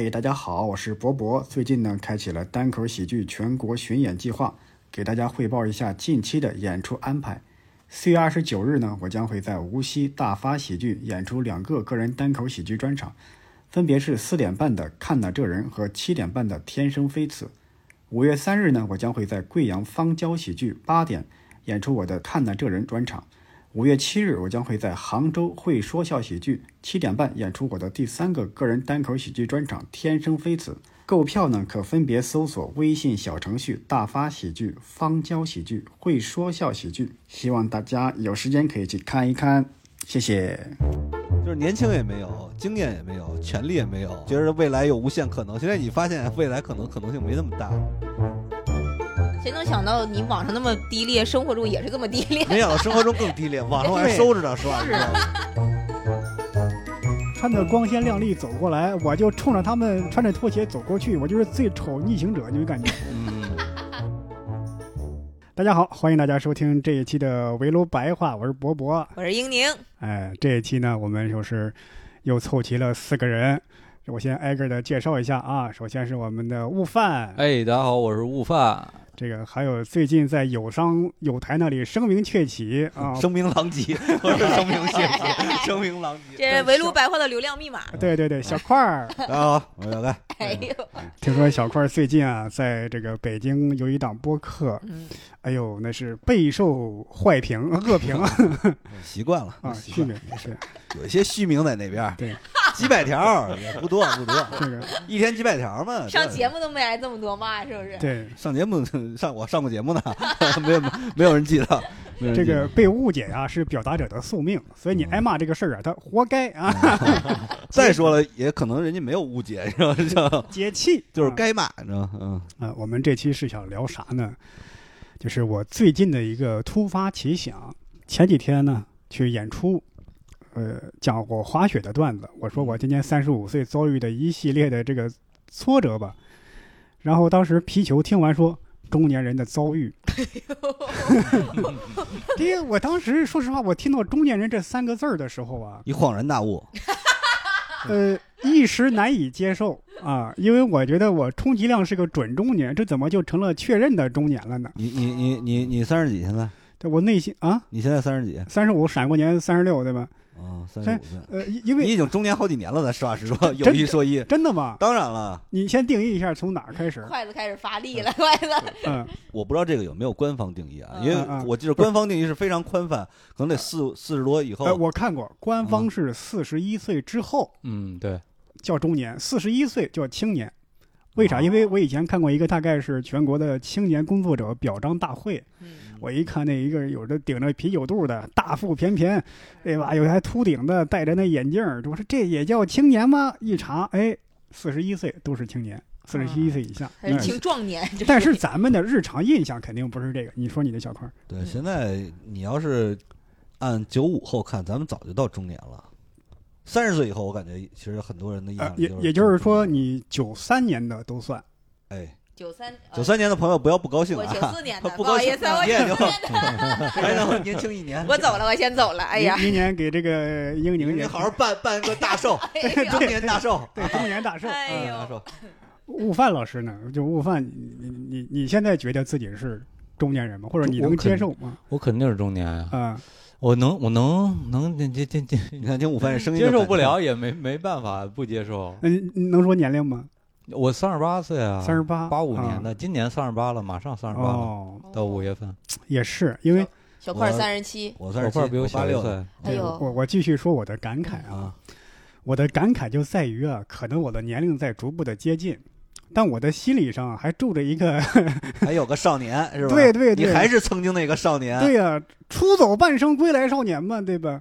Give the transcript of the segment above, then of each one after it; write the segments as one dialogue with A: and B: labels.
A: 哎，大家好，我是博博。最近呢，开启了单口喜剧全国巡演计划，给大家汇报一下近期的演出安排。四月二十九日呢，我将会在无锡大发喜剧演出两个个人单口喜剧专场，分别是四点半的《看哪这人》和七点半的《天生非此》。五月三日呢，我将会在贵阳方椒喜剧八点演出我的《看哪这人》专场。五月七日，我将会在杭州会说笑喜剧七点半演出我的第三个个人单口喜剧专场《天生非子》。购票呢，可分别搜索微信小程序“大发喜剧”、“方椒喜剧”、“会说笑喜剧”。希望大家有时间可以去看一看，谢谢。
B: 就是年轻也没有，经验也没有，权力也没有，觉得未来有无限可能。现在你发现未来可能可能性没那么 大，
C: 谁能想到你网上那么低劣，生活中也是这么低劣？
B: 没想到生活中更低劣，网上我还收着呢，是吧？你知道
D: 啊
B: 吗
D: 穿的光鲜亮丽走过来，我就冲着他们穿着拖鞋走过去，我就是最丑逆行者，你们感觉？
B: 嗯
D: 大家好，欢迎大家收听这一期的围炉白话，我是博博。
C: 我是英宁，
D: 哎，这一期呢，我们就是又凑齐了四个人，我先挨个的介绍一下啊。首先是我们的悟饭，
E: 哎，大家好，我是悟饭。
D: 这个还有最近在友商友台那里声名鹊起啊，
B: 声名狼藉，我是声名谢谢，声名狼藉。
C: 这围炉白话的流量密码。
D: 对对对，小块儿。
B: 大家好，我是小盖。
C: 哎呦，
D: 听说小块儿最近啊，在这个北京有一档播客，
C: 嗯，
D: 哎呦，那是备受坏评、恶评
B: 习惯了
D: 啊，
B: 习
D: 虚
B: 惯
D: 名是
B: 有一些虚名在那边，
D: 对，
B: 几百条也不多不多，
D: 这个
B: 一天几百条嘛。
C: 上节
B: 目
C: 目都没挨这么多骂，是不是？
D: 对
B: 上节目上我上过节目呢， 没有没有人记得，没有人
D: 这
B: 记
D: 个
B: 得
D: 被误解啊是表达者的宿命，所以
B: 嗯
D: 你挨骂这个事儿啊，他活该啊，
B: 再说了，也可能人家没有误解，你知道吗？
D: 解气
B: 就是
D: 啊
B: 该骂，你知道吗？嗯。
D: 啊，我们这期是想聊啥呢？就是我最近的一个突发奇想，前几天呢去演出，呃，讲我滑雪的段子，我说我今年三十五岁遭遇的一系列的这个挫折吧。然后当时皮球听完说中年人的遭遇， 这个我当时说实话，我听到中年人这三个字儿的时候啊，
B: 一恍然大悟，
D: 呃，一时难以接受啊，因为我觉得我充其量是个准中年，这怎么就成了确认的中年了呢？
B: 你你你你你三十几现在？
D: 对我内心啊，
B: 你现在三十几？
D: 三十五闪过年三十六，对吧？
B: 啊，三
D: 十
B: 十
D: 五
B: 五岁。
D: 呃，因因
B: 你
D: 为
B: 已经中年好几年了的，实话实说，
D: 真
B: 有一说一。
D: 真的吗？
B: 当然了，
D: 你先定义一下从哪儿开始？
C: 筷子开始发力了，筷子。
D: 嗯，
B: 我不知道这个有没有官方定义啊，
C: 嗯
B: 因
D: 嗯
B: 为
D: 嗯
B: 我记得官方定义是非常宽泛，可能得四四十多以
E: 哦
D: 呃，
B: 后。
D: 我看过，官方是四十一岁之后
E: 嗯，对，
D: 叫中年，四十一岁叫青年。为
E: 哦
D: 啥？因为我以前看过一个，大概是全国的青年工作者表彰大会。
C: 嗯，
D: 我一看那一个有着顶着啤酒肚的大腹便便，对吧？有还秃顶的，戴着那眼镜儿，我说这也叫青年吗？一查，哎，四十一岁都是青年，四十一岁以下。
C: 还是嗯
D: 那
C: 青壮年。这
D: 但是咱们的日常印象肯定不是这个。你说你的小块儿，
B: 对，现在你要是按九五后看，咱们早就到中年了。三十岁以后，我感觉其实很多人的印
D: 呃
B: 象，里
D: 也
B: 都
D: 也就是说，
B: 中年，
D: 你九三年的都算。
B: 哎，
C: 九三
B: 九，三年的朋友不要不高
C: 呃
B: 兴
C: 我
B: 啊，
C: 九四 年的，
B: 不
C: 好
B: 高
C: 意
B: 兴
C: 思，啊我
B: 你也
C: 九
B: 就
C: 四年的，
B: 还能哎年轻一年。
C: 我走了，我先走了。哎呀，
D: 明明年给这个英宁
B: 你
D: 也
B: 好好办办个大 寿，
C: 哎呦
B: 中年大寿。
D: 对中年大寿。呃
C: 哎
B: 嗯
C: 呦
B: 大寿。
D: 悟饭老师呢？就悟饭，你你你你现在觉得自己是中年人吗？或者你能接受吗？
E: 我肯定是中年啊！
D: 啊，
E: 我能，我能，能这这这这
B: 你看听午饭这声音，
E: 接受不。了，也没没办法不接受。
D: 那你你能说年龄吗？
E: 我三十八岁啊，
D: 三十八，啊
E: 八五年的，今年三十八了，马上三十八了，
D: 哦，
E: 到五月份，
D: 也是，因为
C: 小块
B: 我
C: 三十七，
B: 我
E: 我
B: 算
E: 块
B: 是
E: 儿比我小
B: 八
E: 一
B: 六
E: 岁。
C: 哎
D: 对
C: 呦，
D: 我我继续说我的感慨
E: 嗯
D: 啊，
B: 啊，
D: 我的感慨就在于啊，可能我的年龄在逐步的接近，但我的心理上啊还住着一个，
E: 嗯
B: 还有个少年是吧？
D: 对对对
B: 你还是曾经那个少年，
D: 对呀，出走半生归来少年嘛，对吧？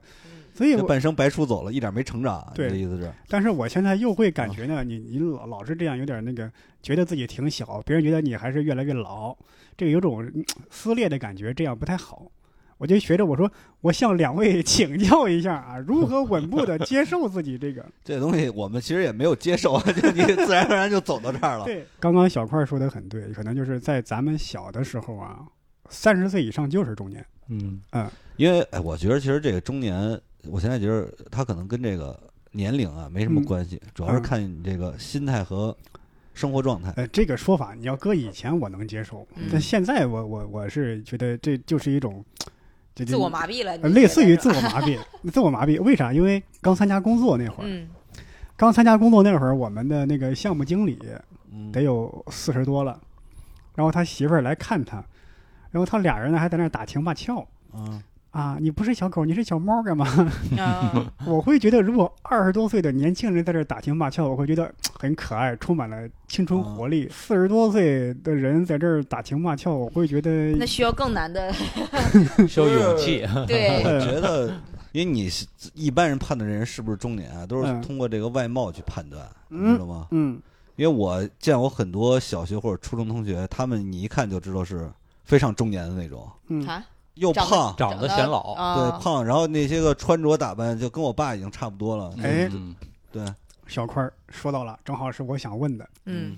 D: 所以
B: 这
D: 我
B: 半生白出走了，一点没成长。
D: 对
B: 你的意思是？
D: 但是我现在又会感觉呢，你你老老是这样，有点那个，觉得自己挺小，别人觉得你还是越来越老，这个有种嗯撕裂的感觉，这样不太好。我就学着我说，我向两位请教一下啊，如何稳步的接受自己这个？
B: 这东西我们其实也没有接受， 就你自然而然就走到这儿了。
D: 对，刚刚小块说的很对，可能就是在咱们小的时候啊，三十岁以上就是中年。
E: 嗯，
B: 因为哎，我觉得其实这个中年，我现在觉得他可能跟这个年龄啊没什么
D: 嗯
B: 关系，主要是
D: 嗯
B: 看你这个心态和生活状态。
D: 呃，这个说法你要搁以前我能接受，
C: 嗯
D: 但现在我我我是觉得这就是一种，这这
C: 自我麻痹了，
D: 呃
C: 你
D: 类
C: 觉
D: 似
C: 得
D: 于
C: 是
D: 自
C: 吧
D: 我麻痹， 自我麻痹。为啥？因为刚参加工作那会儿，
C: 嗯
D: 刚参加工作那会儿，我们的那个项目经理
B: 嗯
D: 得有四十多了，然后他媳妇儿来看他，然后他俩人呢还在那儿打情骂俏
B: 啊，
D: 啊，你不是小狗，你是小猫干嘛？
C: 啊，
D: 我会觉得，如果二十多岁的年轻人在这儿打情骂俏，我会觉得很可爱，充满了青春活力。四十、多岁的人在这儿打情骂俏，我会觉得
C: 那需要更难 的，
E: 需要勇气。
C: 对
B: 我觉得，因为你是一般人判断人是不是中年啊，都是
D: 嗯
B: 通过这个外貌去判断，
D: 嗯
B: 你知道吗？
D: 嗯，
B: 因为我见过很多小学或者初中同学，他们你一看就知道是非常中年的那种，
D: 嗯
C: 啊，
B: 又
C: 长
B: 胖，
E: 长得显老
B: 对
C: 啊，
B: 胖，然后那些个穿着打扮就跟我爸已经差不多了，
D: 哎
E: 嗯
B: 对，
D: 小块儿说到了，正好是我想问的。
C: 嗯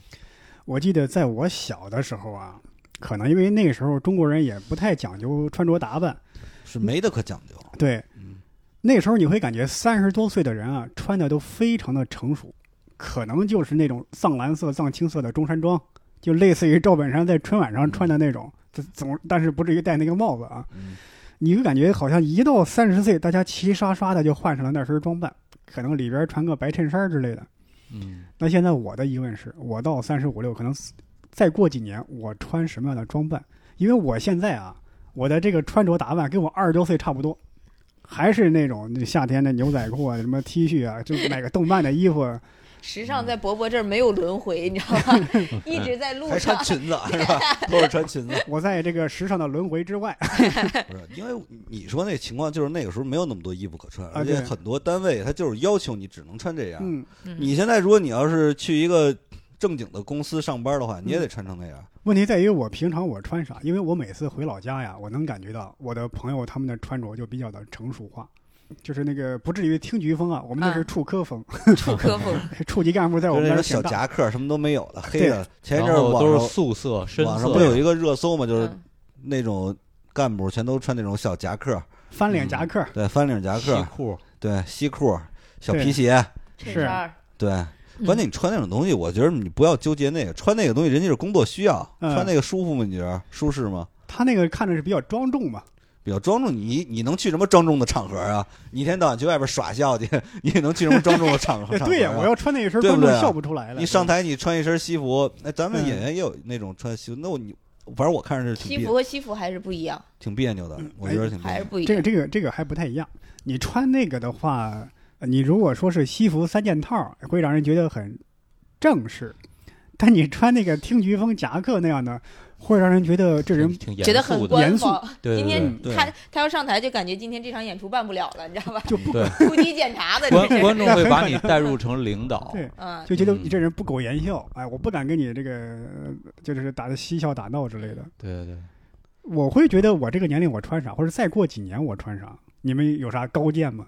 D: 我记得在我小的时候啊，可能因为那个时候中国人也不太讲究穿着打扮，
B: 是没得可讲究，
D: 对，
B: 嗯
D: 那时候你会感觉三十多岁的人啊，穿的都非常的成熟，可能就是那种藏蓝色、藏青色的中山装，就类似于赵本山在春晚上穿的那种，这总但是不至于戴那个帽子啊。
B: 嗯，
D: 你会感觉好像一到三十岁，大家齐刷刷的就换上了那身装扮，可能里边穿个白衬衫之类的。
E: 嗯，
D: 那现在我的疑问是，我到三十五六，可能再过几年，我穿什么样的装扮？因为我现在啊，我的这个穿着打扮跟我二十多岁差不多，还是那种夏天的牛仔裤啊，什么 T 恤啊，就买个动漫的衣服啊，
C: 时尚在伯伯这儿没有轮回，你知道吗？ 一直在路
B: 还
C: 上
B: 穿，裙 子是吧？都是穿裙子，
D: 我在这个时尚的轮回之 外。
B: 啊不是，因为你说那情况就是那个时候没有那么多衣服可穿，
D: 啊
B: 而且
D: 对
B: 很多单位他就是要求你只能穿这样。
D: 嗯，
C: 嗯
B: 你现在如果你要是去一个正经的公司上班的话，你也得穿成那样。
D: 问题在于我平常我穿啥？因为我每次回老家呀，我能感觉到我的朋友他们的穿着就比较的成熟化。就是那个不至于听菊风啊，我们那是
C: 啊
D: 处科风，
C: 处科风，
D: 处级干部在我
B: 就是
D: 们那
B: 那种
D: 儿挺
B: 小
D: 大
B: 夹克，什么都没有的，黑
D: 对
B: 的。前一阵
E: 然
B: 儿
E: 后
B: 网
E: 都是
B: 上
E: 素色、深
B: 网上不有
E: 色，
B: 一个热搜嘛，就是
C: 嗯
B: 那种干部全都穿那种小夹克，
D: 翻领夹克，
B: 对，翻领夹
E: 西
B: 克，
E: 裤，
B: 对，西裤，小
D: 对
B: 皮鞋，
C: 衬
D: 是
C: 衫儿，
B: 对。
C: 嗯
B: 关键你穿那种东西，我觉得你不要纠结那个，穿那个东西人家是工作需要，
D: 嗯
B: 穿那个舒服吗？你觉得舒适吗？
D: 他那个看着是比较庄重嘛，
B: 比较庄重，你你能去什么庄重的场合啊？你一天到晚去外边耍笑去，你也能去什么庄重的场合？
D: 哎 对呀、
B: 场合啊
D: 我要穿那一身
B: 对不
D: 观
B: 对
D: 众
B: 啊
D: 笑不出来了。
B: 你上台你穿一身西服，哎，咱们
D: 嗯
B: 演员也有那种穿西服，那我你反正我看着是挺
C: 西
B: 别
C: 服和西服还是不一样，
B: 挺别扭
D: 嗯
B: 的，我觉得
E: 嗯
B: 挺别
C: 还是
B: 扭。
C: 不一
D: 这
C: 样
D: 个。这个这个还不太一样。你穿那个的话，呃你如果说是西服三件套，会让人觉得很正式；但你穿那个听菊风夹克那样的，会让人觉得这人
E: 挺
C: 觉得
E: 严
C: 很
E: 肃的，
C: 官
D: 严肃
C: 方，
E: 对
C: 今
E: 对
D: 嗯
E: 对。
C: 天
B: 对
C: 他他要上台，就感觉今天这场演出办不了了，你知道吧？
D: 就 不
E: 对
C: 突击检查的，
E: 观
C: 这是，
E: 观众会 把你带入成领导，
D: 对，
C: 嗯，
D: 就觉得
E: 嗯
D: 你这人不苟言笑。哎，我不敢跟你这个呃就是打的嬉笑打闹之类的。
E: 对对
D: 我会觉得我这个年龄我穿啥，或者再过几年我穿啥，你们有啥高见吗？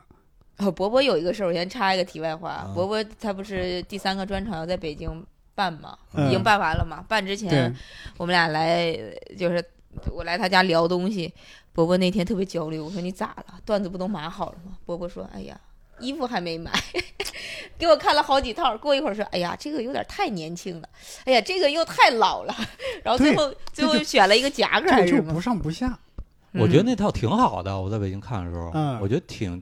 C: 哦伯伯有一个事儿，我先插一个题外话
B: 啊。
C: 伯伯他不是第三个专场要在北京办吗？
D: 嗯
C: 已经办完了嘛？办之
D: 对
C: 前，我们俩来就是我来他家聊东西，伯伯那天特别焦虑，我说你咋了？段子不都码好了吗？伯伯说，哎呀。衣服还没买， 给我看了好几套。过一会儿说：“哎呀，这个有点太年轻了，哎呀，这个又太老了。” 然后最
D: 对
C: 后最后
D: 这就
C: 选了一个夹克还
D: 这
C: 是
D: 就
C: 什么
D: 不？上不下。
E: 我
C: 嗯
E: 觉得那套挺好的，我在北京看的时候，
D: 嗯
E: 我觉得挺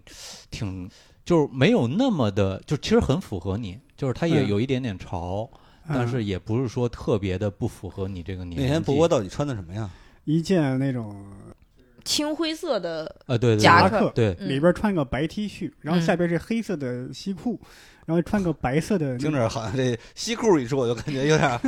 E: 挺就是没有那么的，就其实很符合你，就是它也
D: 嗯
E: 有一点点潮，
D: 嗯
E: 但是也不是说特别的不符合你这个年
B: 那
E: 纪。
B: 天博博到底穿的什么呀？
D: 一件那种
C: 青灰色的
E: 呃，对对
C: 夹
D: 夹
E: 对
C: 克
D: 克，
E: 对，
C: 嗯
D: 里边穿个白 T 恤，然后
C: 嗯
D: 下边是黑色的西裤，然后穿个白色的。
B: 听着好像这西裤一说，我就感觉有 点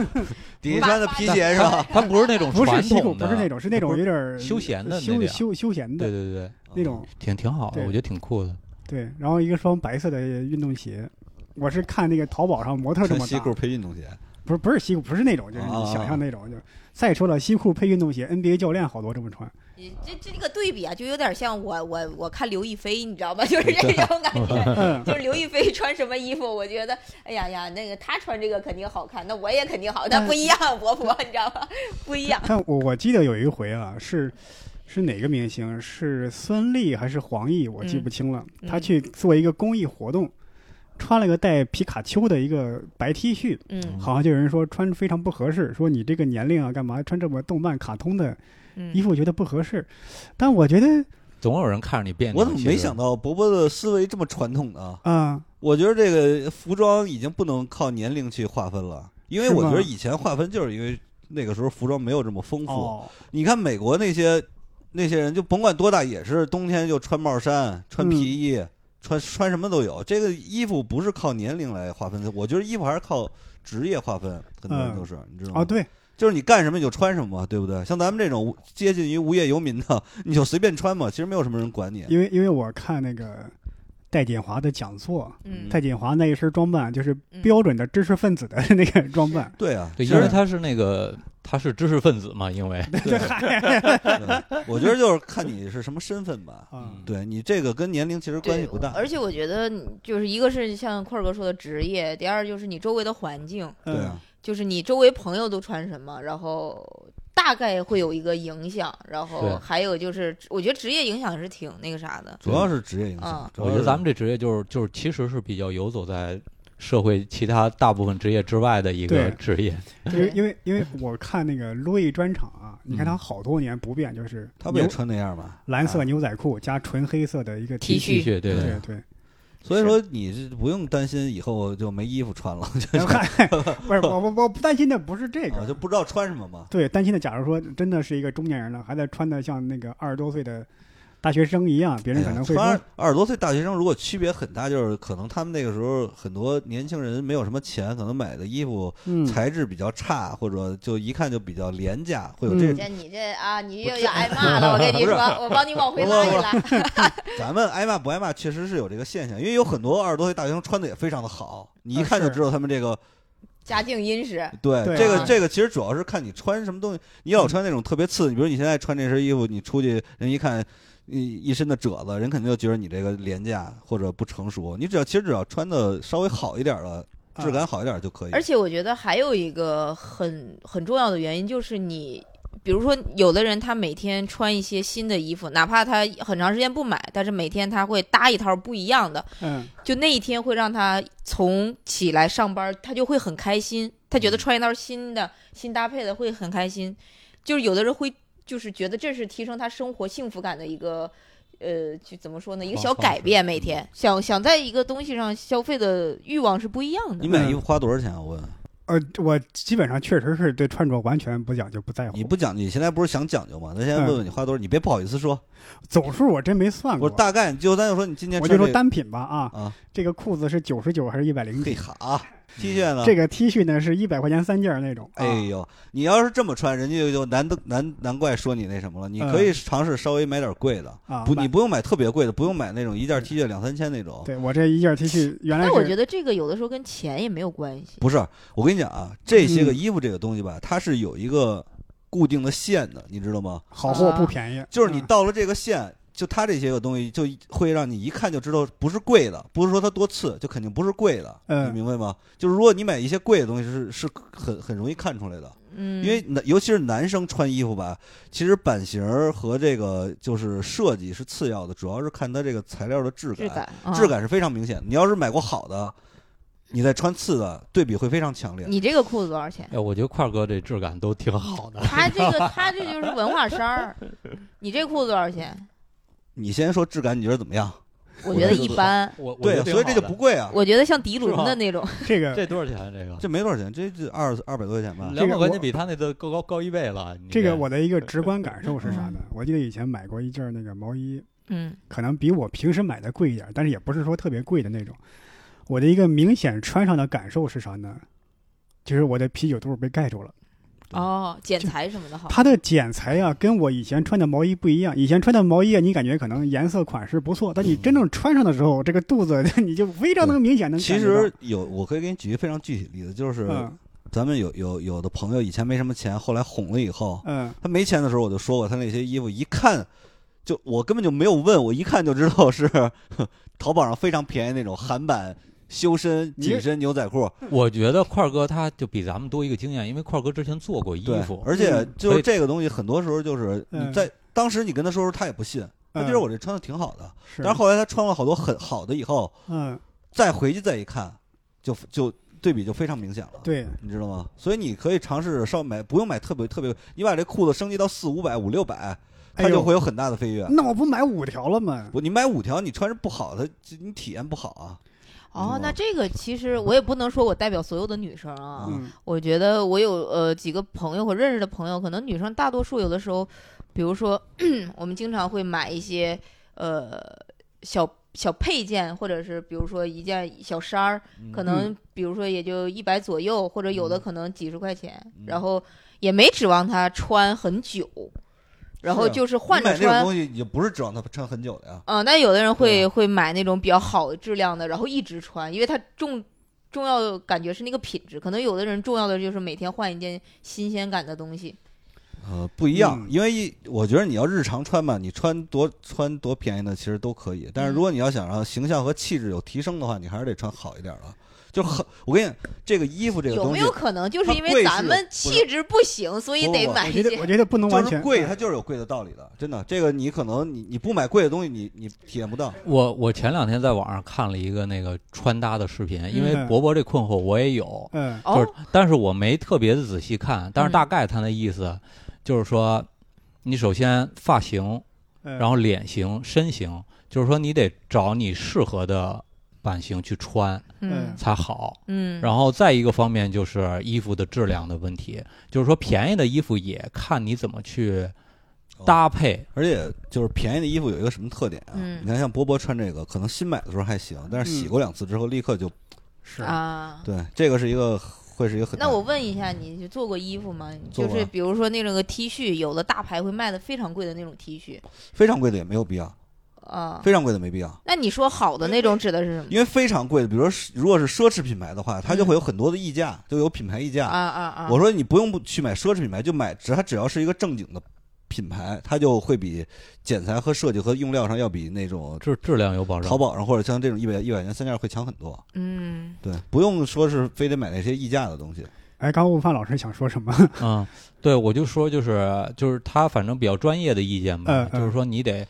B: 底下穿的皮鞋是吧？
E: 它不是那种
D: 不
E: 传
D: 是西裤，
E: 统的，
D: 不是那种，是那种有点
E: 休闲的那
D: 休
E: 点
D: 休休闲
E: 对
D: 的
E: 对对，
D: 那种。
E: 挺挺好的，
D: 对
E: 我觉得挺酷的。
D: 对，然后一个双白色的运动鞋，我是看那个淘宝上模特 这
B: 穿
D: 么
B: 西
D: 搭
B: 裤，配运动鞋，
D: 不是不是西裤，不是那种，就是
E: 啊
D: 你想象那种。就再说了，西裤配运动鞋，NBA 教练好多这么穿。
C: 你这这个对比啊，就有点像我我我看刘亦菲，你知道吧？ 就是这种感觉，
D: 嗯，
C: 就是刘亦菲穿什么衣服，我觉得，哎呀呀，那个她穿这个肯定好看，那我也肯定好，但不一样，伯伯，你知道吧？不一样。
D: 但我我记得有一回啊，是是哪个明星？是孙俪还是黄奕？我记不清了。
C: 嗯
D: 他去做一个公益活动，穿了个带皮卡丘的一个白 T 恤，
C: 嗯
D: 好像就有人说穿非常不合适，说你这个年龄啊，干嘛穿这么动漫卡通的
C: 嗯
D: 衣服，觉得不合适。但我觉得
E: 总有人看着你别扭。
B: 我怎么没想
E: 到？
B: 到伯伯的思维这么传统呢？
D: 啊、
B: 我觉得这个服装已经不能靠年龄去划分了，因为
D: 是
B: 我觉
D: 吗
B: 得以前划分就是因为那个时候服装没有这么丰富。
D: 哦，
B: 你看美国那些那些人，就甭管多大，也是冬天就穿帽衫、穿皮衣、穿穿什么都有。这个衣服不是靠年龄来划分的，我觉得衣服还是靠职业划分，很多人
D: 嗯
B: 都是，你知道吗？
D: 哦，对，
B: 就是你干什么你就穿什么嘛，对不对？像咱们这种无接近于无业游民的， 你就随便穿嘛，其实没有什么人管你。
D: 因为因为我看那个戴锦华的讲座，
C: 嗯
D: 戴锦华那一身装扮就是标准的知识分子的那个装扮，
B: 对啊，
E: 对，
B: 其
E: 因
B: 实
E: 为他是那个他是知识分子嘛，因为
B: 对对嗯我觉得就是看你是什么身份吧。
D: 啊、
E: 嗯
B: 对你这个跟年龄其实关系
C: 对
B: 不大，，
C: 而且我觉得你就是一个是像块儿哥说的职业，第二就是你周围的环境，
D: 嗯，
B: 对啊，
C: 就是你周围朋友都穿什么，然后大概会有一个影响，然
E: 对
C: 后还有就是我觉得职业影响是挺那个啥的，
B: 主要是职业影响
C: 嗯。
B: 主要
E: 我觉得
B: 是
E: 咱们这职业就是就是其实是比较游走在社会其他大部分职业之外的一个
D: 对
E: 职业。
D: 因为因为因为我看那个路易专场啊，你看
E: 嗯
D: 他好多年不变，就是
B: 他不也
D: 牛
B: 穿那样吗？
D: 蓝色
B: 啊
D: 牛仔裤加纯黑色的一个
C: T
E: 继
C: 恤
E: 续嗯对
D: 对对，
B: 所以说你是不用担心以后就没衣服穿了，就
D: 然后看不是我我我不担心的不是这
B: 啊就
D: 个，
B: 不知道穿什么嘛。
D: 对，担心的假如说真的是一个中年人了，还在穿的像那个二十多岁的大学生一样，别人可能会
B: 哎呀
D: 说
B: 穿二十多岁大学生，如果区别很大，就是可能他们那个时候很多年轻人没有什么钱，可能买的衣服
D: 嗯，
B: 材质比较差，或者就一看就比较廉价，会有这
D: 嗯
C: 这你这啊，你又要挨 骂了，我跟你说，我帮你往回
B: 不
C: 拉
B: 是
C: 一拉。
B: 咱们挨骂不挨骂，确实是有这个现象，因为有很多二十多岁大学生穿的也非常的好，你一
D: 啊
B: 看就是知道他们这个
C: 家境殷实，
B: 对
D: 对
B: 这
C: 啊
B: 个这个其实主要是看你穿什么东西，你老穿那种特别次，你比如你现在穿这身衣服，你出去人一看。一一身的褶子，人肯定就觉得你这个廉价或者不成熟。你只要其实只要穿的稍微好一点了，
D: 啊
B: 质感好一点就可以。
C: 而且我觉得还有一个很很重要的原因就是你。比如说，有的人他每天穿一些新的衣服，哪怕他很长时间不买，但是每天他会搭一套不一样的，
D: 嗯
C: 就那一天会让他从起来上班，他就会很开心，他觉得穿一套新的、新搭配的会很开心。就是有的人会就是觉得这是提升他生活幸福感的一个，呃，就怎么说呢，一个
E: 方
C: 小
E: 方
C: 改
E: 式
C: 变。每天想想在一个东西上消费的欲望是不一样的
B: 你。买衣服
D: 嗯
B: 花多少钱啊？我问
D: 呃，我基本上确实是对穿着完全不讲究，不在乎。
B: 你不讲，你现在不是想讲究吗？咱先
D: 嗯
B: 问问你花多少，你别不好意思说。
D: 总数我真没算
B: 我
D: 过
B: 说，大概，你就咱就说你今天
D: 我
B: 穿这
D: 就说
B: 个
D: 单品吧啊，
B: 啊，
D: 这个裤子是九十九还是一百零
B: 嘿
D: 几？
B: 哈，T 恤呢？
D: 嗯这个 T 恤呢是一百块钱三件儿那种。啊
B: 哎呦，你要是这么穿，人家就难得难难怪说你那什么了。你可以尝试稍微买点贵的，
D: 嗯啊，
B: 不，
D: 买
B: 你不用买特别贵的，不用买那种一件 T 恤两三千那种。
D: 对我这一件 T 恤原来
C: 但我觉
D: 是
C: 得这个有的时候跟钱也没有关系。
B: 不是，我跟你讲啊，这些个
D: 嗯
B: 衣服这个东西吧，它是有一个固定的线的，你知道吗？
D: 好货不
C: 啊
D: 便宜，
B: 就是你
D: 嗯
B: 到了这个线，就它这些个东西就会让你一看就知道不是贵的，不是说它多次，就肯定不是贵的，
D: 嗯
B: 你明白吗？就是如果你买一些贵的东西是，是很很容易看出来的。
C: 嗯，
B: 因为男尤其是男生穿衣服吧，其实版型儿和这个就是设计是次要的，主要是看它这个材料的质感，
C: 质
B: 质感,、
C: 感，啊
B: 是非常明显的。你要是买过好的，你再穿次的，对比会非常强烈。
C: 你这个裤子多少钱？
E: 哎，我觉得块儿哥这质感都挺好的。
C: 他这个，他这就是文化衫儿。你这裤子多少钱？
B: 你先说质感，你觉得怎么样？
C: 我
B: 我
C: 觉得
B: 觉得
C: 一
B: 不
C: 般。
E: 我 我
B: 对
E: 觉
B: 啊，
E: 得挺
B: 所以这就
E: 好
B: 不
E: 的
B: 贵啊，
C: 我觉得像迪
E: 是
C: 龙
E: 吗
C: 的 那种，
D: 这个
E: 这多少钱啊？这个啊
B: 这没多少钱，这这二二百多块钱吧。
E: 两百块
D: 我
E: 钱比他那都高高高一倍了。你
D: 这个我的一个直观感受是啥呢？我记得以前买过一件儿那个毛衣，
C: 嗯，
D: 可能比我平时买的贵一点儿，但是也不是说特别贵的那种。我的一个明显穿上的感受是啥呢？就是我的啤酒肚被盖住了。
C: 哦，剪裁什么的好。
D: 它的剪裁呀、跟我以前穿的毛衣不一样。以前穿的毛衣啊，你感觉可能颜色款式不错，但你真正穿上的时候，这个肚子 你就非常能明显能
B: 其
D: 感觉到。
B: 实有，我可以给你举一个非常具体的例子，就是
D: 嗯
B: 咱们有有有的朋友以前没什么钱，后来红了以后，
D: 嗯，
B: 他没钱的时候，我就说过，他那些衣服一看就我根本就没有问，我一看就知道是 呵淘宝上非常便宜那种韩版修身
D: 你
B: 紧身牛仔裤。
E: 我觉得块儿哥他就比咱们多一个经验，因为块儿哥之前做过衣
B: 对
E: 服，，
B: 而且
D: 嗯
B: 就
E: 所
B: 是
E: 以
B: 这个东西，很多时候就是你
D: 嗯
B: 在当时你跟他说时候，他也不信，他觉得我这穿的挺好的。
D: 是，
B: 但是后来他穿了好多很好的以后，
D: 嗯，
B: 再回去再一看，就就对比就非常明显了。
D: 对，
B: 你知道吗？所以你可以尝试稍微买，不用买特别特别，你把这裤子升级到四五百、五六百，它
D: 哎呦
B: 就会有很大的飞跃。
D: 那我不买五条了吗？
B: 不，你买五条，你穿着不好，它你体验不好啊。
C: 哦，
B: 嗯
C: 那这个其实我也不能说我代表所有的女生啊，
B: 嗯
D: 嗯，
C: 我觉得我有呃几个朋友或认识的朋友，可能女生大多数有的时候，比如说 我们经常会买一些呃小小配件，或者是比如说一件小衫儿，可能比如说也就一百左右，或者有的
B: 嗯
C: 可能几十块钱，
B: 嗯
C: 然后也没指望它穿很久，然后
B: 是啊
C: 就是
B: 你
C: 换着
B: 买那种
C: 穿。
B: 东西，你就不是指望它穿很久的呀。
C: 嗯，但有的人
B: 对
C: 会
B: 啊
C: 会买那种比较好的质量的，然后一直穿，因为它重重要的感觉是那个品质。可能有的人重要的就是每天换一件新鲜感的东西。
B: 呃，不一样，
D: 嗯
B: 因为一我觉得你要日常穿嘛，你穿多穿多便宜的其实都可以。
C: 嗯
B: 但是如果你要想让形象和气质有提升的话，你还是得穿好一点的。就很，我跟你讲，这个衣服这个
C: 有
B: 东
C: 没
B: 西
C: 有可能就是
B: 它
C: 因为
B: 贵
C: 咱
B: 是
C: 们
B: 不是
C: 气质不行，所以
B: 不
C: 得
B: 不
C: 买
D: 我
C: 一
D: 觉得
C: 件
D: 我？觉得不能完
B: 就是
D: 全
C: 嗯
B: 贵，它就是有贵的道理的，真的。这个你可能你你不买贵的东西，你你体验不到。
E: 我我前两天在网上看了一个那个穿搭的视频，因为
D: 嗯
E: 博博这困惑我也有，
D: 嗯
E: 就是
C: 哦，
E: 但是我没特别的仔细看，但
C: 嗯
E: 是大概他那意思就是说，你首先发型，
D: 嗯，
E: 然后脸型、身形，就是说你得找你适合的版型去穿
C: 嗯
E: 才好。
C: 嗯，
E: 然后再一个方面就是衣服的质量的问题，就是说便宜的衣服也看你怎么去搭配。
B: 而且就是便宜的衣服有一个什么特点啊？
C: 嗯
B: 你看像波波穿这个，可能新买的时候还行，但是洗过两次之后立刻就、
D: 是
C: 啊。
B: 对，这个是一个会是一个很
C: 那我问一下，你就做过衣服吗？
B: 做
C: 就
B: 过啊
C: 是比如说那种个 T 恤，有的大牌会卖的非常贵的那种 T 恤
B: 非常贵的也没有必要，
C: 啊。
B: 非常贵的没必要。
C: 那你说好的那种指的是什么？
B: 因为非常贵的，比如说是如果是奢侈品牌的话，它就会有很多的溢价，就有品牌溢价。
C: 啊啊啊！
B: 我说你不用不去买奢侈品牌，就买只它只要是一个正经的品牌，它就会比剪裁和设计和用料上要比那种
E: 质质量有保证，
B: 淘宝上或者像这种一百一百元三件会强很多。
C: 嗯，
B: 对，不用说是非得买那些溢价的东西。
D: 哎，刚刚问范老师想说什么？
E: 嗯，对，我就说就是就是他反正比较专业的意见吧，
D: 嗯嗯
E: 就是说你得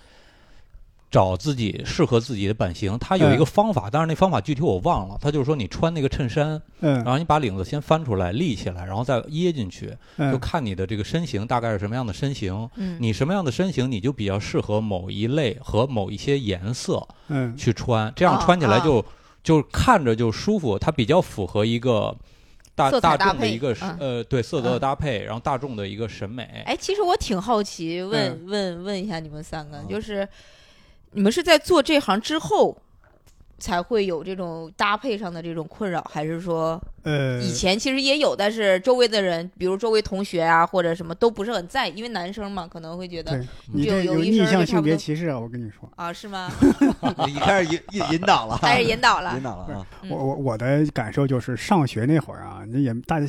E: 找自己适合自己的版型。他
D: 嗯
E: 有一个方法，但是那方法具体我忘了。他就是说你穿那个衬衫，
D: 嗯
E: 然
C: 啊
E: 后你把领子先翻出来立起来，然后再掖进去，就
D: 嗯
E: 看你的这个身形大概是什么样的身形。
C: 嗯
E: 你什么样的身形，你就比较适合某一类和某一些颜色
D: 嗯
E: 去穿，这样穿起来
C: 哦
E: 就、
C: 嗯
E: 就看着就舒服，它比较符合一个大
C: 色彩
E: 大
C: 搭
E: 众的
C: 配
E: 一个、是
C: 嗯
E: 呃对色泽的
C: 嗯
E: 搭配，然后大众的一个审美。
C: 哎，其实我挺好奇，问、
D: 嗯哦
C: 问问一下你们三个
B: 啊，
C: 就是你们是在做这行之后才会有这种搭配上的这种困扰，还是说
D: 呃，
C: 以前其实也有，但是周围的人，比如周围同学啊或者什么都不是很在意，因为男生嘛可能会觉得
D: 对你
C: 就
D: 这
C: 有
D: 有
C: 一
D: 逆
C: 身儿就差
D: 向性
C: 不
D: 别
C: 多
D: 歧视啊！我跟你说，
C: 啊是 吗？
B: 你啊开始引引引导了，
C: 开始 引导了
B: 引，导了啊！
C: 嗯
D: 我我我的感受就是，上学那会儿啊，那也大家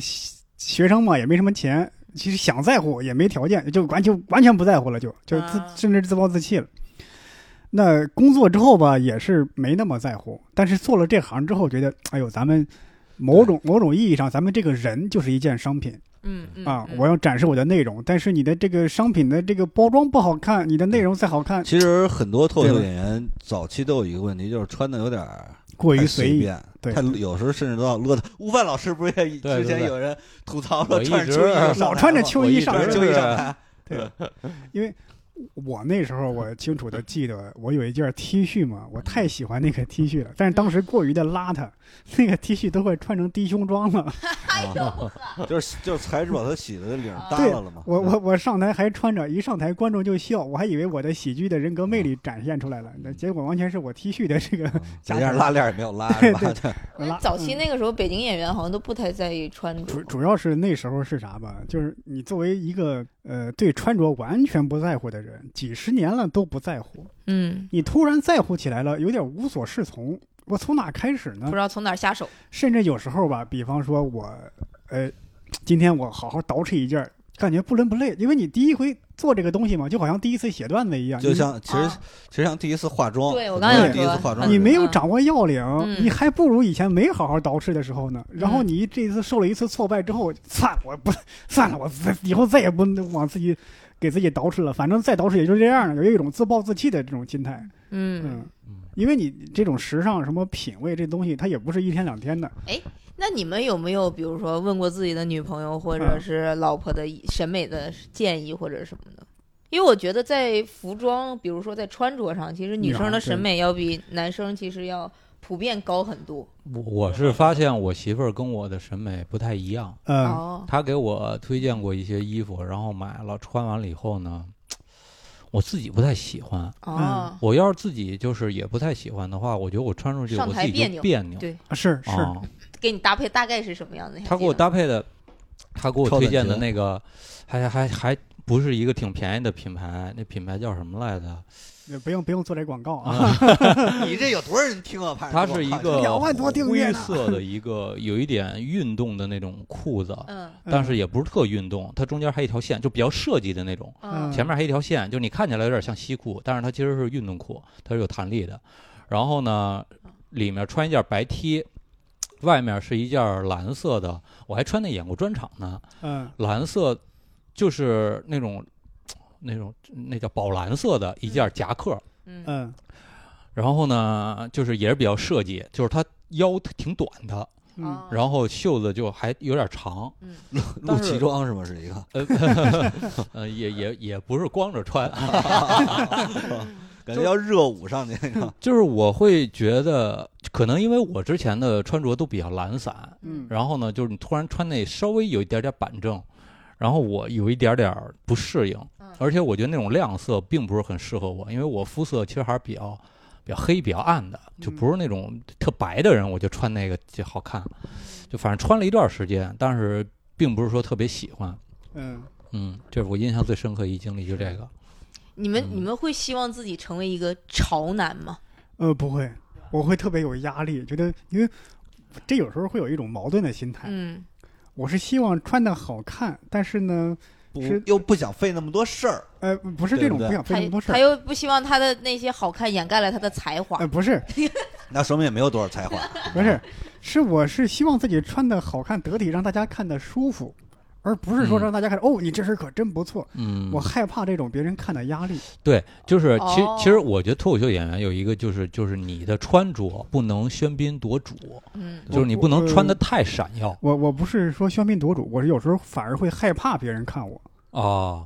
D: 学生嘛，也没什么钱，其实想在乎也没条件，就完全完全不在乎了，就就自
C: 啊
D: 甚至自暴自弃了。那工作之后吧，也是没那么在乎，但是做了这行之后，觉得哎呦，咱们某种某种意义上，咱们这个人就是一件商品
C: 嗯嗯
D: 啊，
C: 嗯
D: 我要展示我的内容，但是你的这个商品的这个包装不好看，你的内容再好
E: 哎
D: 看，
B: 其实很多脱口秀
D: 对吧
B: 演员早期都有一个问题，就是穿的有点儿
D: 过于
B: 太
D: 随
B: 随
D: 意。
B: 便，
D: 对
B: 太有时候甚至都要勒的。悟饭老师不是也
E: 对
B: 之前
E: 对
B: 有人吐槽说
E: 我一
B: 穿着
E: 直
B: 秋衣就
E: 啊
B: 上
D: 老
B: 台
D: 穿着
B: 了
D: 秋
E: 我
D: 衣
E: 一
D: 上
E: 直
B: 穿
D: 来
B: 着
E: 是
B: 秋衣上台，
D: 我那时候我清楚的记得，我有一件 T 恤嘛，我太喜欢那个 T 恤了，但是当时过于的邋遢，那个 T 恤都快穿成低胸装了。
B: 啊就是就是材质把他洗的领儿耷
D: 对
B: 拉了嘛。
D: 我我我上台还穿着，一上台观众就笑，我还以为我的喜剧的人格魅力展现出来了，那结果完全是我 T 恤的这个
B: 嗯加上拉链也没有拉，是
D: 对
B: 吧？对
C: 嗯
D: 拉。
C: 早期
D: 嗯
C: 那个时候北京演员好像都不太在意穿着
D: 主，主要是那时候是啥吧？就是你作为一个呃对穿着完全不在乎的人，几十年了都不在乎，
C: 嗯，
D: 你突然在乎起来了，有点无所适从。我从哪开始呢
C: 不？知道从哪儿下手，
D: 甚至有时候吧，比方说我，呃，今天我好好捯饬一件儿，感觉不伦不类，因为你第一回做这个东西嘛，就好像第一次写段子一样，
B: 就像其实
C: 啊
B: 其实像第一次化妆，
C: 对我
B: 很
C: 刚
B: 多
D: 才
B: 人第一
C: 说
B: 次化妆
D: 你
B: 是
D: 你
B: 这
D: 没
B: 样
D: 有掌握要领，
C: 嗯
D: 你还不如以前没好好捯饬的时候呢。然后
C: 嗯
D: 你这次受了一次挫败之后，算了，我不算了，我再以后再也不能往自己给自己捯饬了，反正再捯饬也就这样了，有一种自暴自弃的这种心态。
C: 嗯
D: 嗯，
E: 嗯
D: 因为你这种时尚什么品味这东西，它也不是一天两天的。
C: 那你们有没有比如说问过自己的女朋友或者
D: 嗯
C: 是老婆的审美的建议或者什么的？因为我觉得在服装，比如说在穿着上，其实女
D: 女孩
C: 生
D: 儿
C: 的
D: 对
C: 审美要比男生其实要普遍高很多。
E: 我我是发现我媳妇儿跟我的审美不太一样，
D: 嗯，
C: 哦，
E: 她给我推荐过一些衣服，然后买了，穿完了以后呢，我自己不太喜欢。
C: 哦，
E: 我要是自己就是也不太喜欢的话，我觉得我穿出去
C: 上
E: 我
C: 台
E: 自己
C: 别扭
E: 就别
D: 嗯
E: 扭。
C: 对
D: 呃是是，
E: 啊，
C: 给你搭配大概是什么样的？你还
E: 他给我
C: 记得吗
E: 搭配的，他给我推荐的那个，还还还不是一个挺便宜的品牌，那品牌叫什么来着？
D: 也不用不用做这广告啊。
B: 你这有多少人听啊？怕
E: 它是一个
D: 哎 两万多订阅
E: 灰
D: 呢
E: 色的一个有一点运动的那种裤子，
C: 嗯
E: 但是也不是特运动，它中间还有一条线，就比较设计的那种。
C: 嗯
D: 嗯
E: 前面还有一条线，就你看起来有点像西裤，但是它其实是运动裤，它是有弹力的。然后呢，里面穿一件白 T，外面是一件蓝色的，我还穿那演过专场呢。
D: 嗯
E: 蓝色，就是那种那种那叫宝蓝色的一件夹克。
C: 嗯嗯
D: 嗯
E: 然后呢，就是也是比较设计，就是它腰挺短的，
C: 哦
D: 嗯，
E: 然后袖子就还有点长，
C: 嗯
B: 陆奇装是吗？是一个，
E: 呃，呃也也也不是光着穿，
B: 感觉要热舞上去那种。
E: 就是我会觉得，可能因为我之前的穿着都比较懒散，
D: 嗯
E: 然后呢，就是你突然穿那稍微有一点点板正，然后我有一点点儿不适应，
C: 嗯
E: 而且我觉得那种亮色并不是很适合我，因为我肤色其实还是比较比较黑、比较暗的，就不是那种特白的人，我就穿那个就好看。就反正穿了一段时间，但是并不是说特别喜欢。
D: 嗯
E: 嗯，这是我印象最深刻一经历，就这个。
C: 你们
E: 嗯
C: 你们会希望自己成为一个潮男吗？
D: 呃不会，我会特别有压力，觉得因为这有时候会有一种矛盾的心态。
C: 嗯
D: 我是希望穿的好看，但是呢，
B: 不
D: 是
B: 又不想费那么多事儿，
D: 呃不是这种
B: 对不对
D: 不想费
C: 他
D: 那么多事
C: 他
D: 儿，
C: 又不希望他的那些好看掩盖了他的才华
D: 呃。不是
B: 那说明也没有多少才华。
D: 不是，是我是希望自己穿的好看得体，让大家看的舒服，而不是说
E: 嗯
D: 让大家看、哦，你这身可真不错。
E: 嗯，
D: 我害怕这种别人看的压力。
E: 对，就是其实、
C: 哦
E: 其实我觉得脱口秀演员有一个就是就是你的穿着不能喧宾夺主，
C: 嗯
E: 就是你不能穿的太闪耀
D: 我我不是说喧宾夺主，我是有时候反而会害怕别人看我
E: 啊。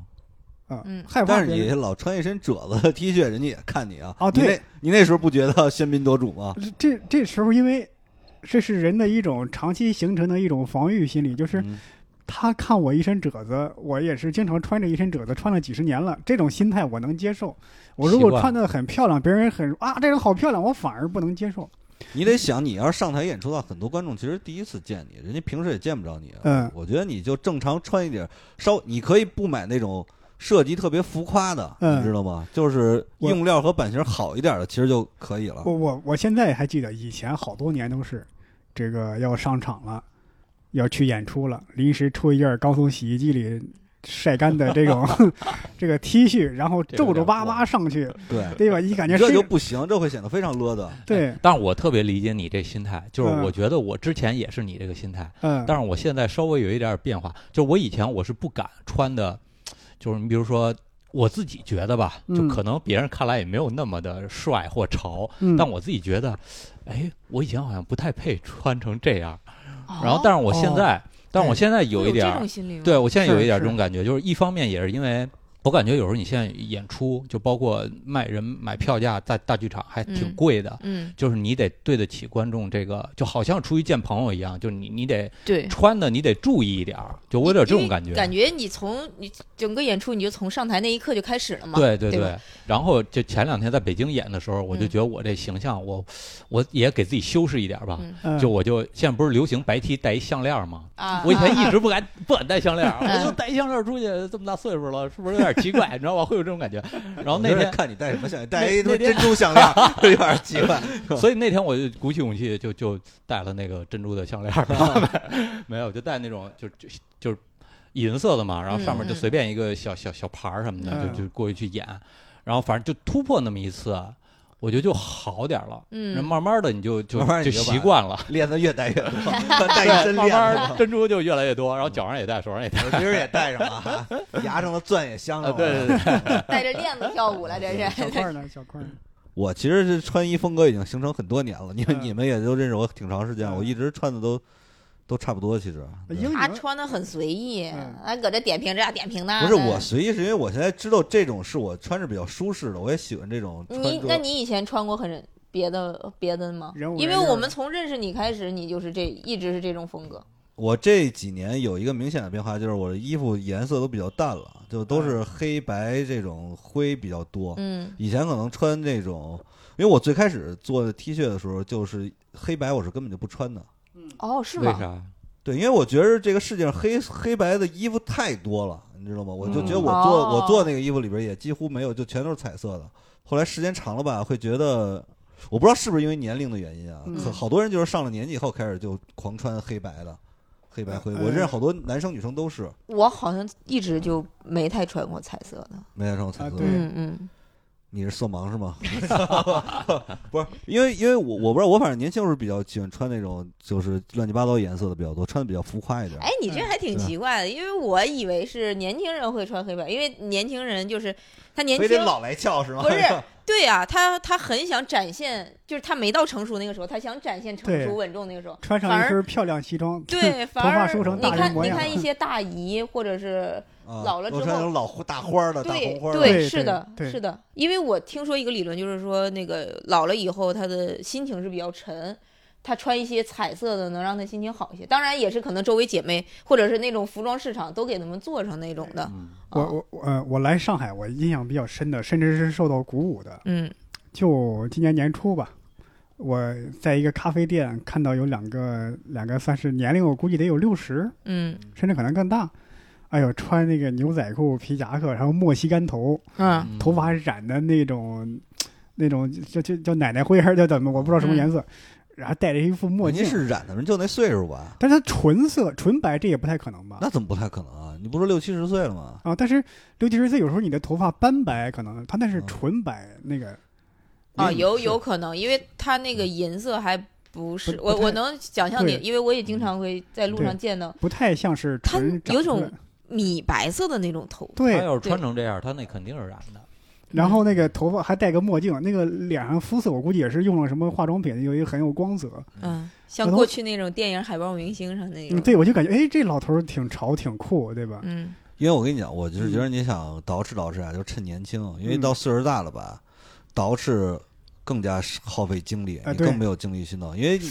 D: 啊，
C: 嗯
D: 害怕
B: 但是
D: 别
B: 你
D: 人。
B: 老穿一身褶子的 T 恤，人家也看你啊。
D: 哦对
B: 你那，你那时候不觉得喧宾夺主吗？
D: 这这时候因为这是人的一种长期形成的一种防御心理，就是
B: 嗯
D: 他看我一身褶子，我也是经常穿着一身褶子，穿了几十年了，这种心态我能接受。我如
E: 习
D: 果
E: 惯
D: 穿的很漂亮，别人很啊这人好漂亮，我反而不能接受。
B: 你得想，你要是上台演出的话，很多观众其实第一次见你，人家平时也见不着你。啊
D: 嗯
B: 我觉得你就正常穿一点，稍你可以不买那种设计特别浮夸的，
D: 嗯
B: 你知道吗？就是
D: 我
B: 用料和版型好一点的，其实就可
E: 啊
B: 以了。
D: 我我我现在还记得，以前好多年都是，这个要上场了，要去演出了，临时出一件刚从洗衣机里晒干的这 种这个 T 恤，然后皱皱巴巴上去，
B: 对，
D: 对吧？你感觉
B: 这就
D: 身
B: 不行，这会显得非常啰嗦。
D: 对，
E: 啊但是我特别理解你这心态，就是
D: 嗯
E: 我觉得我之前也是你这个心态，
D: 嗯
E: 但是我现在稍微有一点儿变化，就是我以前我是不敢穿的，就是你比如说我自己觉得吧，就
D: 嗯
E: 可能别人看来也没有那么的帅或潮，
D: 嗯，
E: 但我自己觉得，哎，我以前好像不太配穿成这样，
C: 哦
E: 然后但是我现在，但是我现在
C: 会
E: 有一点
C: 这
E: 儿
C: 种，心理吗？
E: 对我现在有
D: 是
E: 一点儿
D: 是
E: 这种感觉，就是一方面也是因为。我感觉有时候你现在演出，就包括卖人买票价，在大剧场还挺
C: 嗯
E: 贵的，
C: 嗯，
E: 就是你得对得起观众这个，就好像出去见朋友一样，就是你你得
C: 对，
E: 穿的你得注意一点儿，就我有点这种感觉。
C: 感觉你从你整个演出你就从上台那一刻就开始了嘛。
E: 对对
C: 对吧
E: 然后就前两天在北京演的时候，我就
C: 嗯
E: 觉得我这形象，我我也给自己修饰一点儿吧。
C: 嗯
D: 嗯
E: 就我就现在不是流行白 T 戴一项链儿吗？
C: 啊，
E: 我以前一
C: 啊
E: 直不敢不敢戴项链儿，
C: 嗯
E: 我就戴一项链儿出去，这么大岁数了，是不是有点奇怪？你知道吧？会有这种感觉。然后那
B: 有
E: 天
B: 人看你戴什么项链，戴一他妈
E: 那天
B: 珍珠项链， 有点奇 怪。
E: 所以那天我就鼓起勇气就就戴了那个珍珠的项链儿， 没有，我就戴那种就就就是银色的嘛，然后上面就
C: 嗯嗯
E: 随便一个小小小牌儿什么的，
D: 嗯
E: 就就过去去演，然后反正就突破那么一次，啊我觉得就好点儿了。人
C: 嗯，
E: 慢慢的你就就
B: 慢慢你就
E: 习惯了，
B: 链子越戴越多， 戴一身
E: 慢
B: 链
E: 慢
B: 子
E: 儿。珍珠就越来越多，然后脚上也戴，手上 也戴。
B: 耳钉儿也戴上了啊，牙上的钻也镶上
E: 啊，
B: 了。
E: 对对对，
C: 带着链子跳舞了，这
D: 小
C: 是。
D: 块儿呢，小块儿呢，
B: 我其实是穿衣风格已经形成很多年了，因为
D: 嗯
B: 你们也都认识我挺长时间，
D: 嗯
B: 我一直穿的都都差不多。其实啊对
D: 英语
C: 他穿的很随意
D: 嗯，
C: 还搁这点评这点评那的。
B: 不是我随意，是因为我现在知道这种是我穿着比较舒适的，我也喜欢这种穿
C: 你，那
B: 着。
C: 你以前穿过很别的别的吗
D: 人物？
C: 因为
D: 人
C: 我
D: 儿
C: 们从认识你开始，你就是这一直是这种风格。
E: 哦
B: 我这几年有一个明显的变化，就是我的衣服颜色都比较淡了，就都是黑白这种灰比较多。
C: 嗯
B: 以前可能穿这种，因为我最开始做 T 恤的时候，就是黑白我是根本就不穿的。
C: 哦，是
E: 为
C: 吗？
E: 啥？
B: 对，因为我觉得这个世界上黑黑白的衣服太多了，你知道吗？我就觉得
E: 嗯
B: 我做、
C: 哦
B: 我做那个衣服里边也几乎没有，就全都是彩色的。后来时间长了吧，会觉得我不知道是不是因为年龄的原因啊，
D: 嗯
B: 可好多人就是上了年纪以后开始就狂穿黑白的，黑白灰。
D: 嗯
B: 我认识好多男生女生都是
C: 我好像一直就没太穿过彩色的。
B: 没爱穿过彩
D: 啊
B: 色的。
D: 对
C: 嗯嗯，
B: 你是色盲是吗？ 不是，因为因为我我不知道，我反正年轻时候比较喜欢穿那种就是乱七八糟颜色的比较多，穿的比较浮夸一点。
C: 哎，你
D: 嗯
C: 这还挺奇怪的，因为我以为是年轻人会穿黑白，因为年轻人就是他年
B: 非得
C: 轻。
B: 老来俏是吗？
C: 不是对啊，他他很想展现，就是他没到成熟那个时候，他想展现成
D: 对
C: 熟稳重那个时候，
D: 穿上
C: 反
D: 一
C: 而
D: 身漂亮西装，
C: 对，反
D: 头发
C: 而
D: 梳成
C: 你
D: 大人
C: 看，
D: 模
C: 你
D: 样
C: 看一 些大姨或者是
B: 啊
C: 老了
B: 都
C: 之
B: 穿那
C: 后
B: 种老花大花儿的大
C: 对
B: 红花儿的，
D: 对
C: 是的，
D: 对
C: 是的。因为我听说一个理论，就是说那个老了以后，他的心情是比较沉，他穿一些彩色的能让他心情好一些。当然也是可能周围姐妹或者是那种服装市场都给他们做成那种的。
E: 嗯，
D: 我
C: 啊
D: 我我呃，我来上海，我印象比较深的，甚至是受到鼓舞的，
C: 嗯
D: 就今年年初吧，我在一个咖啡店看到有两个两个算是年龄，我估计得有六十，
C: 嗯
D: 甚至可能更大。哎呦，穿那个牛仔裤、皮夹克，然后莫西干头，
C: 嗯
D: 头发还染的那种，那种叫叫叫奶奶灰还是叫怎么，我不知道
C: 嗯
D: 什么颜色，然后戴着一副墨
B: 人家
D: 镜，
B: 是染的人，就那岁数吧？
D: 但是他纯色纯白，这也不太可能吧？
B: 那怎么不太可能啊？你不说六七十岁了吗？
D: 啊，但是六七十岁有时候你的头发斑白，可能他那是
B: 嗯
D: 纯白，那个
C: 啊，
D: 嗯
C: 有
D: 是
C: 有可能，因为他那个银色还不是
D: 不
C: 我
D: 不太
C: 我能想象你，
D: 对
C: 因为我也经常会在路
D: 对
C: 上见到
D: 不太像是
C: 它
D: 纯长
C: 有
D: 出
C: 种
D: 来
C: 米白色的那种头发。
E: 他
D: 对，
E: 要是穿成这样，他那肯定是染的。
D: 然后那个头发还戴个墨镜，那个脸上肤色我估计也是用了什么化妆品，有一个很有光泽。
C: 嗯，像
D: 我都
C: 过去那种电影海报明星上那种。
D: 嗯，对，我就感觉哎，这老头儿挺潮挺酷，对吧？
C: 嗯
B: 因为我跟你讲，我
E: 嗯
B: 就是觉得你想捯饬捯饬啊，就趁年轻，因为到岁数大了吧，捌饬更加耗费精力，
E: 哎
D: 啊
B: 你
D: 对
B: 更没有精力去弄，因为你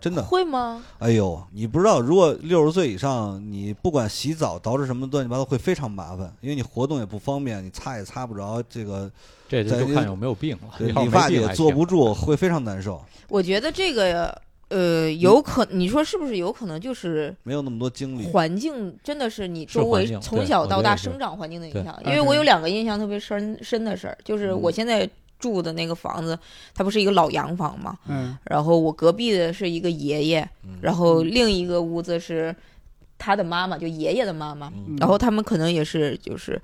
B: 真的，
C: 会吗？
B: 哎呦，你不知道，如果六十岁以上，你不管洗澡、捯饬什么乱七八糟，会非常麻烦，因为你活动也不方便，你擦也擦不着，这个
E: 这
B: 咱
E: 就
B: 这
E: 看有没有病了。
B: 对
E: 要
B: 理
E: 是
B: 发
E: 没病
B: 也
E: 还
B: 坐
E: 行
B: 不住，会非常难受，
C: 我觉得这个呃，有可你说是不是有可能就是
B: 没有那么多精力。
C: 环境真的是你
E: 是
C: 周
E: 环
C: 围
E: 境
C: 从
E: 对
C: 小
E: 我
C: 到
E: 觉
C: 大
E: 得是
C: 生长环境的影
E: 对嗯
C: 响？
D: 啊
C: 因为我
D: 对
C: 有两个印象特别深深的事儿，就是我现在住的那个房子，它不是一个老洋房嘛，
D: 嗯，
C: 然后我隔壁的是一个爷爷，
B: 嗯
C: 然后另一个屋子是他的妈妈，就爷爷的妈妈，
B: 嗯
C: 然后他们可能也是就是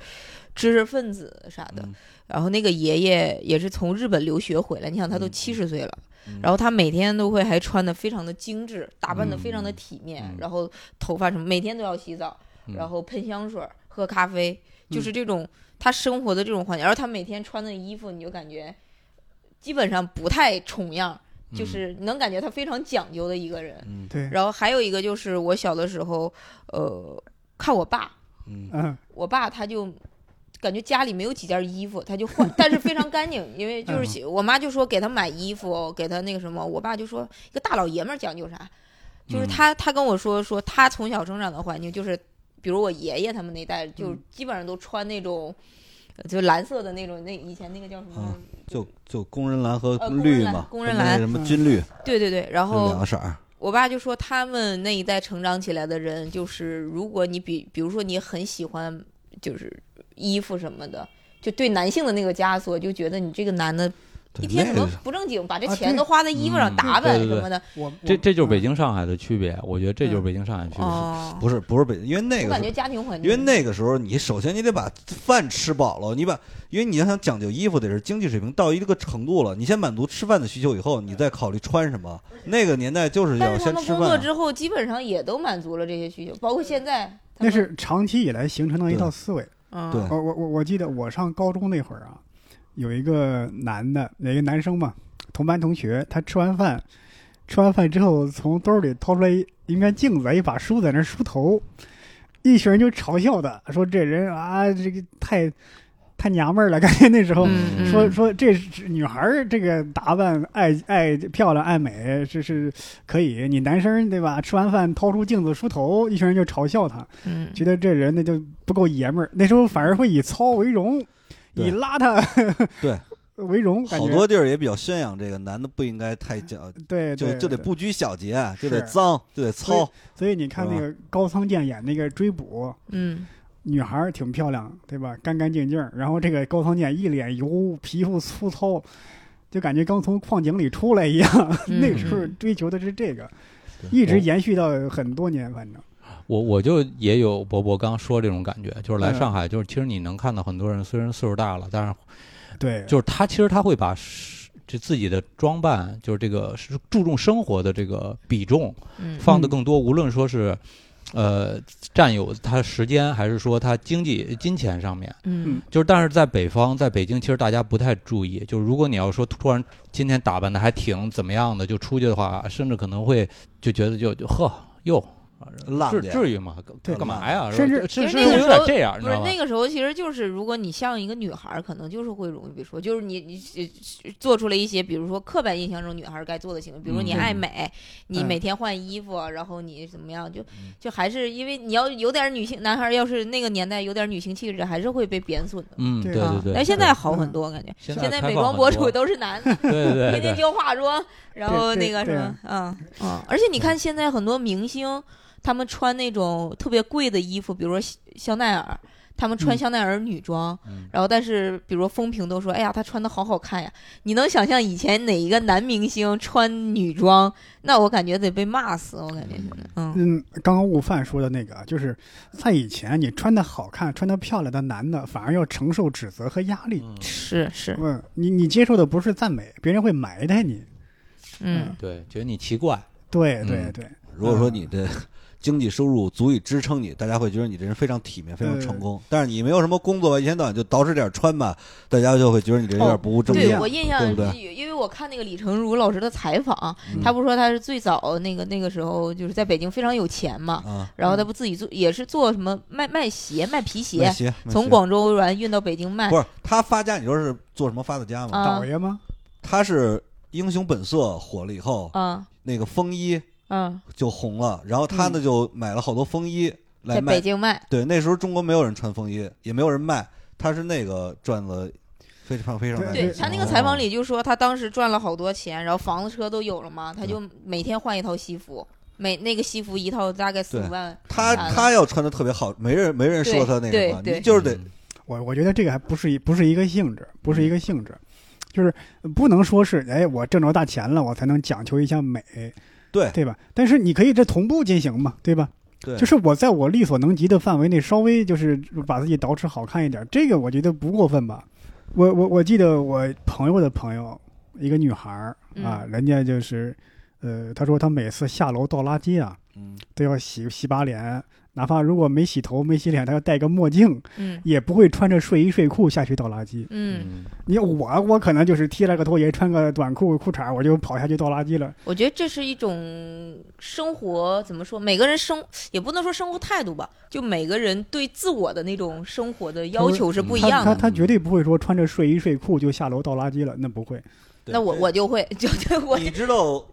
C: 知识分子啥的，
B: 嗯
C: 然后那个爷爷也是从日本留学回来，你想他都
B: 嗯
C: 七十岁了，
B: 嗯
C: 然后他每天都会还穿的非常的精致，打扮的非常的体面，
E: 嗯
C: 然后头发什么每天都要洗澡，
E: 嗯
C: 然后喷香水儿、喝咖啡，就
B: 嗯
C: 是这种他生活的这种环境，然后他每天穿的衣服你就感觉基本上不太重样，就
E: 嗯
C: 是能感觉他非常讲究的一个人。
B: 嗯
D: 对，
C: 然后还有一个就是我小的时候，呃，看我爸，
B: 嗯
D: 嗯
C: 我爸他就感觉家里没有几件衣服，他就换，但是非常干净，因为
E: 嗯
C: 就是喜我妈就说给他买衣服，给他那个什么，我爸就说一个大老爷们儿讲究啥，就是
E: 嗯
C: 他他跟我说说他从小生长的环境就是，比如我爷爷他们那代就
D: 嗯
C: 基本上都穿那种。呃就蓝色的那种，那以前那个叫什么
B: 啊？
E: 嗯
B: 就就工人蓝和
C: 呃工人
B: 绿
C: 蓝
B: 嘛，
C: 工人
B: 跟那
C: 蓝哦
B: 什么
D: 嗯
B: 军绿，
C: 对对对，然
B: 这
C: 后
B: 两个色儿。
C: 我爸就说，他们那一代成长起来的人，就是如果你比，比如说你很喜欢，就是衣服什么的，就对男性的那个枷锁，就觉得你这个男的
B: 对
C: 一天
B: 那
C: 怎
B: 个
C: 么不正经，把这
D: 啊
C: 钱
D: 对
C: 都花在衣服上
E: 嗯
C: 打扮
E: 对对对
C: 什么的，
D: 我嗯
E: 这这就是北
D: 京，
E: 京上海的区别，我觉得这就是
D: 嗯
E: 北京上海区别。
C: 哦，
B: 不是不是北京，因为那
C: 我
B: 个
C: 感
B: 时
C: 觉
B: 候，
C: 家庭环
B: 因
C: 境，
B: 为那个时候你首先你得把饭吃饱了，你把因为你要想讲究衣服，得是经济水平到一个程度了，你先满足吃饭的需求以后，你再考虑穿什么。那个年代就是
C: 嗯但
B: 要
C: 是他
B: 先
C: 们
B: 吃
C: 工作
B: 饭啊。
C: 之后，基本上也都满足了这些需求，包括现在，他
D: 那
C: 嗯
D: 哦
C: 们
D: 啊有一个男的，有一个男生嘛，同班同学，他吃完饭，吃完饭之后从兜里掏出来一一面镜子，一把梳子，在那儿梳头，一群人就嘲笑他，说这人啊，这个太太娘们儿了， 感觉那时候。
C: 嗯
D: 说
C: 嗯
D: 说这是女孩儿这个打扮爱爱漂亮爱美，这是可以。你男生对吧？吃完饭掏出镜子梳头，一群人就嘲笑他，
C: 嗯
D: 觉得这人那就不够爷们儿。那时候反而会以糙为荣，
B: 对
D: 以邋遢
B: 对
D: 为荣，感
B: 好
D: 觉
B: 多地儿也比较宣扬这个男的不应该太讲，
D: 嗯对
B: 就
D: 对
B: 就得
D: 对
B: 不拘小节，就得
D: 是
B: 脏，就得糙。
D: 所以你看那个高仓健演那个追捕，
C: 嗯
D: 女孩儿挺漂亮，对吧？干干净净儿。然后这个高仓健一脸油，皮肤粗糙，就感觉刚从矿井里出来一样。
C: 嗯
D: 那个时候追求的是这个，
B: 对
D: 一直
E: 我
D: 延续到很多年，反正
E: 我我就也有伯伯刚刚说这种感觉，就是来
D: 嗯
E: 上海，就是其实你能看到很多人虽然岁数大了，但是
D: 对，
E: 就是他其实他会把是这自己的装扮，就是这个是注重生活的这个比重
C: 嗯
E: 放的更多，无论说是。呃，占有他时间，还是说他经济金钱上面，
C: 嗯
E: 就是但是在北方，在北京，其实大家不太注意。就是如果你要说突然今天打扮的还挺怎么样的，就出去的话，甚至可能会就觉得就就呵哟，
B: 浪
E: 至
B: 点
E: 至于吗？
D: 对
E: 干嘛呀？
D: 甚至
E: 是
C: 其
E: 是
C: 实那个
E: 有
C: 时
E: 点
C: 候
E: 这样，你
C: 不
E: 知
C: 是
E: 道吗？
C: 那个时候，其实就是如果你像一个女孩儿，可能就是会容易被说，就是你你呃做出了一些，比如说刻板印象中女孩儿该做的行为，比如
E: 嗯哎
C: 你
E: 对
C: 爱美，你
D: 嗯
C: 每天换衣服，然后你怎么样，就
B: 嗯
C: 就还是因为你要有点女性，男孩儿要是那个年代有点女性气质，还是会被贬损的。
E: 嗯，对
D: 对
E: 对
C: 啊
E: 对。嗯
C: 但现在好很多，感觉
E: 现
C: 现
E: 在
C: 在
E: 开
C: 美
E: 放
C: 妆
E: 很
C: 博
E: 多
C: 主都是男的。
E: 对对
C: 天天
E: 对
C: 教化妆，然后那个
D: 对
C: 什么，嗯嗯，而且你看现在很多明星，他们穿那种特别贵的衣服，比如说香香奈儿，他们穿
D: 嗯
C: 香奈儿女装，
B: 嗯
C: 然后但是比如说风评都说，哎呀，她穿的好好看呀，你能想象以前哪一个男明星穿女装？那我感觉得被骂死，我感觉现在，嗯
D: 嗯，刚刚悟饭说的那个，啊就是在以前你穿的好看、穿的漂亮的男的，反而要承受指责和压力。
B: 嗯
C: 是是，
D: 嗯，你你接受的不是赞美，别人会埋汰你。
C: 嗯
E: 对，觉得你奇怪，
D: 对
E: 嗯
D: 对对，
B: 如果说你的 经济收入足以支撑你，大家会觉得你这人非常体面、非常成功。但是你没有什么工作，一天到晚就捯饬点穿吧，大家就会觉得你这人有点不务正
D: 对
B: 业。
C: 哦对
D: 样
C: 我印象
B: 对，不
C: 因为我看那个李成儒老师的采访，
B: 嗯
C: 他不是说他是最早那个那个时候就是在北京非常有钱嘛，
B: 啊，
C: 然后他不自己做，也是做什么卖卖鞋、卖皮
B: 卖
C: 鞋，
B: 鞋卖
C: 从
B: 鞋
C: 广州然后运到北京卖
B: 不。是他发家，你说是做什么发的家吗？
C: 啊
D: 倒爷吗？
B: 他是《英雄本色》火了以后，
C: 啊
B: 那个风衣
C: 嗯，
B: 就红了，然后他呢就买了好多风衣来
C: 在北
B: 卖。
C: 京卖，
B: 对，那时候中国没有人穿风衣，也没有人卖，他是那个赚了非常非常大的
D: 对
C: 对
B: 钱。
C: 他那个
E: 哦
C: 采访里就说他当时赚了好多钱，然后房子车都有了嘛，他就每天换一套西服，每那个西服一套大概四
B: 对
C: 五万。
B: 他
C: 嗯
B: 他要穿的特别好，没人没人说他那
C: 对
B: 什么，
C: 对
B: 你就是得
E: 嗯
D: 我我觉得这个还不是一不是一个性质，不
B: 嗯
D: 是一个性质，就是不能说是哎，我挣着大钱了，我才能讲求一下美，
B: 对
D: 对吧？但是你可以这同步进行嘛，对吧？
B: 对，
D: 就是我在我力所能及的范围内，稍微就是把自己捯饬好看一点，这个我觉得不过分吧。我我我记得我朋友的朋友，一个女孩儿啊，
C: 嗯
D: 人家就是，呃，她说她每次下楼倒垃圾啊，
B: 嗯，
D: 都要洗洗把脸，哪怕如果没洗头、没洗脸，她要戴个墨镜，
C: 嗯
D: 也不会穿着睡衣睡裤下去倒垃圾。
C: 嗯，
E: 嗯
D: 你我我可能就是贴了个拖鞋，穿个短裤裤衩，我就跑下去倒垃圾了。
C: 我觉得这是一种生活，怎么说？每个人生也不能说生活态度吧，就每个人对自我的那种生活的要求
B: 嗯
C: 是不一
D: 他
C: 样
D: 他
C: 的。
D: 他绝对不会说穿着睡衣睡裤就下楼倒垃圾了，那不会。
B: 对
C: 那我我就会， 就就我
B: 你知道，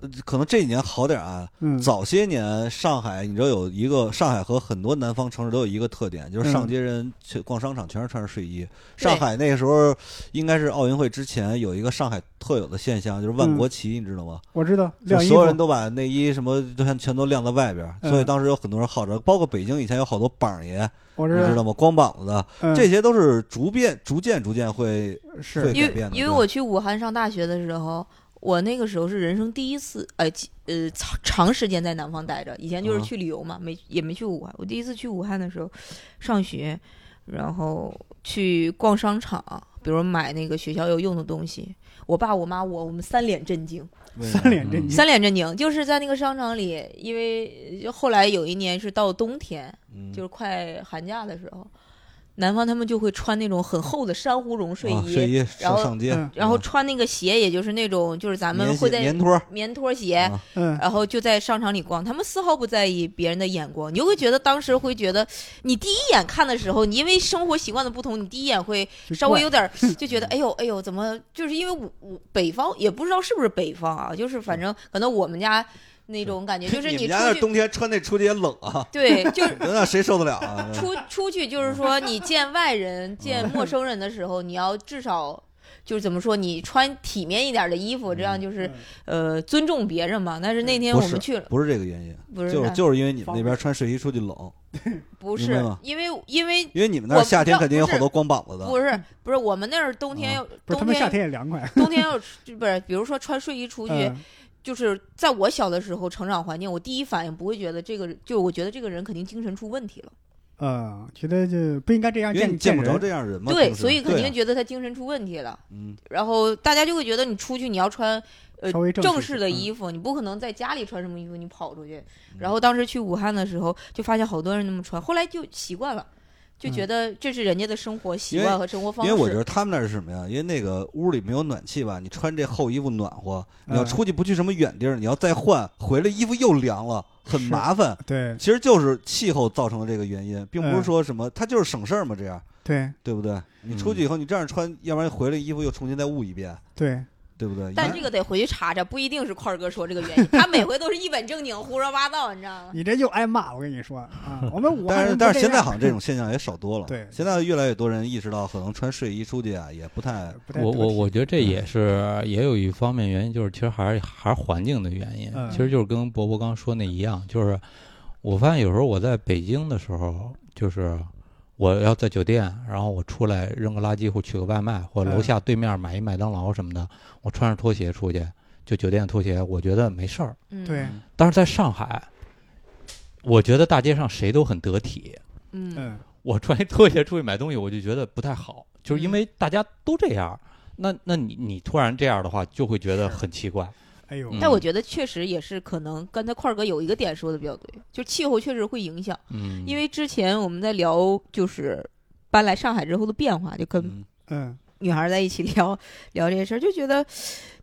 B: 呃可能这几年好点啊。
D: 嗯，
B: 早些年上海，你知道有一个上海和很多南方城市都有一个特点，就是上
D: 嗯
B: 街人去逛商场全是穿着睡衣。
C: 对
B: 上海那个时候应该是奥运会之前有一个上海特有的现象，就是万国旗，你知道吗？
D: 我知道
B: 就
D: 嗯晾衣
B: 所有人
D: 服，
B: 都把内衣什么都全全都晾在外边儿，所以
D: 嗯
B: 当时有很多人号召，包括北京以前有好多膀爷，
D: 我
B: 你知道吗？光膀子的，
D: 嗯
B: 这些都是逐渐、逐渐、逐渐会
D: 是
B: 会
C: 因
B: 改变
C: 为
B: 的
C: 因
B: 对
C: 为我去武汉上大学的时候，我那个时候是人生第一次，呃几呃长长时间在南方待着，以前就是
B: 啊
C: 去旅游嘛，没也没去武汉。我第一次去武汉的时候，上学，然后去逛商场，比如买那个学校要用的东西，我爸、我妈、我，我们三脸震惊。
B: 为
D: 三脸
E: 嗯
D: 震惊，
C: 三脸震惊，就是在那个商场里，因为呃后来有一年是到冬天，
B: 嗯
C: 就是快寒假的时候，南方他们就会穿那种很厚的珊瑚绒睡
B: 啊
C: 衣，
B: 睡衣
C: 然
B: 上
C: 后
B: 上街，
D: 嗯
C: 然后穿那个鞋，也就是那种就是咱们
B: 棉
C: 会
B: 鞋
C: 在
B: 棉拖儿，
C: 棉拖鞋，
B: 啊
D: 嗯，
C: 然后就在商场里逛，他们丝毫不在意别人的眼光，你就会觉得当时会觉得，你第一眼看的时候，你因为生活习惯的不同，你第一眼会
D: 就
C: 稍微有
D: 怪
C: 点 儿就觉得，哎呦哎呦，怎么就是因为我我北方也不知道是不是北方啊，就是反正可能我们家那种 感觉，就是
B: 嗯你们家
C: 出
B: 那
C: 去
B: 冬天穿那出去也冷啊，
C: 对，就是
B: 那谁受得了啊？
C: 出出去就是说，你见外人、
B: 嗯
C: 见陌生人的时候，你要至少就是怎么说，你穿体面一点的衣服，这样就是呃尊重别人嘛。但是那天
B: 嗯不
C: 我
B: 是
C: 们去了，
B: 不是这个原因，
C: 不是
B: 就是
C: 那
B: 就是因为你们那边穿睡衣出去冷，
C: 不
B: 明白
C: 是
B: 吗
C: 因为因为
B: 因为你们那儿夏天肯定有好多光膀子的。
C: 不是不是我们那儿冬
B: 嗯
C: 天要
D: 不是他
C: 冬
D: 们夏
C: 天
D: 天也凉快，
C: 冬天要就不是，比如说穿睡衣出去，
D: 嗯
C: 就是在我小的时候成长环境，我第一反应不会觉得这个，就我觉得这个人肯定精神出问题了。
D: 嗯，觉得就不应该这样
B: 因为你
D: 见
B: 见不
D: 人
B: 着这样人嘛，
C: 对，
B: 平时
C: 所以肯
B: 对啊
C: 定觉得他精神出问题了。
B: 嗯，
C: 然后大家就会觉得你出去你要穿呃
D: 稍微正
C: 正
D: 式
C: 式
D: 些
C: 的
D: 嗯
C: 衣服，你不可能在家里穿什么衣服你跑出去。
B: 嗯
C: 然后当时去武汉的时候，就发现好多人那么穿，后来就习惯了，就觉得这是人家的生活习
B: 嗯因为
C: 惯和生活方
B: 因
C: 式。
B: 为我觉得他们那儿是什么呀？因为那个屋里没有暖气吧，你穿这厚衣服暖和，你要
D: 嗯
B: 出去不去什么远地儿，你要再换回来衣服又凉了，很
D: 是
B: 麻烦。
D: 对
B: 其实就是气候造成的这个原因，并不是
D: 嗯
B: 说什么，它就是省事儿嘛，这样
D: 对
B: 对不对？你出去以后你这样穿，要不然回来衣服又重新再捂一遍，
D: 对，
B: 对不对？
C: 但这个得回去查查，不一定是块儿哥说这个原因，他每回都是一本正经胡说八道，你知道吗？
D: 你这就挨骂，我跟你说啊，我 们武汉
B: 但
D: 人
B: 是
D: 都
B: 但是现在
D: 样
B: 好像这种现象也少多了。
D: 对
B: 现在越来越多人意识到，可能穿睡衣出去啊，也不太
D: 不太
E: 我
D: 得
E: 我
D: 体嗯
E: 我觉得这也是也有一方面原因，就是其实还是还是环境的原因，
D: 嗯
E: 其实就是跟博博刚说那一样，就是我发现有时候我在北京的时候，就是我要在酒店，然后我出来扔个垃圾或取个外卖，或楼
D: 嗯
E: 下对面买一麦当劳什么的，我穿着拖鞋出去，就酒店拖鞋，我觉得没事儿。
C: 嗯，
D: 对，
E: 但是在上海，我觉得大街上谁都很得体，
C: 嗯，
D: 嗯
E: 我穿一拖鞋出去买东西，我就觉得不太好，就是
C: 嗯
E: 因为大家都这样。那那你你突然这样的话，就会觉得很奇怪。
D: 哎呦，
E: 嗯
C: 但我觉得确实也是可能，刚才块儿哥有一个点说的比较对，就气候确实会影响，
E: 嗯，
C: 因为之前我们在聊就是搬来上海之后的变化，就跟
B: 嗯
D: 嗯
C: 女孩儿在一起聊聊这些事儿，就觉得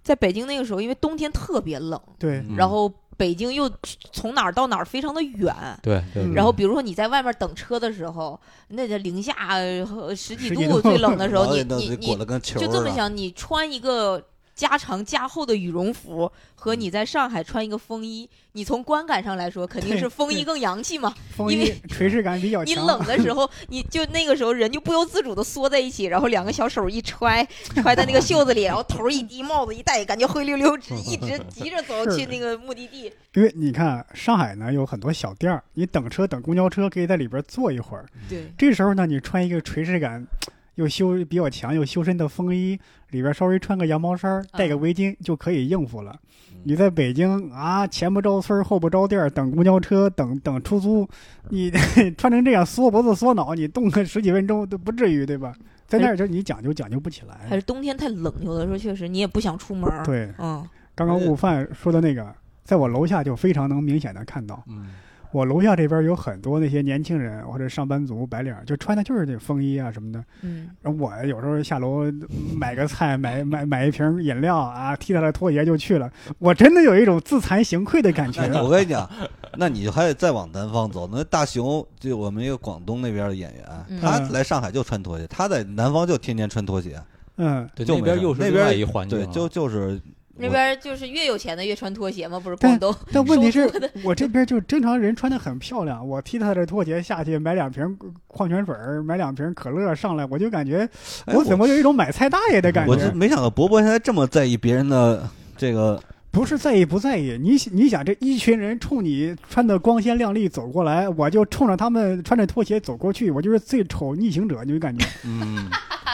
C: 在北京那个时候，因为冬天特别冷，
D: 对
E: 嗯
C: 然后北京又从哪儿到哪儿非常的远。
E: 对对，
D: 嗯
E: 对
C: 然后，比如说你在外面等车的时候，那得零下呃十几
D: 十几
C: 度
D: 度
C: 最 冷的
B: 嗯
C: 时
B: 老
C: 候，你
B: 得弄
C: 你
B: 得
C: 你
B: 裹得跟球
C: 就
B: 儿
C: 这
B: 似
C: 么
B: 的
C: 想，你穿一个加长加厚的羽绒服，和你在上海穿一个风衣，你从观感上来说，肯定是风衣更洋气嘛。
D: 风
C: 因
D: 衣
C: 为
D: 垂直感比 较
C: 你
D: 强，
C: 冷的时候，你就那个时候人就不由自主的缩在一起，然后两个小手一揣，揣在那个袖子里，然后头一低，帽子一戴，感觉灰溜溜直，一 直急着走
D: 是
C: 去那个目的地。
D: 因为你看上海呢有很多小店儿，你等车等公交车可以在里边坐一会儿，
C: 对，
D: 这时候呢你穿一个垂直感。又修比较强又修身的风衣，里边稍微穿个羊毛衫儿，戴个
C: 嗯
D: 围巾就可以应付了。
B: 嗯
D: 你在北京啊，前不着村儿后不着店儿，等公交车，等 等出租，你 穿成这样缩脖子缩脑，你冻个十几分钟都不至于，对吧？在那儿就你讲究讲究不起
C: 还
D: 来。
C: 是冬天太冷，有的时候确实你也不想出门。，
D: 对，
C: 嗯，
D: 刚刚悟饭说的那个，在我楼下就非常能明显的看到，
B: 嗯
D: 我楼下这边有很多那些年轻人或者上班族白领儿，就穿的就是这风衣啊什么的。
C: 嗯，
D: 然后我有时候下楼买个菜，买买买一瓶饮料啊，踢他的拖鞋就去了。我真的有一种自惭形愧的感觉。
B: 哎我跟你讲，那你还得再往南方走。那大熊，就我们一个广东那边的演员，
C: 嗯
B: 他来上海就穿拖鞋，他在南方就天天穿拖鞋。
D: 嗯，
E: 对
B: 就
E: 那边
B: 没事
E: 又是
B: 那
E: 另
B: 边
E: 外一环境
B: 对，
E: 了，
B: 就就是
C: 那边就是越有钱的越穿拖鞋嘛，不是
D: 但
C: 广东？
D: 但问题是
C: 收获的，
D: 我这边就正常人穿的很漂亮，我踢他的拖鞋下去买两瓶矿泉水儿，买两瓶可乐上来，我就感觉
B: 哎
D: 我怎么有一种买菜大爷的感
B: 我就
D: 觉？
B: 没想到博博现在这么在意别人的这个，
D: 不是在意不在意，你你想这一群人冲你穿的光鲜亮丽走过来，我就冲着他们穿着拖鞋走过去，我就是最丑逆行者，你就感觉。
B: 嗯，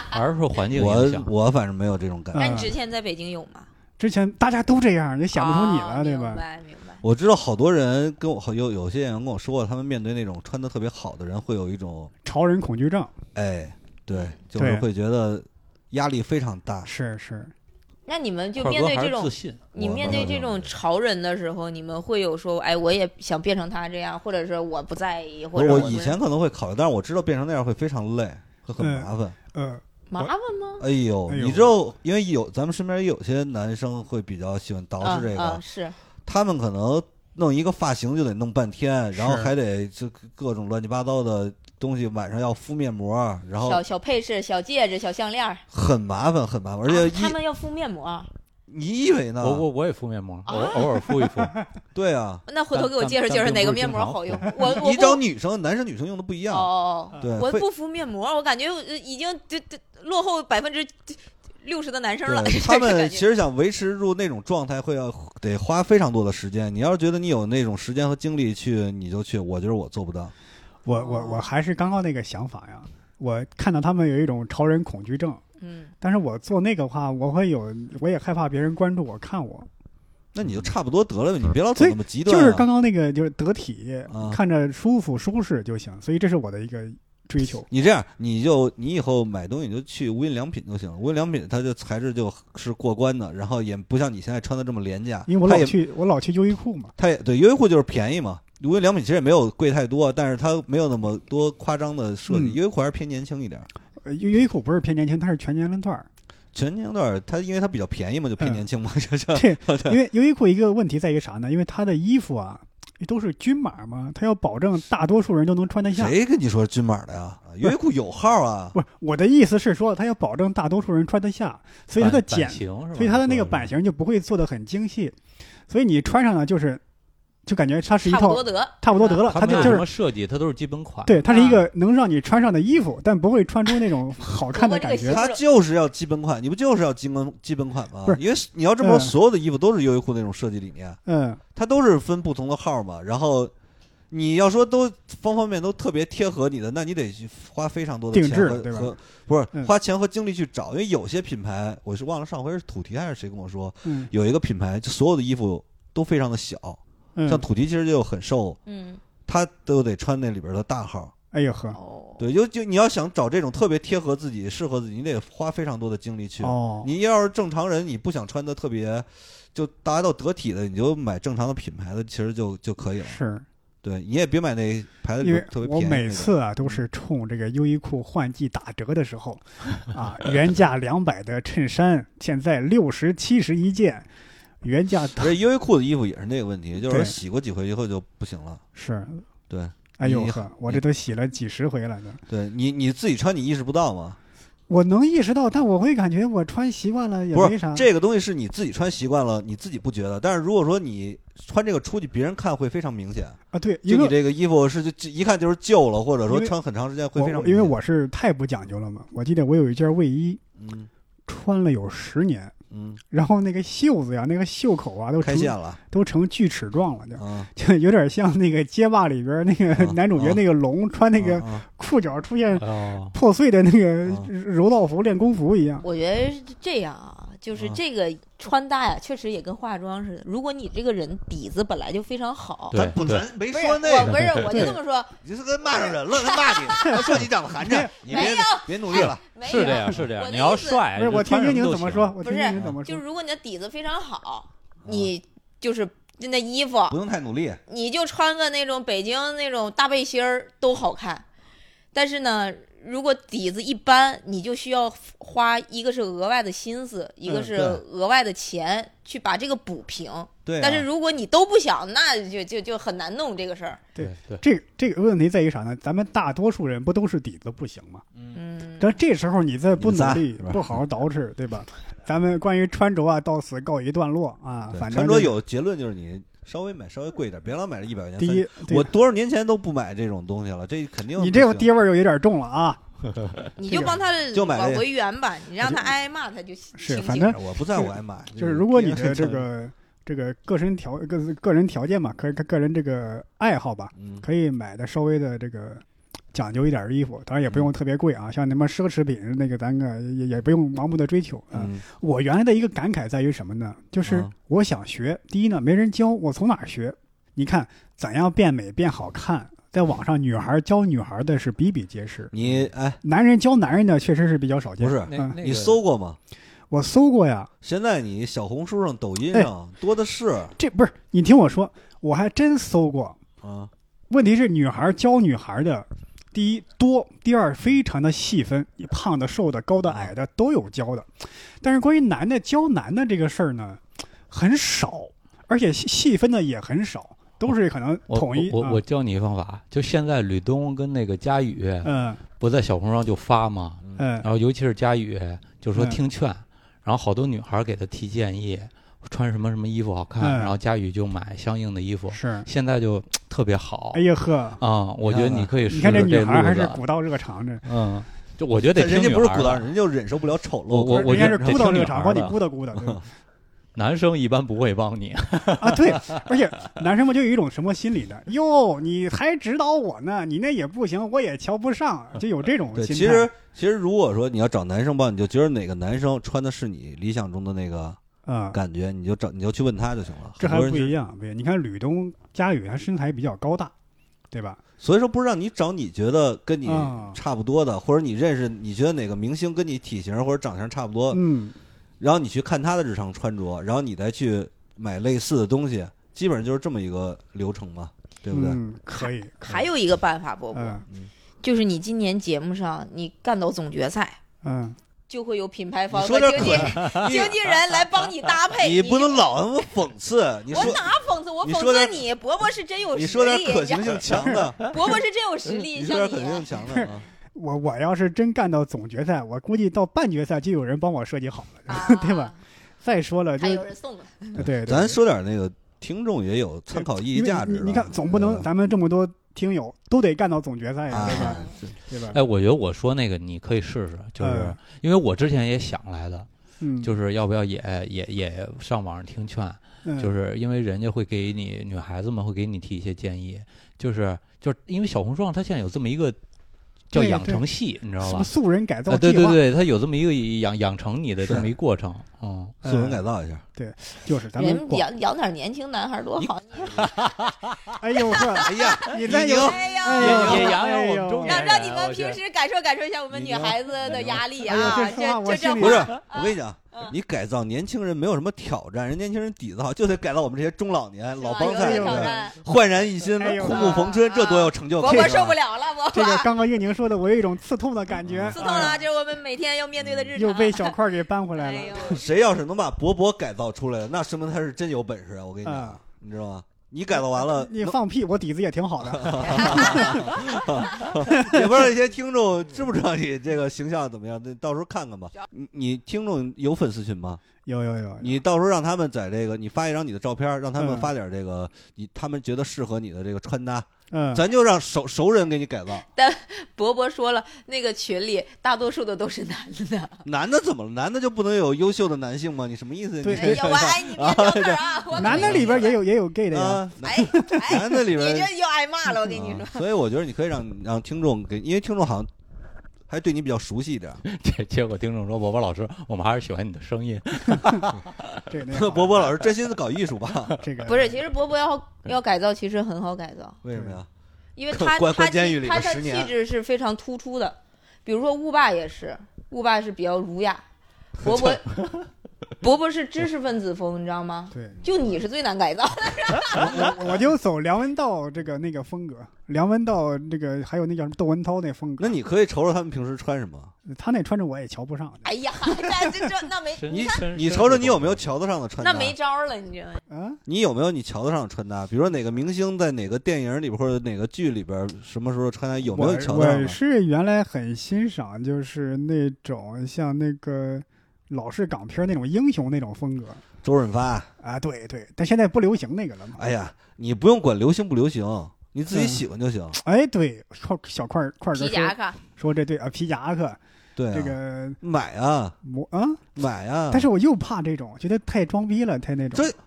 E: 还是受环境影
B: 我
E: 响。
B: 我反正没有这种感觉。
C: 那你
D: 嗯
C: 之前在北京有吗？
D: 之前大家都这样，也想不出你了，
C: 哦
D: 对
C: 明
D: 吧？
C: 白，明白。
B: 我知道好多人跟我有有些演员跟我说过，他们面对那种穿的特别好的人，会有一种
D: 潮人恐惧症
B: 哎，对，就是
D: 对
B: 会觉得压力非常
C: 嗯
B: 大。
D: 是是，
C: 那你 们就
E: 块儿
C: 面
E: 哥
C: 对
E: 还
C: 这
E: 是
C: 种
E: 自，信，
C: 你
B: 我
C: 面对这种潮人的时候，你们会有说，哎，我也想变成他这样，或者是我不在意，或
B: 我
C: 者
B: 我
C: 不
B: 以前可能会考虑，但是我知道变成那样会非常累，就很麻烦。
D: 呃，
C: 麻烦吗？
B: 哎呦，
D: 哎呦
B: 你知道，因为有咱们身边也有些男生会比较喜欢捯饬哦这个，
E: 嗯
C: 啊啊是，
B: 他们可能弄一个发型就得弄半天，然后
D: 是
B: 还得这各种乱七八糟的东西，晚上要敷面膜，然后
C: 小小配饰、小戒指、小项链儿，
B: 很麻烦，很麻烦。而且
C: 啊他
B: 一、
C: 们要敷面膜，啊
B: 你以
D: 啊
B: 为呢？
E: 我我我也敷面膜，偶偶尔敷一 敷。
B: 对啊，
C: 那回头
E: 但
C: 给我
E: 但
C: 介绍
E: 但
C: 介绍
E: 并
C: 哪个
E: 不是
C: 面
E: 经
C: 膜
E: 常
C: 好用
E: 敷。
C: 我我
B: 你找
C: 不
B: 女生，男生女生用的不一样。
C: 哦，
B: 对，
C: 我
B: 非
C: 不敷面膜，我感觉呃已经就就落后百分之六十的男生了。
B: 对他们其实想维持住那种状态，会要得花非常多的时间。你要是觉得你有那种时间和精力去，你就去。我觉得我做不到。
D: 我我
C: 哦
D: 我还是刚刚那个想法呀，我看到他们有一种潮人恐惧症，
C: 嗯，
D: 但是我做那个话，我会有，我也害怕别人关注我看我，
B: 那你就差不多得了呗，你别老走
D: 嗯所以
B: 那么极端、
D: 就
B: 啊。
D: 是刚刚那个就是得体，
B: 啊
D: 看着舒服舒适就行，所以这是我的一个追求。
B: 你这样，你就你以后买东西你就去无印良品就行了。无印良品它的材质就是过关的，然后也不像你现在穿的这么廉价。
D: 因为我
B: 它
D: 老
B: 也
D: 去我老去优衣库嘛，
B: 它也对优衣库就是便宜嘛。无印良品其实也没有贵太多，但是它没有那么多夸张的设计。
D: 嗯
B: 优衣库还是偏年轻一点儿，
D: 呃优优衣库不是偏年轻，它是全年龄 段儿。
B: 全年轻段儿它因为它比较便宜嘛，就偏
D: 嗯
B: 年轻嘛。 这这
D: 这
B: 对
D: 因为优衣库一个问题在于啥呢？因为它的衣服啊都是均码嘛，它要保证大多数人都能穿得下。
B: 谁跟你说均码的呀？优衣库有号啊。
D: 不是我的意思是说，它要保证大多数人穿得下，所以它的
E: 版版
D: 剪，
E: 型是吧？
D: 所以它的那个
E: 说是
D: 版型就不会做得很精细，所以你穿上呢就是就感觉它是一
C: 差不
D: 套
C: 多得。
D: 差不多得了，
E: 它
D: 它
E: 没
D: 就
E: 有
D: 就
E: 什
D: 是
E: 么设计，它都是基本款。
D: 对，它
C: 啊
D: 是一个能让你穿上的衣服，但不会穿出 那种好看的
C: 不过这个
D: 感 觉。
B: 它就是要基本款，你不就是要基本基本款吗
D: 不？是
B: 因为你要这么说，
D: 嗯
B: 所有的衣服都是优衣库那种设计理念。
D: 嗯，
B: 它都是分不同的号嘛，然后你要说都方方面面都特别贴合你的，那你得去花非常多的
D: 定
B: 钱
D: 制
B: 和
D: 对吧
B: 和不是
D: 嗯
B: 花钱和精力去找，因为有些品牌我是忘了上回是土提还是谁跟我说，
D: 嗯
B: 有一个品牌就所有的衣服都非常的小，像
D: 嗯，
B: 土提其实就很瘦，
C: 嗯，
B: 他都得穿那里边的大号。
D: 哎呦呵，
C: 哦，
B: 对，就就你要想找这种特别贴合自己、适合自己，你得花非常多的精力去。
D: 哦，
B: 你要是正常人，你不想穿的特别，就达到得体的，你就买正常的品牌的，其实就就可以了。
D: 是
B: 对，你也别买那牌子
D: 因为
B: 特别
D: 我
B: 便宜那
D: 每
B: 个
D: 次啊都是冲这个优衣库换季打折的时候，啊，原价两百的衬衫现在六十七十一件，原价
B: 而且优衣库的衣服也是那个问题，就是说
D: 对
B: 洗过几回以后就不行了。
D: 是，
B: 对，
D: 哎呦
B: 你
D: 呵，我这都洗了几十回了呢。
B: 对你你自己穿你意识不到吗？
D: 我能意识到，但我会感觉我穿习惯了也
B: 不
D: 没
B: 是
D: 啥。
B: 这个东西是你自己穿习惯了，你自己不觉得。但是如果说你穿这个出去，别人看会非常明显。
D: 啊，对，
B: 就
D: 因
B: 你
D: 为
B: 这个衣服是就就一看就是旧了，或者说
D: 因为
B: 穿很长时间会
D: 我
B: 非常明显。
D: 因为我是太不讲究了嘛。我记得我有一件卫衣
B: 嗯
D: 穿了有十年，
B: 嗯
D: 然后那个袖子呀、那个袖口啊都
B: 开
D: 成
B: 线了
D: 都成锯齿状了，就
B: 啊，
D: 就有点像那个街霸里边那个
B: 啊
D: 男主角那个龙穿那个
B: 啊啊
D: 裤脚出现
E: 哦，
D: 破碎的那个
B: 啊
D: 柔道服、练功服一样。
C: 我觉得是这样啊，就是
B: 啊
C: 这个穿搭呀，确实也跟化妆似的。如果你这个人底子本来就非常好，
E: 对
B: 咱不
E: 对
B: 咱没
C: 不是
B: 说那
C: 我，
B: 个，
C: 不是我就这么说，
B: 你是跟骂上人了，他骂你，他说你长得寒碜，你
C: 没
B: 别
C: 有哎
B: 别努力了。
C: 没
E: 是这
C: 有，
E: 样，是这
C: 我
E: 样。
C: 的
E: 你要
C: 意思
E: 帅，
B: 哎
D: 不是，我听
E: 穿什
D: 英宁
E: 都
D: 怎么
E: 行
B: 啊
D: 说，我听
C: 不是
D: 英宁怎么
C: 就
D: 说
C: 是。如果你的底子非常好，你就是那衣服，
B: 不用太努力，
C: 你就穿个那种北京那种大背心儿都好看，但是呢，如果底子一般，你就需要花一个是额外的心思，一个是
B: 嗯对
C: 额外的钱去把这个补平。
B: 对啊、
C: 但是如果你都不想，那就就就很难弄这个事儿。
E: 对对，
D: 这个这个问题在于啥呢？咱们大多数人不都是底子不行吗？
C: 嗯，
D: 但这时候你再不
B: 你
D: 努
B: 仨
D: 力
B: 是吧，
D: 不好好捯饬，对吧？咱们关于穿着啊，到此告一段落啊。
B: 对
D: 反正
B: 穿着
D: 就
B: 有结论就是你稍微买稍微贵一点，别老买一百块钱。
D: 第一，对
B: 我多少年前都不买这种东西了，这肯定
D: 你
B: 不
D: 这个
B: 行
D: 爹味儿又有点重了啊。
C: 你就帮他
B: 呃就买
C: 往
B: 这个
C: 回圆吧，你让他挨挨骂他就清
D: 是
C: 清
D: 反
C: 静
D: 正
B: 我不在我爱买，
D: 就是如果你的
B: 是
D: 这个这个个身条个个人条件嘛，个个人这个爱好吧，
B: 嗯
D: 可以买的稍微的这个讲究一点儿的衣服，当然也
B: 嗯
D: 不用特别贵啊，像什么奢侈品那个咱个也也不用盲目的追求啊。
B: 嗯
D: 我原来的一个感慨在于什么呢？就是
B: 嗯
D: 我想学，第一呢没人教，我从哪儿学？你看怎样变美变好看，在网上女孩教女孩的是比比皆是，
B: 你哎
D: 男人教男人的确实是比较少见。
B: 不是
E: 那
D: 嗯
E: 那
B: 你
E: 个
B: 搜过吗？
D: 我搜过呀，
B: 现在你小红书上、抖音
D: 哎
B: 上多的是
D: 这不是你听我说，我还真搜过，
B: 啊，
D: 问题是女孩教女孩的，第一多，第二非常的细分，胖的、瘦的、高的、矮的都有教的。但是关于男的教男的这个事儿呢，很少，而且细细分的也很少，都是可能
E: 我
D: 统一。
E: 我
D: 啊
E: 我我教你一方法，就现在吕东跟那个佳宇
D: 嗯
E: 不在小红书上就发吗？
D: 嗯
E: 然后尤其是佳宇，就说
D: 嗯
E: 听劝，然后好多女孩给他提建议，穿什么什么衣服好看，
D: 嗯
E: 然后佳宇就买相应的衣服，
D: 是，
E: 现在就特别好。
D: 哎呀呵，
E: 啊、我觉得你可以试
D: 你
E: 试
D: 看
E: 这
D: 女
E: 路
D: 孩还是
E: 子。啊
D: 古道热肠这，
E: 嗯，就我觉得得听
B: 人家
E: 女
B: 不是
E: 孩
B: 鼓
E: 的
B: 捣，人家就忍受不了丑陋。
E: 我我我
D: 人家
E: 觉
D: 是
E: 得
D: 鼓捣热肠，
E: 或
D: 管你鼓捣鼓捣。 对吧
E: 男生一般不会 帮你。
D: 啊，对，而且男生们就有一种什么心理呢？哟，你还指导我呢，你那也不行，我也瞧不上，就有这种
B: 对，
D: 心态。
B: 其实其实如果说你要找男生帮，你就觉得哪个男生穿的是你理想中的那个
D: 啊、
B: 感觉，你就找你就去问他就行了。
D: 这还
B: 很多人
D: 不
B: 是
D: 一样，对，你看吕东、佳宇，他身材比较高大，对吧？
B: 所以说不是让你找你觉得跟你
D: 啊
B: 差不多的，或者你认识你觉得哪个明星跟你体型或者长相差不多，
D: 嗯，
B: 然后你去看他的日常穿着，然后你再去买类似的东西，基本上就是这么一个流程嘛，对不对？
D: 嗯，可以。可以
C: 还，有一个办法，波波，
D: 嗯
C: 就是你今年节目上你干到总决赛，
D: 嗯，
C: 就会有品牌方
B: 你
C: 和
B: 说
C: 经
B: 点
C: 纪 经纪人来帮哎你搭配。
B: 你不能老他妈讽刺，你
C: 我
B: 说
C: 哪讽刺？我
B: 你
C: 讽
B: 说
C: 刺
B: 点
C: 你，伯伯是真有实力，
B: 你说点可行性强的，
C: 伯伯是真有实力，
B: 你说
C: 像
B: 点
C: 你
B: 可行性强 的啊。
D: 我我要是真干到总决赛，我估计到半决赛就有人帮我设计好了。
C: 啊
D: 对吧？再说了，就
C: 还
D: 是
C: 有人送了，
D: 对对，
B: 咱说点那个听众也有参考意义
D: 因为
B: 价值
D: 你
B: 的。嗯
D: 你看，总不能咱们这么多听友都得干到总决赛呀，
B: 啊
D: 对吧？，
B: 这
D: 对吧？
E: 哎，我觉得我说那个你可以试试，就是
D: 嗯
E: 因为我之前也想来的，
D: 嗯，
E: 就是要不要也也也上网上听劝，
D: 嗯
E: 就是因为人家会给你女孩子们会给你提一些建议，就是就是因为小红书上它现在有这么一个叫
D: 对
E: 养
D: 对
E: 成系，你知道
D: 什
E: 吧
D: 么？素人改造
B: 呃
E: 啊，
D: 计划，
E: 对对对，它有这么一个养养成你的
B: 是
E: 这么一过程，嗯，
B: 素
D: 呃
B: 人改造一下。
D: 就是咱们
C: 人
D: 广，
C: 养养点年轻男孩多好，
D: 哎呦呵，
B: 哎呀，
D: 你再
B: 你
D: 有
B: 赢
C: 哎
D: 哎
C: 呀
D: 呦。
E: 也也养养我
D: 哎呦
E: 们中年
C: 让
E: 人，啊
C: 让你们
E: 我觉
C: 平
E: 得
C: 时感受感受一下我们女孩子的压力
D: 哎
C: 啊！
D: 呦这说话我
C: 这这
D: 心 里
B: 不
C: 这
B: 是，我跟你讲
C: 嗯，
B: 你改造年轻人没有什么挑战，人年轻人底子好，就得改造我们这些中老年老帮
D: 哎
B: 菜，
D: 呦
B: 对不
C: 挑
B: 对？
C: 战，啊
B: 焕然一新，
D: 哎呦
B: 枯木逢春，这多有成就
C: 伯
B: 感！啊
C: 伯受不了了，伯
D: 这个
C: 伯
D: 刚刚叶宁说的，我有一种刺痛的感觉， 啊
C: 刺痛了，这是我们每天要面对的日常。
D: 又被小块儿给扳回来
C: 哎呦
D: 了。，
B: 谁要是能把博博改造出来的，那说明他是真有本事啊！我跟你讲
D: 啊，
B: 你知道吗？你改造完了，
D: 你放屁，我底子也挺好的。
B: 也不知道这些听众知不知道你这个形象怎么样，那到时候看看吧。你你听众有粉丝群吗？
D: 有有有，
B: 你到时候让他们在这个，你发一张你的照片，让他们
D: 哎嗯
B: 发点这个你他们觉得适合你的这个穿搭，
D: 嗯，
B: 咱就让熟熟人给你改造。
C: 伯伯说了，那个群里大多数的都是男的。
B: 男的怎么了？男的就不能有优秀的男性吗？你什么意思？
D: 对
B: 你
C: 哎呀，我爱你，别聊这儿啊！我
D: 男的里边也有也有 gay 的呀。
B: 啊，
C: 哎哎，
B: 男的里
C: 你
B: 边
C: 这又挨骂了，我跟你说
B: 啊。所以我觉得你可以让让听众给，因为听众好像还对你比较熟悉一点。
E: 结结果听众说，伯伯老师，我们还是喜欢你的声音，
B: 呃
D: 这 那好
B: 伯伯老师真心的搞艺术 吧？
D: 这个
C: 不是，其实伯伯要要改造，其实很好改造，
B: 为什么呀？
C: 因为他
B: 关
C: 他
B: 关监狱里
C: 他
B: 边
C: 他
B: 十
C: 气
B: 年
C: 质是非常突出的，比如说乌霸也是，乌霸是比较儒雅，伯伯 伯伯是知识分子风，你知道吗？
D: 对，
C: 就你是最难改造的，
D: 我我我就走梁文道这个那个风格，梁文道这个还有那叫什么窦文涛那风
B: 那
D: 格，
B: 你可以瞅瞅他们平时穿什么，
D: 他那穿着我也瞧不上。
C: 哎呀， 这这这那没
D: 嗯
E: 真
B: 你
E: 真
B: 你
E: 真
B: 瞅瞅
E: 是
B: 你
E: 不
B: 有没有瞧得上的穿搭？
C: 那没招儿了，你这
D: 啊，
B: 你有没有你瞧得上的穿搭？比如说哪个明星在哪个电影里边或者哪个剧里边什么时候穿搭，有没有
D: 我
B: 你瞧得上
D: 我
B: 的？
D: 是原来很欣赏，就是那种像那个老式港片那种英雄那种风格
B: 周润发，
D: 啊，对对，但现在不流行那个了嘛。
B: 哎呀，你不用管流行不流行，你自己喜欢就行。
D: 哎，对，小小块儿块儿哥
C: 皮夹
D: 说
C: 克，
D: 说这对啊，皮夹克
B: 对啊，
D: 这个
B: 买啊
D: 模啊，
B: 买啊！
D: 但是我又怕这种，觉得太装逼了，太那种。
B: 这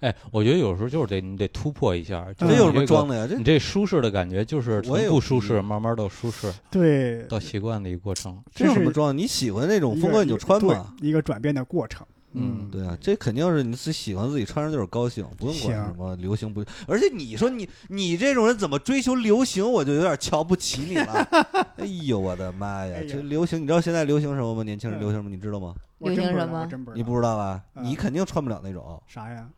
E: 哎，我觉得有时候就是得你得突破一下，就
B: 这嗯
E: 是
B: 有
E: 你
B: 什么
E: 个
B: 装的呀？这
E: 你这舒适的感觉就是
B: 我也有
E: 从不舒
B: 疑
E: 适慢慢到舒适
D: 对，
E: 到习惯的一个过程。
B: 这有什么装的？你喜欢那种风格你就穿嘛。
D: 对一个转变的过程。
E: 嗯
B: 对啊，这肯定是你自己喜欢自己穿上就是高兴，不用管
D: 行
B: 什么流行不。而且你说你你这种人怎么追求流行，我就有点瞧不起你了。 哎呦我的妈呀
D: 哎！呀
B: 这流行，你知道现在流行什么吗？年轻人流行什么？你知道吗？
D: 我
C: 流
D: 真
C: 行
D: 不
C: 什
D: 知道我
C: 么
D: 真不知道
B: 你不知道吧？
D: 嗯
B: 你肯定穿不了那种。
D: 啥呀？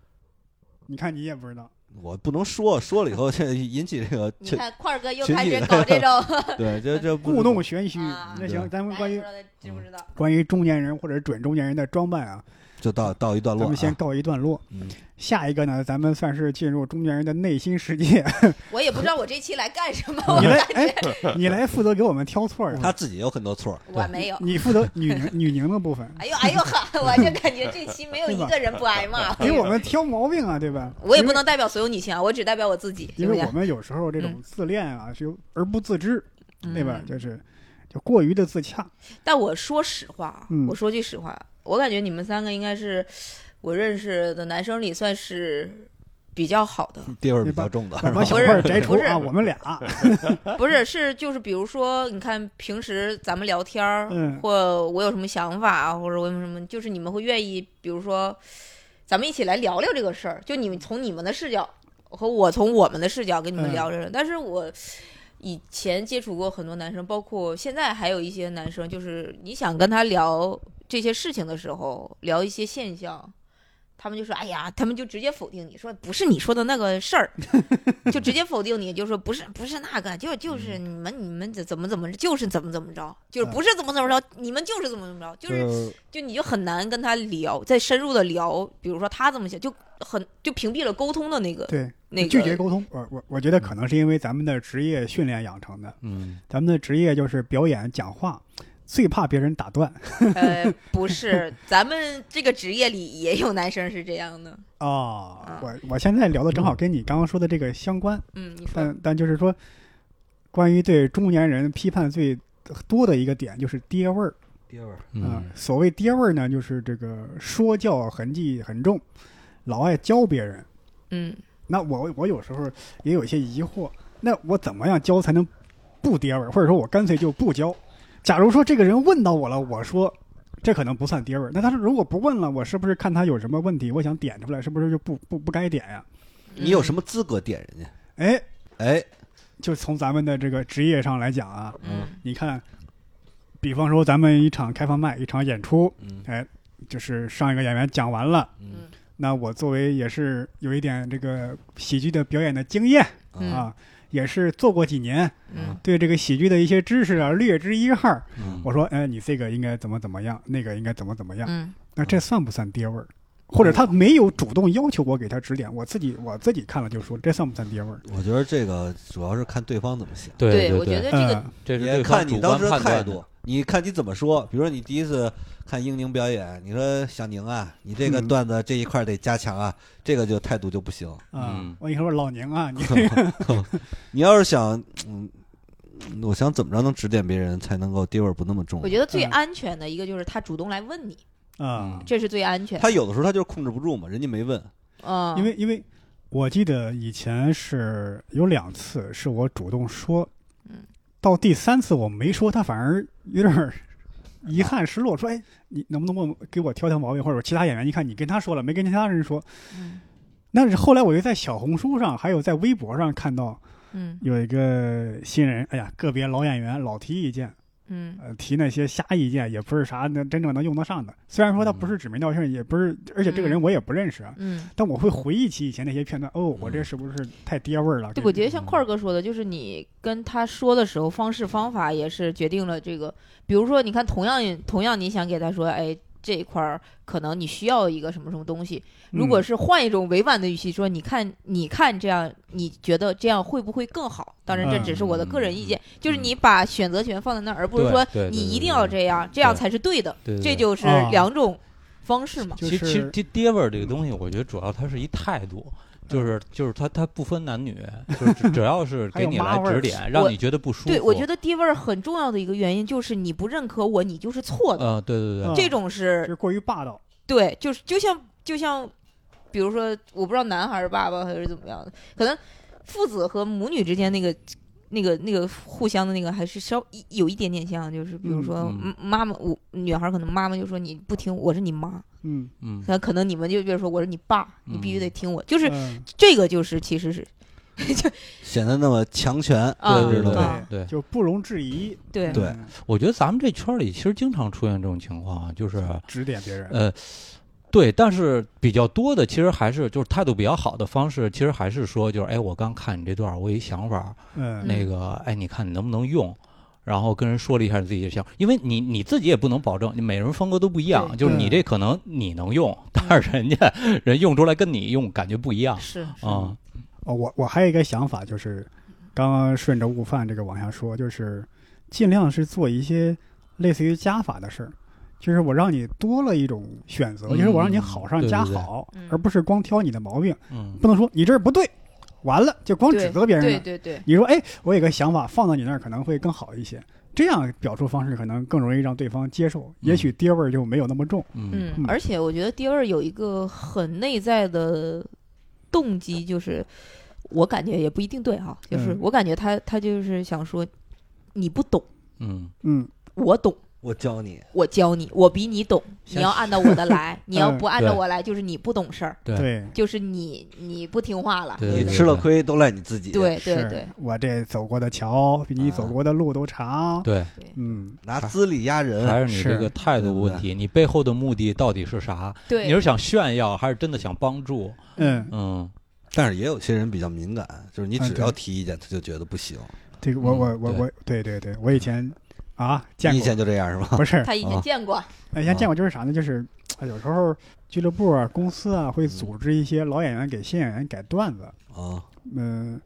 D: 你看你也不知道，
B: 我不能说，说了以后这引起这个
C: 你
B: 这
C: 看块儿哥又
B: 群
C: 开
B: 体
C: 始
B: 的
C: 搞这种，
B: 对这这不
D: 故弄玄虚。
C: 啊
D: 那行，咱们
C: 咱
D: 关
C: 也
D: 于
C: 不知道他知不知道？
D: 关于中年人或者准中年人的装扮啊，
B: 就到到一段落啊，
D: 咱们先告一段落。
B: 嗯
D: 下一个呢，咱们算是进入中年人的内心世界。
C: 我也不知道我这期来干什么，我
D: 你来
C: 感，
D: 哎，你来负责给我们挑错儿啊。
B: 他自己有很多错儿，
C: 我没有。
D: 你负责女宁女宁的部分，
C: 哎呦哎呦哈！ 我就感觉这期没有一个人不挨骂。
D: 给我们挑毛病啊，对吧？
C: 我也不能代表所有女性啊，我只代表我自己，对
D: 因
C: 不
D: 为，因为
C: 对
D: 我？们有时候这种自恋啊，是有而不自知，对吧？
C: 嗯
D: 就是就过于的 自洽，
C: 但我说实话啊
D: 嗯，
C: 我说句实话，我感觉你们三个应该是我认识的男生里算是比较好的，
B: 地位比较重的，
D: 把把小
C: 不是
D: 块儿摘除
C: 不是
D: 啊，我 们俩，嗯
C: 不是是就是比如说，你看平时咱们聊天儿，
D: 嗯
C: 或我有什么想法啊，或者我有什么，就是你们会愿意，比如说，咱们一起来聊聊这个事儿，就你们从你们的视角和我从我们的视角跟你们
D: 嗯
C: 聊这个。但是我以前接触过很多男生，包括现在还有一些男生，就是你想跟他聊这些事情的时候，聊一些现象。他们就说：“哎呀，他们就直接否定你说不是你说的那个事 儿，就直接否定你，就说不是不是那个，就
D: 嗯
C: 就是你们你们怎么怎么就是怎么怎么着，就是不是怎么怎么着，你们就是怎么怎么着，就是
D: 呃
B: 是
C: 就你就很难跟他聊，再深入的聊，比如说他怎么想，就很就屏蔽了沟通的那个
D: 对，
C: 那个
D: 拒绝沟通。我我我觉得可能是因为咱们的职业训练养成的，
E: 嗯，
D: 咱们的职业就是表演讲话，最怕别人打断
C: 呃，不是，咱们这个职业里也有男生是这样的，
D: 啊。我我现在聊的正好跟你刚刚说的这个相关，
C: 嗯，你说
D: 但但就是说，关于对中年人批判最多的一个点就是爹味儿。
B: 地位，
D: 啊
E: 嗯，
D: 所谓爹味儿呢，就是这个说教啊痕迹很重，老爱教别人。
C: 嗯，
D: 那我我有时候也有一些疑惑，那我怎么样教才能不爹味儿，或者说我干脆就不教？假如说这个人问到我了，我说这可能不算爹味儿，那他如果不问了，我是不是看他有什么问题，我想点出来，是不是就不不不该点呀？
B: 你有什么资格点人家？
D: 哎，
B: 哎，
D: 就从咱们的这个职业上来讲啊，
C: 嗯
D: 你看，比方说咱们一场开放麦，一场演出，
B: 嗯
D: 哎，就是上一个演员讲完了，
B: 嗯
D: 那我作为也是有一点这个喜剧的表演的经验
C: 嗯
D: 啊，也是做过几年，
C: 嗯
D: 对这个喜剧的一些知识啊略知一二。
B: 嗯
D: 我说，哎，你这个应该怎么怎么样，那个应该怎么怎么样，
C: 嗯
D: 那这算不算爹味儿？或者他
B: 嗯
D: 没有主动要求我给他指点，我自己我自己看了就说这算不算爹味儿？
B: 我觉得这个主要是看对方怎么想，
E: 对
C: 我觉
E: 对，
C: 得这个
D: 嗯，
E: 这是
B: 也
E: 对方
B: 看你
E: 主
B: 当
E: 观
B: 时的
E: 判
B: 态
E: 断
B: 度
E: 的，，
B: 你看你怎么说。比如说你第一次看英宁表演，你说小宁啊，你这个
D: 嗯
B: 段子这一块儿得加强啊，这个就态度就不 行。
D: 啊
E: 嗯，
D: 我跟你说老宁啊，你
B: 你要是想，嗯，我想怎么着能指点别人才能够地位不那么重
C: 我？觉得最
D: 嗯
C: 安全的一个就是他主动来问你，
B: 嗯
D: 啊，
C: 这是最安全。
B: 他有的时候他就是控制不住嘛，人家没问，
C: 嗯，
D: 因为因为我记得以前是有两次是我主动说，
C: 嗯，
D: 到第三次我没说，他反而有点儿遗憾失落，说哎，你能不能问给我挑挑毛病，或者其他演员一看你跟他说了，没跟其他人说。
C: 嗯
D: 那是后来我又在小红书上，还有在微博上看到
C: 嗯
D: 有一个新人，哎呀，个别老演员老提意见，
C: 嗯
D: 呃，提那些瞎意见，也不是啥能真正能用得上的。虽然说他不是指名道姓，也不是，而且这个人我也不认识啊，
C: 嗯，
D: 但我会回忆起以前那些片段，
E: 嗯
D: 哦，我这是不是太爹味儿了？
C: 对，
D: 这
C: 我觉得像块儿哥说的，就是你跟他说的时候，方式方法也是决定了这个。比如说，你看，同样同样，你想给他说，哎，这一块儿可能你需要一个什么什么东西，如果
D: 嗯
C: 是换一种委婉的语气说，你看，你看这样，你觉得这样会不会更好？当然，这
E: 嗯
C: 只是我的个人意见，就是你把选择权放在那儿，而不是
E: 对
C: 说
E: 对对
C: 你
E: 对
C: 一
E: 对
C: 定要
E: 对
C: 这样，这样
E: 对
C: 才是对的。
E: 对对
C: 这
E: 对
C: 就是
D: 啊
C: 两种方式嘛。
B: 嗯
D: 就
E: 其实其
D: 是
E: 实爹味儿这个东西，我觉得主要它是一态度，
B: 嗯
E: 就是就是它它不分男女，就是只只要是
D: 还
E: 给
D: 有
E: 你
D: 妈
E: 来
D: 味儿
E: 指点，让
C: 我
E: 你觉得不舒服。
C: 对，我觉得地位儿很重要的一个原因就是你不认可我，你就是错的。
E: 呃，对对对，
D: 嗯
C: 这种是
D: 就是过于霸道，
C: 对，就是就像就像，比如说，我不知道男孩儿爸爸还是怎么样的，可能父子和母女之间那个那个那个互相的那个还是稍一有一点点像，就是比如
D: 嗯
C: 说、
E: 嗯
C: 妈妈，我女孩儿可能妈妈就说你不听，我是你妈，
D: 嗯，
E: 嗯，
C: 那可能你们就比如说我是你爸，你必须得听我，就是
D: 嗯
C: 这个就是其实是
B: 显得那么强权。
C: 啊
E: 对对对
C: 啊
E: 对，
D: 就不容置疑，
C: 对
B: 对
D: 嗯
E: 我觉得咱们这圈儿里其实经常出现这种情况啊，就是
D: 指点别人，
E: 呃，对，但是比较多的其实还是就是态度比较好的方式，其实还是说就是哎，我刚看你这段儿，我有一想法儿，
D: 嗯，
E: 那个哎，你看你能不能用？然后跟人说了一下自己的想法，因为你你自己也不能保证，你每人风格都不一样，
C: 对
E: 就是
D: 对
E: 你这可能你能用，但是人家人用出来跟你用感觉不一样
C: 是
E: 啊、
D: 哦，我我还有一个想法，就是刚刚顺着悟饭这个往下说，就是尽量是做一些类似于加法的事儿，就是我让你多了一种选择，就是我让你
E: 嗯
D: 好上
E: 对
D: 加
E: 对对
D: 好，
C: 嗯
D: 而不是光挑你的毛病，
E: 嗯，
D: 不能说你这儿不对，完了就光
C: 对
D: 指责别人
C: 对
D: 了。
C: 对对，
D: 你说，哎，我有个想法放到你那儿可能会更好一些，这样表述方式可能更容易让对方接受，也许爹味儿就没有那么重。
E: 嗯
C: 嗯，而且我觉得第二有一个很内在的动机，就是我感觉也不一定对哈、就是
D: 嗯
C: 我感觉他他就是想说，你不懂，
E: 嗯
D: 嗯，
C: 我懂，
B: 我教你，
C: 我教你，我比你懂，
E: 像
C: 你要按照我的来，你要
D: 嗯
C: 不按照
E: 对
C: 我来，就是你不懂事儿，
E: 对
D: 对。
C: 就是你你不听话了，
E: 对
B: 你
E: 对
B: 吃了亏都赖你自己。，
C: 对对
D: 是
C: 对，
D: 我这走过的桥比你走过的路都长。
E: 对，
D: 嗯，
B: 拿资历压
E: 还
B: 人，
E: 是你这
D: 是
E: 个态度问题，你背后的目的到底是啥？
C: 对，
E: 你是想炫耀还是真的想帮助？
D: 嗯，
E: 嗯，
B: 但是也有些人比较敏感，就是你
D: 啊
B: 只
D: 对
B: 要提意见，他就觉得不行。
D: 这个我
E: 嗯
D: 我我
E: 对
D: 我，对对对，我以前啊见
B: 你以
D: 过，
B: 前就这样是吧？
D: 不是
C: 他以前
B: 啊
C: 见过，
D: 以前见过，就是啥呢？就是啊有时候俱乐部啊、公司啊会组织一些老演员给新演员改段子。
B: 啊，
D: 嗯、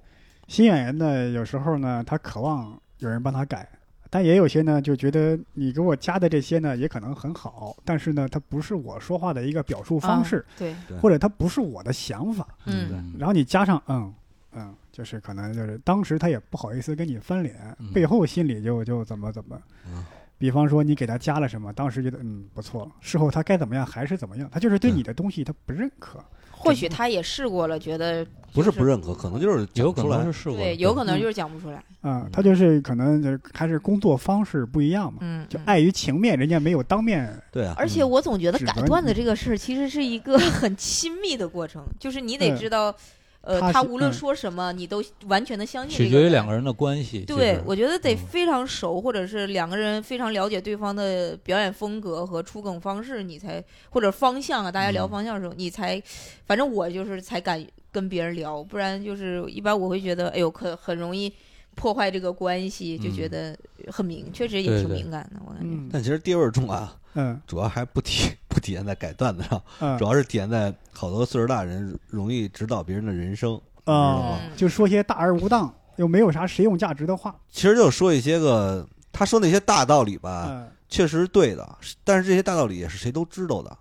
D: 新演员呢，有时候呢，他渴望有人帮他改。但也有些呢，就觉得你给我加的这些呢，也可能很好，但是呢，它不是我说话的一个表述
C: 啊
D: 方式，
C: 对，
D: 或者它不是我的想法。
C: 嗯，
D: 然后你加上嗯嗯，就是可能就是当时他也不好意思跟你翻脸，
E: 嗯
D: 背后心里就就怎么怎么。
B: 嗯
D: 比方说你给他加了什么，当时觉得嗯不错，事后他该怎么样还是怎么样，他就是对
B: 对
D: 你的东西他不认可。
C: 或许他也试过了，觉得
B: 不是
C: 就
B: 不认可，可能就是讲
E: 有
B: 不
E: 可
B: 出来
E: 能是试过，
C: 对，有可能
D: 嗯
C: 就是讲不出来，
D: 啊、
B: 嗯
D: 他就是可能就是还是工作方式不一样嘛，
C: 嗯，
D: 就
C: 嗯
D: 碍于情面，人家没有当面。
B: 对啊，
C: 而
E: 嗯
C: 且我总觉得
D: 指
C: 改
D: 责
C: 段
D: 你
C: 子这个事儿其实是一个 很亲密的过程，就是你得
D: 嗯
C: 知道，呃，
D: 他
C: 他
D: 是
C: 无论
D: 嗯
C: 说什么，你都完全的相信。
E: 取决于两个。人的关系。其
C: 对
E: 实，
C: 我觉得得
E: 嗯
C: 非常熟，或者是两个人非常了解对方的表演风格和出梗方式，你才或者方向啊，大家聊
B: 嗯
C: 方向的时候，你才，反正我就是才敢跟别人聊，不然就是一般我会觉得，哎呦，可很容易破坏这个关系，就觉
E: 嗯
C: 得很敏，确实也
E: 对
C: 挺
E: 对
C: 敏感的，我感觉。
D: 嗯
B: 但其实地位重啊，
D: 嗯
B: 主要还不体 不体现在改段子上，
D: 嗯
B: 主要是体现在好多岁数大人容易指导别人的人生。
D: 啊
C: 嗯，
D: 就说些大而无当又没有啥实用价值的话。
B: 其实就说一些个他说那些大道理吧，
E: 啊
D: 嗯
B: 确实是对的，是但是这些大道理也是谁都知道的，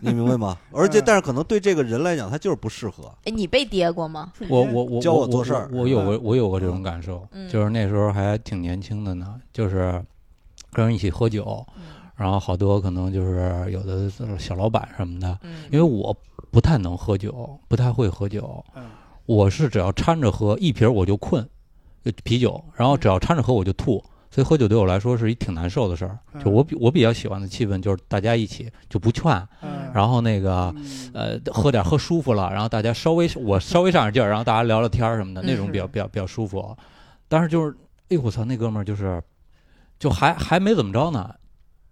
B: 你明白吗？而且，
D: 嗯
B: 但是可能对这个人来讲，他就是不适合。
C: 哎，你被跌过吗？
D: 嗯
E: 我我我
B: 教我做事儿
E: 我我有过我有过这种感受，
C: 嗯
E: 就是那时候还挺年轻的呢，就是跟人一起喝酒，然后好多可能就是有的就是小老板什么的，
C: 嗯
E: 因为我不太能喝酒，不太会喝酒，
D: 嗯
E: 我是只要掺着喝一瓶我就困，就啤酒，然后只要掺着喝我就吐。所以喝酒对我来说是一挺难受的事儿，
D: 嗯
B: 嗯
E: 就我比我比较喜欢的气氛就是大家一起就不劝，
D: 嗯，
E: 然后那个
D: 嗯
E: 呃，喝点儿喝舒服了，然后大家稍微我稍微上点劲儿，然后大家聊聊天儿什么的，那种比
D: 嗯
E: 较比较比较舒服。但是就是，哎呦我操，那哥们儿就是，就还还没怎么着呢，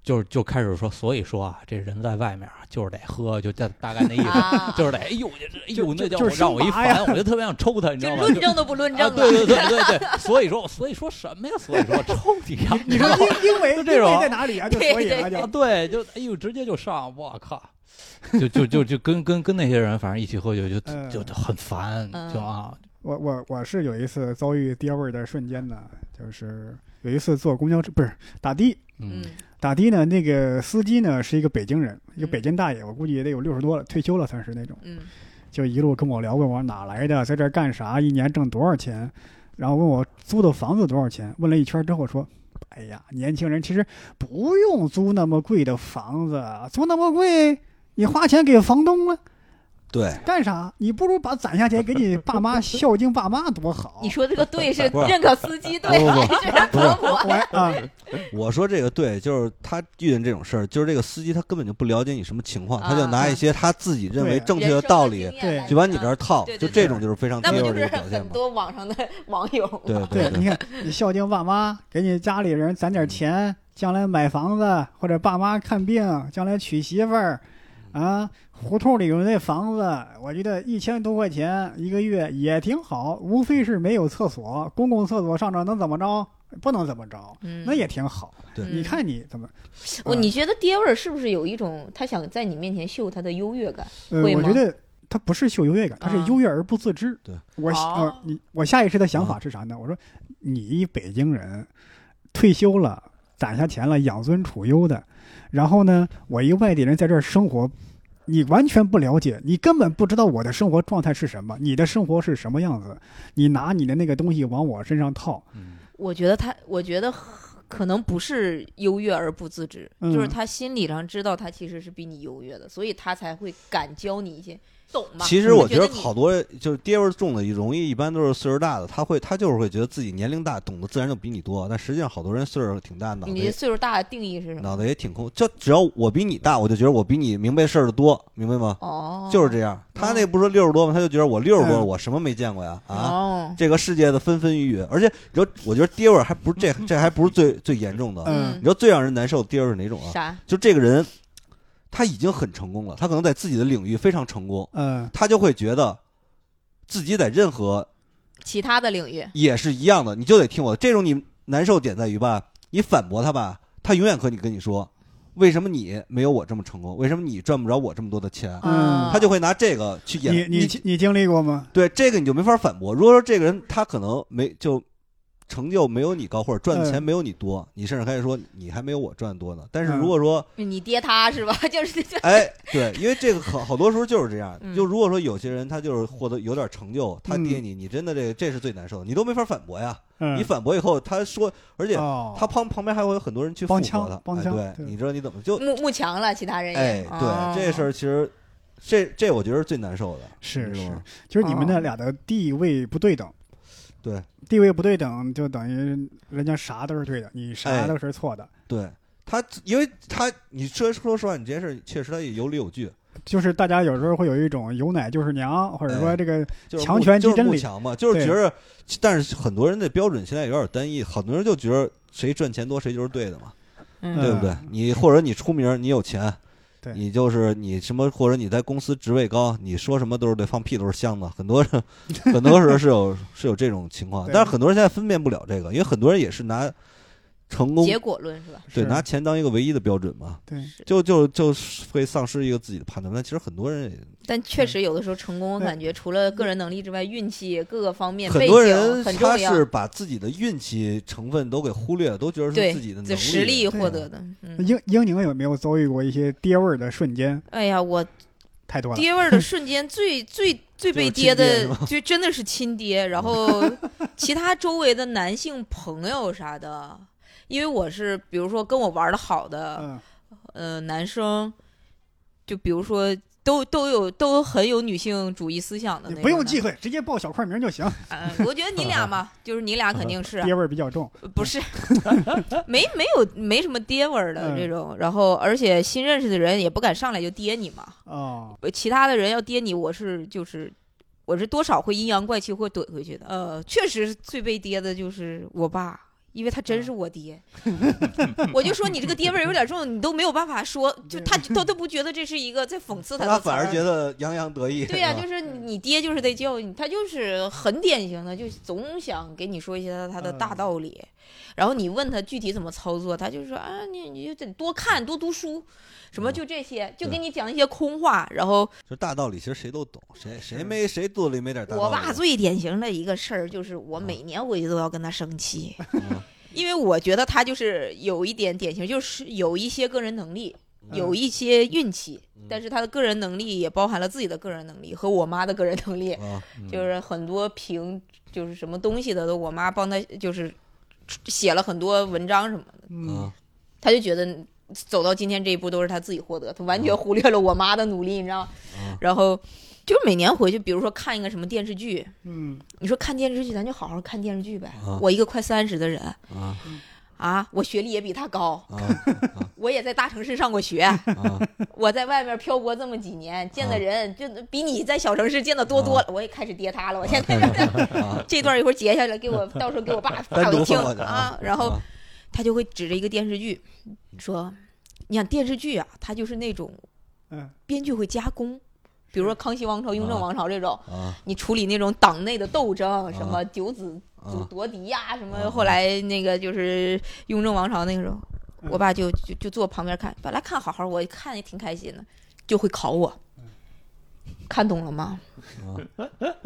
E: 就是就开始说，所以说啊，这人在外面啊，就是得喝，就大大概那意思，
C: 啊，
E: 就是得，哎呦，我这这哎
D: 就
E: 呦，那
D: 就
E: 叫
D: 就
E: 我
D: 是
E: 让我一
D: 辛巴呀
E: 烦，我就特别想抽他，你知
C: 就
E: 道吗？
C: 论
E: 就
C: 证都不论
E: 啊，
C: 证
E: 对
C: 了。
E: 对对 对对，所以说我所以说什么呀？所以说抽你呀！
D: 你说英英维
E: 就
D: 英
E: 这种
D: 维在哪里啊？就
C: 对
D: 所以
C: 对
D: 啊，就
E: 啊，对，就哎呦，直接就上，我靠，就就就就跟跟跟那些人，反正一起喝酒就
D: 嗯
E: 就就很烦，
C: 嗯
E: 就啊，
D: 我我我是有一次遭遇爹味儿的瞬间呢，就是有一次坐公交车，不是打的，
E: 嗯
C: 嗯，
D: 打的呢，那个司机呢是一个北京人，一个
C: 嗯
D: 北京大爷，我估计也得有六十多了，退休了算是那种，
C: 嗯
D: 就一路跟我聊，问我哪来的，在这儿干啥，一年挣多少钱，然后问我租的房子多少钱，问了一圈之后说。哎呀，年轻人其实不用租那么贵的房子，租那么贵，你花钱给房东了
B: 对，
D: 干啥？你不如把攒下钱给你 爸妈孝敬爸妈多好。
C: 你说这个对是
B: 不是
C: 认可司机对
B: 不不
C: 还 是认可我？
D: 我啊，
B: 我说这个对，就是他遇见这种事儿，就是这个司机他根本就不了解你什么情况，
C: 啊
B: 他就拿一些他自己认为
D: 对
B: 正确的道理
D: 对
B: 就往你这儿套，
C: 啊对对
B: 就
C: 对
B: 这种就是非常
C: 那不
B: 低
C: 就
B: 幼的一
C: 是
B: 个表现
C: 很
B: 嘛。
C: 多啊网上的 网友吗？
B: 对
D: 对，
B: 对，
D: 你看，你孝敬爸妈，给你家里人攒点钱，将来买房子或者爸妈看病，将来娶媳妇儿，啊，胡同里有那房子，我觉得一千多块钱一个月也挺好，无非是没有厕所，公共厕所上这能怎么着？不能怎么着，
C: 嗯，
D: 那也挺好。
B: 对
D: 你看你怎么？
C: 我你觉得爹味儿是不是有一种他想在你面前秀他的优越感？
D: 呃，
C: 会
D: 我
C: 吗
D: 觉得他不是秀优越感，他是
C: 啊
D: 优越而不自知。
B: 对
D: 我下、
C: 哦
D: 呃你我下意识的想法是啥呢？我说你一北京人，退休了，攒下钱了，养尊处优的，然后呢，我一外地人在这儿生活。你完全不了解，你根本不知道我的生活状态是什么，你的生活是什么样子，你拿你的那个东西往我身上套，
E: 嗯
C: 我觉得他，我觉得可能不是优越而不自知，
D: 嗯
C: 就是他心理上知道他其实是比你优越的，所以他才会敢教你一些，懂吗？
B: 其实
C: 我
B: 我觉得
C: 你
B: 好多就是爹味儿重的，容易一般都是岁数大的，他会他就是会觉得自己年龄大，懂得自然就比你多。但实际上好多人岁数挺大，脑袋
C: 你
B: 也
C: 这岁数大的定义是什
B: 脑
C: 么？
B: 袋也挺空。就只要我比你大，我就觉得我比你明白事儿的多，明白吗？
C: 哦，
B: 就是这样。他那不是六十多吗？他就觉得我六十多了，
D: 嗯
B: 我什么没见过呀？啊，
C: 哦，
B: 这个世界的纷纷雨雨，而且你知道，我觉得爹味儿还不是这这还不是最最严重的。
D: 嗯
B: 你知道最让人难受的爹味儿是哪种啊？
C: 啥？
B: 就这个人，他已经很成功了，他可能在自己的领域非常成功，
D: 嗯
B: 他就会觉得自己在任何
C: 其他的领域，
B: 也是一样的，你就得听我的。这种你难受点在于吧，你反驳他吧，他永远和你跟你说，为什么你没有我这么成功？为什么你赚不着我这么多的钱？
C: 啊
B: 嗯他就会拿这个去演
D: 你你你经历过吗？
B: 对这个你就没法反驳。如果说这个人他可能没就成就没有你高，或者赚的钱
D: 嗯
B: 没有你多，你甚至开始说你还没有我赚的多呢。但是
D: 嗯
B: 如果说
C: 你爹他是吧？ 就是这，
B: 哎，对，因为这个好好多时候就是这样
C: 嗯。
B: 就如果说有些人他就是获得有点成就，他爹你，你真的这这是最难受的，你都没法反驳呀。
D: 嗯，
B: 你反驳以后，他说，而且
D: 哦
B: 他旁旁边还会有很多人去附和
D: 帮腔
B: 他，
D: 帮
B: 哎
D: 腔
B: 对，
D: 对
B: 你知道你怎么就
C: 慕慕强了，其他人也哦
B: 哎，对，这事
C: 儿
B: 儿其实这这我觉得是最难受的，
D: 是
B: 你知
D: 是
B: 道吗，
D: 就是你们那
C: 哦
D: 俩的地位不对等。
B: 啊对，
D: 地位不对等，就等于人家啥都是对的，你啥
B: 哎
D: 都是错的。
B: 对。他，因为他，你说说实话，你这件事确实他也有理有据，
D: 就是大家有时候会有一种有奶就是娘，或者说
B: 哎
D: 这个
B: 就是
D: 强
B: 慕
D: 权即
B: 就是
D: 真
B: 慕
D: 理
B: 强嘛，就是
D: 对
B: 觉着，但是很多人的标准现在有点单一，很多人就觉得谁赚钱多谁就是对的嘛，
C: 嗯
B: 对不对？你或者你出名儿，你有钱，
D: 嗯对
B: 你就是你什么，或者你在公司职位高，你说什么都是对，放屁都是香的。很多 人，很多时候是有是有这种情况，
D: 对
B: 但是很多人现在分辨不了这个，因为很多人也是拿成功
C: 结果论是吧？
B: 对
D: 是
B: 拿钱当一个唯一的标准嘛，
D: 对
C: 是
B: 嗯就就就会丧失一个自己的判断。但其实很多人也
C: 但确实有的时候成功，我
D: 对
C: 感觉除了个人能力之外，运气各个方面
B: 很
C: 背
B: 多
C: 景
B: 人
C: 很
B: 嗯他
C: 重要，
B: 是把自己的运气成分都给忽略了，都觉得
C: 对
B: 是自己的能
C: 这
B: 力
C: 实力获
B: 对啊
C: 得的。嗯，
D: 英英宁有没有遭遇过一些爹味儿的瞬间？
C: 哎呀，我
D: 太多了。
C: 爹味儿的瞬间最最最被
B: 就是亲爹
C: 爹的
B: 是吗，
C: 就真的是亲爹。然后其他周围的男性朋友啥的，因为我是比如说跟我玩的好的，
D: 嗯
C: 呃，男生，就比如说都都有都很有女性主义思想的
D: 你
C: 那种的，
D: 不用忌讳，直接报小块名就行。
C: 啊。我觉得你俩嘛，就是你俩肯定是啊
D: 爹味儿比 较重，
C: 不是，没没有没什么爹味儿的
D: 嗯
C: 这种，然后而且新认识的人也不敢上来就爹你嘛，
D: 哦，
C: 呃其他的人要爹你，我是就是我是多少会阴阳怪气会怼回去的。呃，确实最被爹的就是我爸，因为他真是我爹， 我就说你这个爹味儿有点重，你都没有办法说，就他他都不觉得这是一个在讽刺他
B: 他
C: 的词
B: 反
C: 儿，
B: 而觉得嗯洋洋得意。 啊
C: 对呀、
B: 是吧
C: 就是你爹就是得教你，他就是很典型的，就总想给你说一些他他的
B: 嗯
C: 大道理，然后你问他具体怎么操作，他就说啊，你你就得多看多读书，什么
B: 嗯
C: 就这些，就
B: 对
C: 给你讲一些空话。然后
B: 就大道理，其实谁都懂，谁谁
D: 是
B: 没谁肚子里没点大道理。啊嗯
C: 我爸最典型的一个事儿就是，我每年回去都要跟他生气，
B: 啊
C: 因为我觉得他就是有一点典型，就是有一些个人能力，
B: 嗯
C: 有一些运气，
B: 嗯
C: 但是他的个人能力也包含了自己的个人能力和我妈的个人能力。
B: 啊，
C: 就是很多评就是什么东西的，都我妈帮他就是写了很多文章什么的，
D: 嗯，
B: 啊
C: 他就觉得走到今天这一步都是他自己获得，他完全忽略了我妈的努力，你知道吗？
B: 嗯
C: 然后就是每年回去，比如说看一个什么电视剧，
D: 嗯，
C: 你说看电视剧，咱就好好看电视剧呗。
B: 啊
C: 我一个快三十的人
B: 啊
C: 啊，我学历也比他高，
B: 啊
C: 我也在大城市上过学，
B: 啊！
C: 我在外面漂泊这么几年，见的
B: 啊
C: 人就比你在小城市见的多多了。我也开始跌他了，
B: 啊
C: 我现在 这段一会儿截下来，给我到时候给 我爸
B: 单
C: 发
B: 独
C: 我听
B: 放过去
C: 啊
B: 啊。
C: 然后
B: 啊嗯
C: 他就会指着一个电视剧说：“你想电视剧啊，它就是那种
D: 嗯
C: 编剧会加工，比如说《康熙王朝》《雍正
B: 啊
C: 王朝》这种，
B: 啊
C: 你处理那种党内的斗争，什
B: 啊
C: 么九子就
B: 啊
C: 夺嫡呀、什
B: 啊
C: 么后来那个就是雍正王朝那个时候，
D: 嗯
C: 我爸就就就坐旁边看，本来看好好，我看也挺开心的，就会考我。看懂了吗？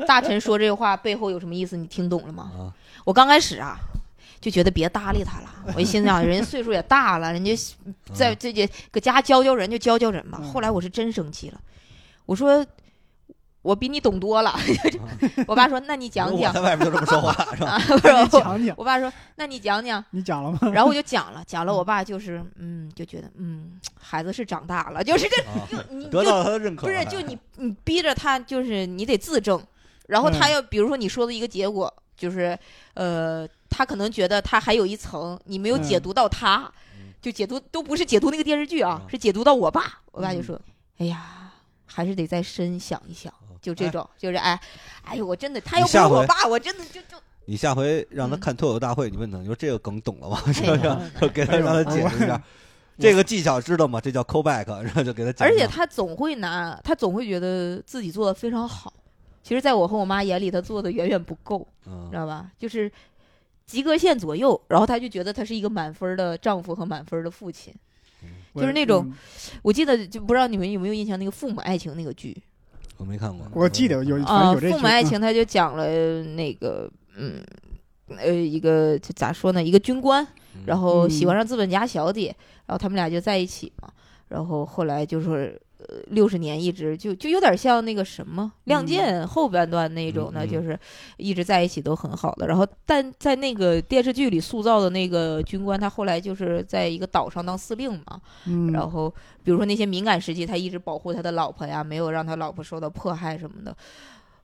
C: 大臣说这话背后有什么意思？你听懂了吗？
B: 啊！
C: 我刚开始啊，就觉得别搭理他了。我一心想，人家岁数也大了，人家
B: 啊
C: 在自己搁家教教人就教教人吧。
D: 嗯
C: 后来我是真生气了，我说我比你懂多了。
B: 啊
C: 我爸说：“那你讲
B: 我
C: 讲。
B: 在外面就这么说话是吧？
C: 啊”不是
D: 你
C: 我
D: 讲讲，
C: 我爸说：“那你讲讲。”
D: 你讲了吗？
C: 然后我就讲了，讲了，我爸就是，嗯，就觉得，嗯，孩子是长大了，就是这，
B: 啊，
C: 就你
B: 得
C: 就
B: 到了他啊的认可，
C: 不是，就你你逼着他，就是你得自证，然后
B: 嗯
C: 他要比如说你说的一个结果，就是呃，他可能觉得他还有一层，你没有解
D: 嗯
C: 读到他，
B: 嗯
C: 就解读都不是解读那个电视剧啊，
B: 啊
C: 是解读到我爸，我爸就
D: 嗯
C: 说，哎呀。还是得再深想一想，就这
B: 哎
C: 种，就是哎，哎呦，我真的，他
B: 你
C: 要不是
B: 下
C: 我
B: 回
C: 爸，我真的就就
B: 你下回让他
C: 嗯
B: 看脱口大会，你问他，你说这个梗懂了吗？是
C: 哎
B: 不
C: 呀
B: 是？给他让他解释一下， 这个技巧知道吗？这叫 callback，然后就给他讲讲。
C: 而且他总会拿，他总会觉得自己做的非常好。其实，在我和我妈眼里，他做的远远不够，
B: 嗯
C: 知道吧？就是及格线左右，然后他就觉得他是一个满分的丈夫和满分的父亲。
D: 我
C: 就是那种我记得就不知道你们有没有印象那个《父母爱情》那个剧
B: 我没看过，
D: 我记得有反
C: 啊，
D: 正有这
C: 父
D: 句
C: 母爱情》他就讲了那个嗯呃一个就咋说呢，一个军官，
B: 嗯
C: 然后喜欢
D: 嗯
C: 上资本家小姐，然后他们俩就在一起嘛，然后后来就是呃六十年一直就就有点像那个什么《亮
D: 嗯
C: 剑》后半段那种的，
B: 嗯嗯
C: 就是一直在一起都很好的。然后但在那个电视剧里塑造的那个军官，他后来就是在一个岛上当司令嘛，
D: 嗯，
C: 然后比如说那些敏感时期，他一直保护他的老婆呀，没有让他老婆受到迫害什么的。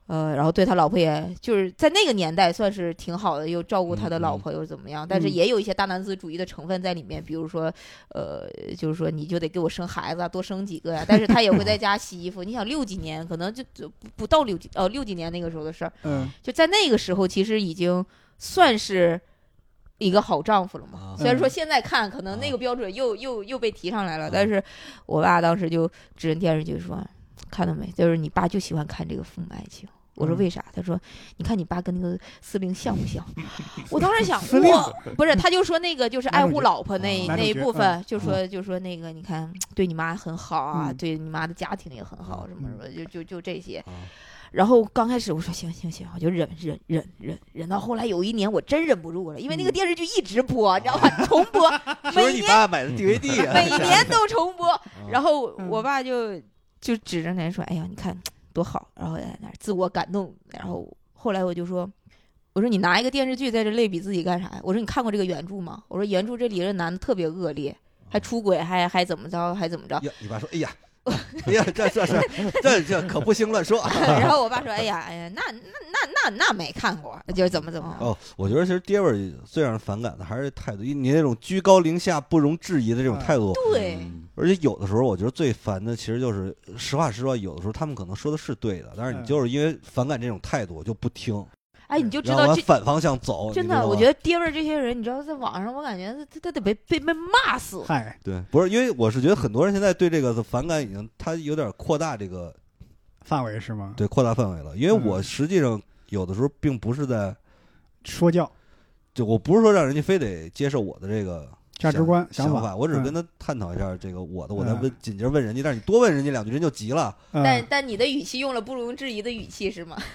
C: 呃，然后对他老婆也就是在那个年代算是挺好的，又照顾他的老婆又是怎么样，但是
D: 嗯
C: 也有一些大男子主义的成分在里面，比如说，呃，就是说你就得给我生孩子啊，多生几个呀、但是他也会 在家洗衣服。你想六几年，可能就就不不到六几呃六几年那个时候的事儿，
D: 嗯
C: 就在那个时候，其实已经算是一个好丈夫了嘛。
D: 嗯
B: 啊
C: 虽然说现在看，可能那个标准又、又又被提上来
D: 嗯
C: 了，但是我爸当时就指着电视剧说：“看到没，就是你爸就喜欢看这个父母爱情。”我说
D: 嗯
C: 为啥？他说：“你看你爸跟那个司令像 不像？”我当时想，
D: 司令
C: 我不是，他就说那个就是
D: 男
C: 爱护
D: 主角
C: 老婆那
B: 啊
C: 那
D: 男
C: 一
D: 主角
C: 部分，就
B: 嗯
C: 说就说那个你看对你妈很好啊，
D: 嗯
C: 对你妈的家庭也很好，
B: 嗯
C: 什么什么，就就就这些。
B: 啊
C: 然后刚开始我说行行行，我就忍忍忍忍忍到后来有一年我真忍不住了，因为那个
D: 嗯
C: 电视剧一直播，你知道吧？重 播，
B: 是不是
C: 每
B: 你
C: 年
B: 爸买的 DVD 啊？
C: 每 年都重播。然后
D: 嗯
C: 我爸就就指着那说：“哎呀，你看多好！”然后在那儿自我感动。然后后来我就说：“我说你拿一个电视剧在这类比自己干啥呀？我说你看过这个原著吗？我说原著这里这男的特别恶劣，还出轨，还还怎么着，还怎么 着。”
B: 呀，你爸说，哎呀。哎呀，这这是这这可不行，乱说。啊
C: 然后我爸说：“哎呀，哎呀，那那那那那没看过，就是怎么怎么。”
B: 哦，我觉得其实爹味儿最让人反感的还是态度，因为你那种居高临下、不容置疑的
D: 哎
B: 这种态度。
C: 对，
B: 而且有的时候，我觉得最烦的其实就是，实话实说，有的时候他们可能说的是对的，但是你
D: 嗯
B: 就是因为反感这种态度就不听，
C: 哎，你就知
B: 然后
C: 道
B: 往
C: 这
B: 反方向走。
C: 真的，我觉得爹味儿这些人，你知道，在网上我感觉他他得被被被骂死。
D: 嗨，
B: 对，不是因为我是觉得很多人现在对这个的反感已经他有点扩大这个
D: 范围是吗？
B: 对扩大范围了，因为
D: 嗯
B: 我实际上有的时候并不是在，
D: 说教、
B: 就我不是说让人家非得接受我的这个
D: 价值观、
B: 想
D: 法，嗯
B: 我只是跟
D: 他，
B: 他探讨一下这个我的，我再
D: 嗯
B: 问紧接着问人家，但是你多问人家两句，人就急 了。
C: 但
D: 嗯，
C: 但你的语气用了不容置疑的语气是吗？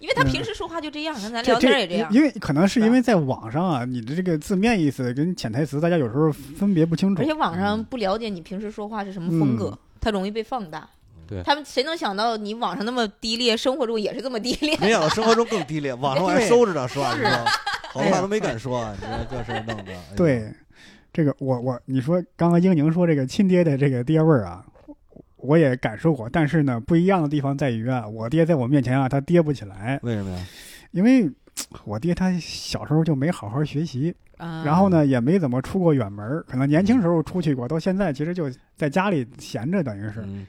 C: 因为他
D: 嗯
C: 平时说话就这样，跟咱
D: 这
C: 聊天儿也这样。
D: 因为可能是因为在网上啊，你的这个字面意思跟潜台词，大家有时候分别不清楚
C: 而。且网
D: 嗯
C: 上不了解你平时说话是什么风格，他容易被放大。
E: 对
C: 他们谁能想到你网上那么低劣，生活中也是这么低劣？
B: 没想到生活中更低劣，网上我还
D: 对
B: 收着呢，实话实
D: 是
B: 说，好多话 都没敢说啊，你说这事儿弄的。哎呀，
D: 对，这个我我你说刚刚英宁说这个亲爹的这个爹味儿啊，我也感受过，但是呢，不一样的地方在于啊，我爹在我面前啊，他爹不起来，
B: 为什么呀？
D: 因为我爹他小时候就没好好学习，
C: 啊
D: 然后呢也没怎么出过远门儿，可能年轻时候出去过，到现在其实就在家里闲着，等于是
B: 嗯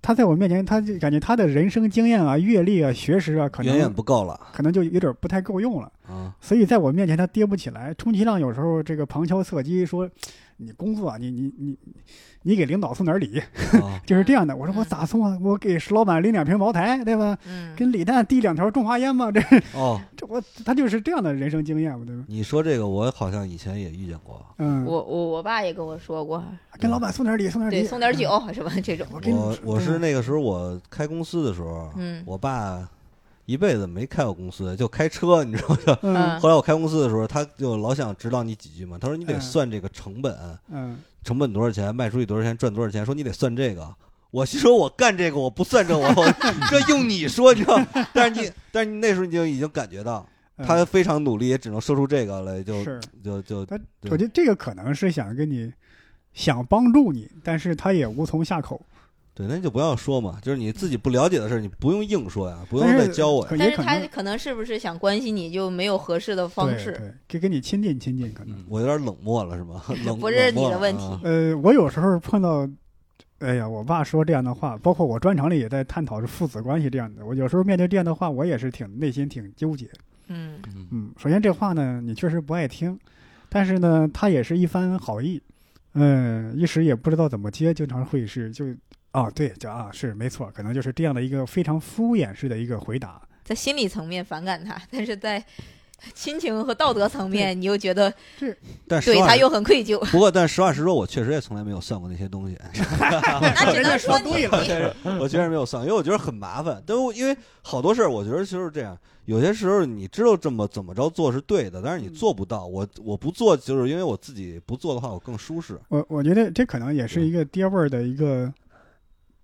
D: 他在我面前，他就感觉他的人生经验啊、阅历啊、学识啊，可
B: 远远
D: 能
B: 不够了
D: 可能就有点不太够用了。
B: 啊。
D: 所以在我面前他跌不起来，充其量有时候这个旁敲侧击说，你工作啊你你你你给领导送点礼，
B: 啊
D: 就是这样的。我说我咋送啊？我给石老板拎两瓶茅台，对吧？
C: 嗯，
D: 跟李诞递两条中华烟嘛， 这
B: 哦，
D: 这我他就是这样的人生经验嘛，对吧？
B: 你说这个，我好像以前也遇见过。
D: 嗯，
C: 我我我爸也跟我说过，
D: 跟老板送点礼，送点
C: 对，
D: 礼，
C: 送点酒是吧？这种，
D: 嗯嗯。我跟
B: 我我是
D: 那
B: 那个时候我开公司的时候，
C: 嗯
B: 我爸一辈子没开过公司，就开车，你知道吗？
D: 嗯
C: 嗯
B: 后来我开公司的时候，他就老想指导你几句嘛。他说你得
D: 嗯
B: 算这个成本，
D: 嗯，
B: 成本多少钱，卖出去多少钱，赚多少钱。说你得算这个。我心说，我干这个我不算这， 我我这用你说，你知道？但是你，但是你那时候你就已经感觉到
D: 嗯
B: 他非常努力，也只能说出这个来，就是就就
D: 他，
B: 对
D: 我觉得这个可能是想跟你想帮助你，但是他也无从下口。
B: 对，那你就不要说嘛，就是你自己不了解的事儿，你不用硬说呀，不用
D: 但是
B: 再教我呀。
D: 可
C: 但
D: 也
C: 是
D: 可
C: 他
D: 能
C: 可能是不是想关心你，就没有合适的方
D: 对
C: 式，
D: 对，就跟你亲近亲近可能。
E: 嗯
B: 我有点冷漠了，是 吗？冷
C: 不是
B: 冷漠
C: 你的
B: 了
C: 问题
B: 啊
D: 呃，我有时候碰到，哎呀，我爸说这样的话，包括我专场里也在探讨是父子关系这样的。我有时候面对这样的话，我也是挺内心挺纠结。
C: 嗯
E: 嗯
D: 嗯，首先这话呢，你确实不爱听，但是呢，他也是一番好意，嗯，一时也不知道怎么接，经常会是就。哦，对，就啊，是没错，可能就是这样的一个非常敷衍式的一个回答。
C: 在心理层面反感他，但是在亲情和道德层面，你又觉得
B: 但实
C: 对
B: 话
C: 他
B: 实
C: 又很愧疚，
B: 不过，但实话实说，我确实也从来没有算过那些东西，
C: 那只
D: 人家
C: 能
D: 说
C: 你
D: 对了
B: 我确实没有算，因为我觉得很麻烦。但我因为好多事儿，我觉得就是这样，有些时候你知道这么怎么着做是对的，但
C: 嗯
B: 是你做不到。我我不做，就是因为我自己不做的话，我更舒适。
D: 我我觉得这可能也是一个爹味儿的一个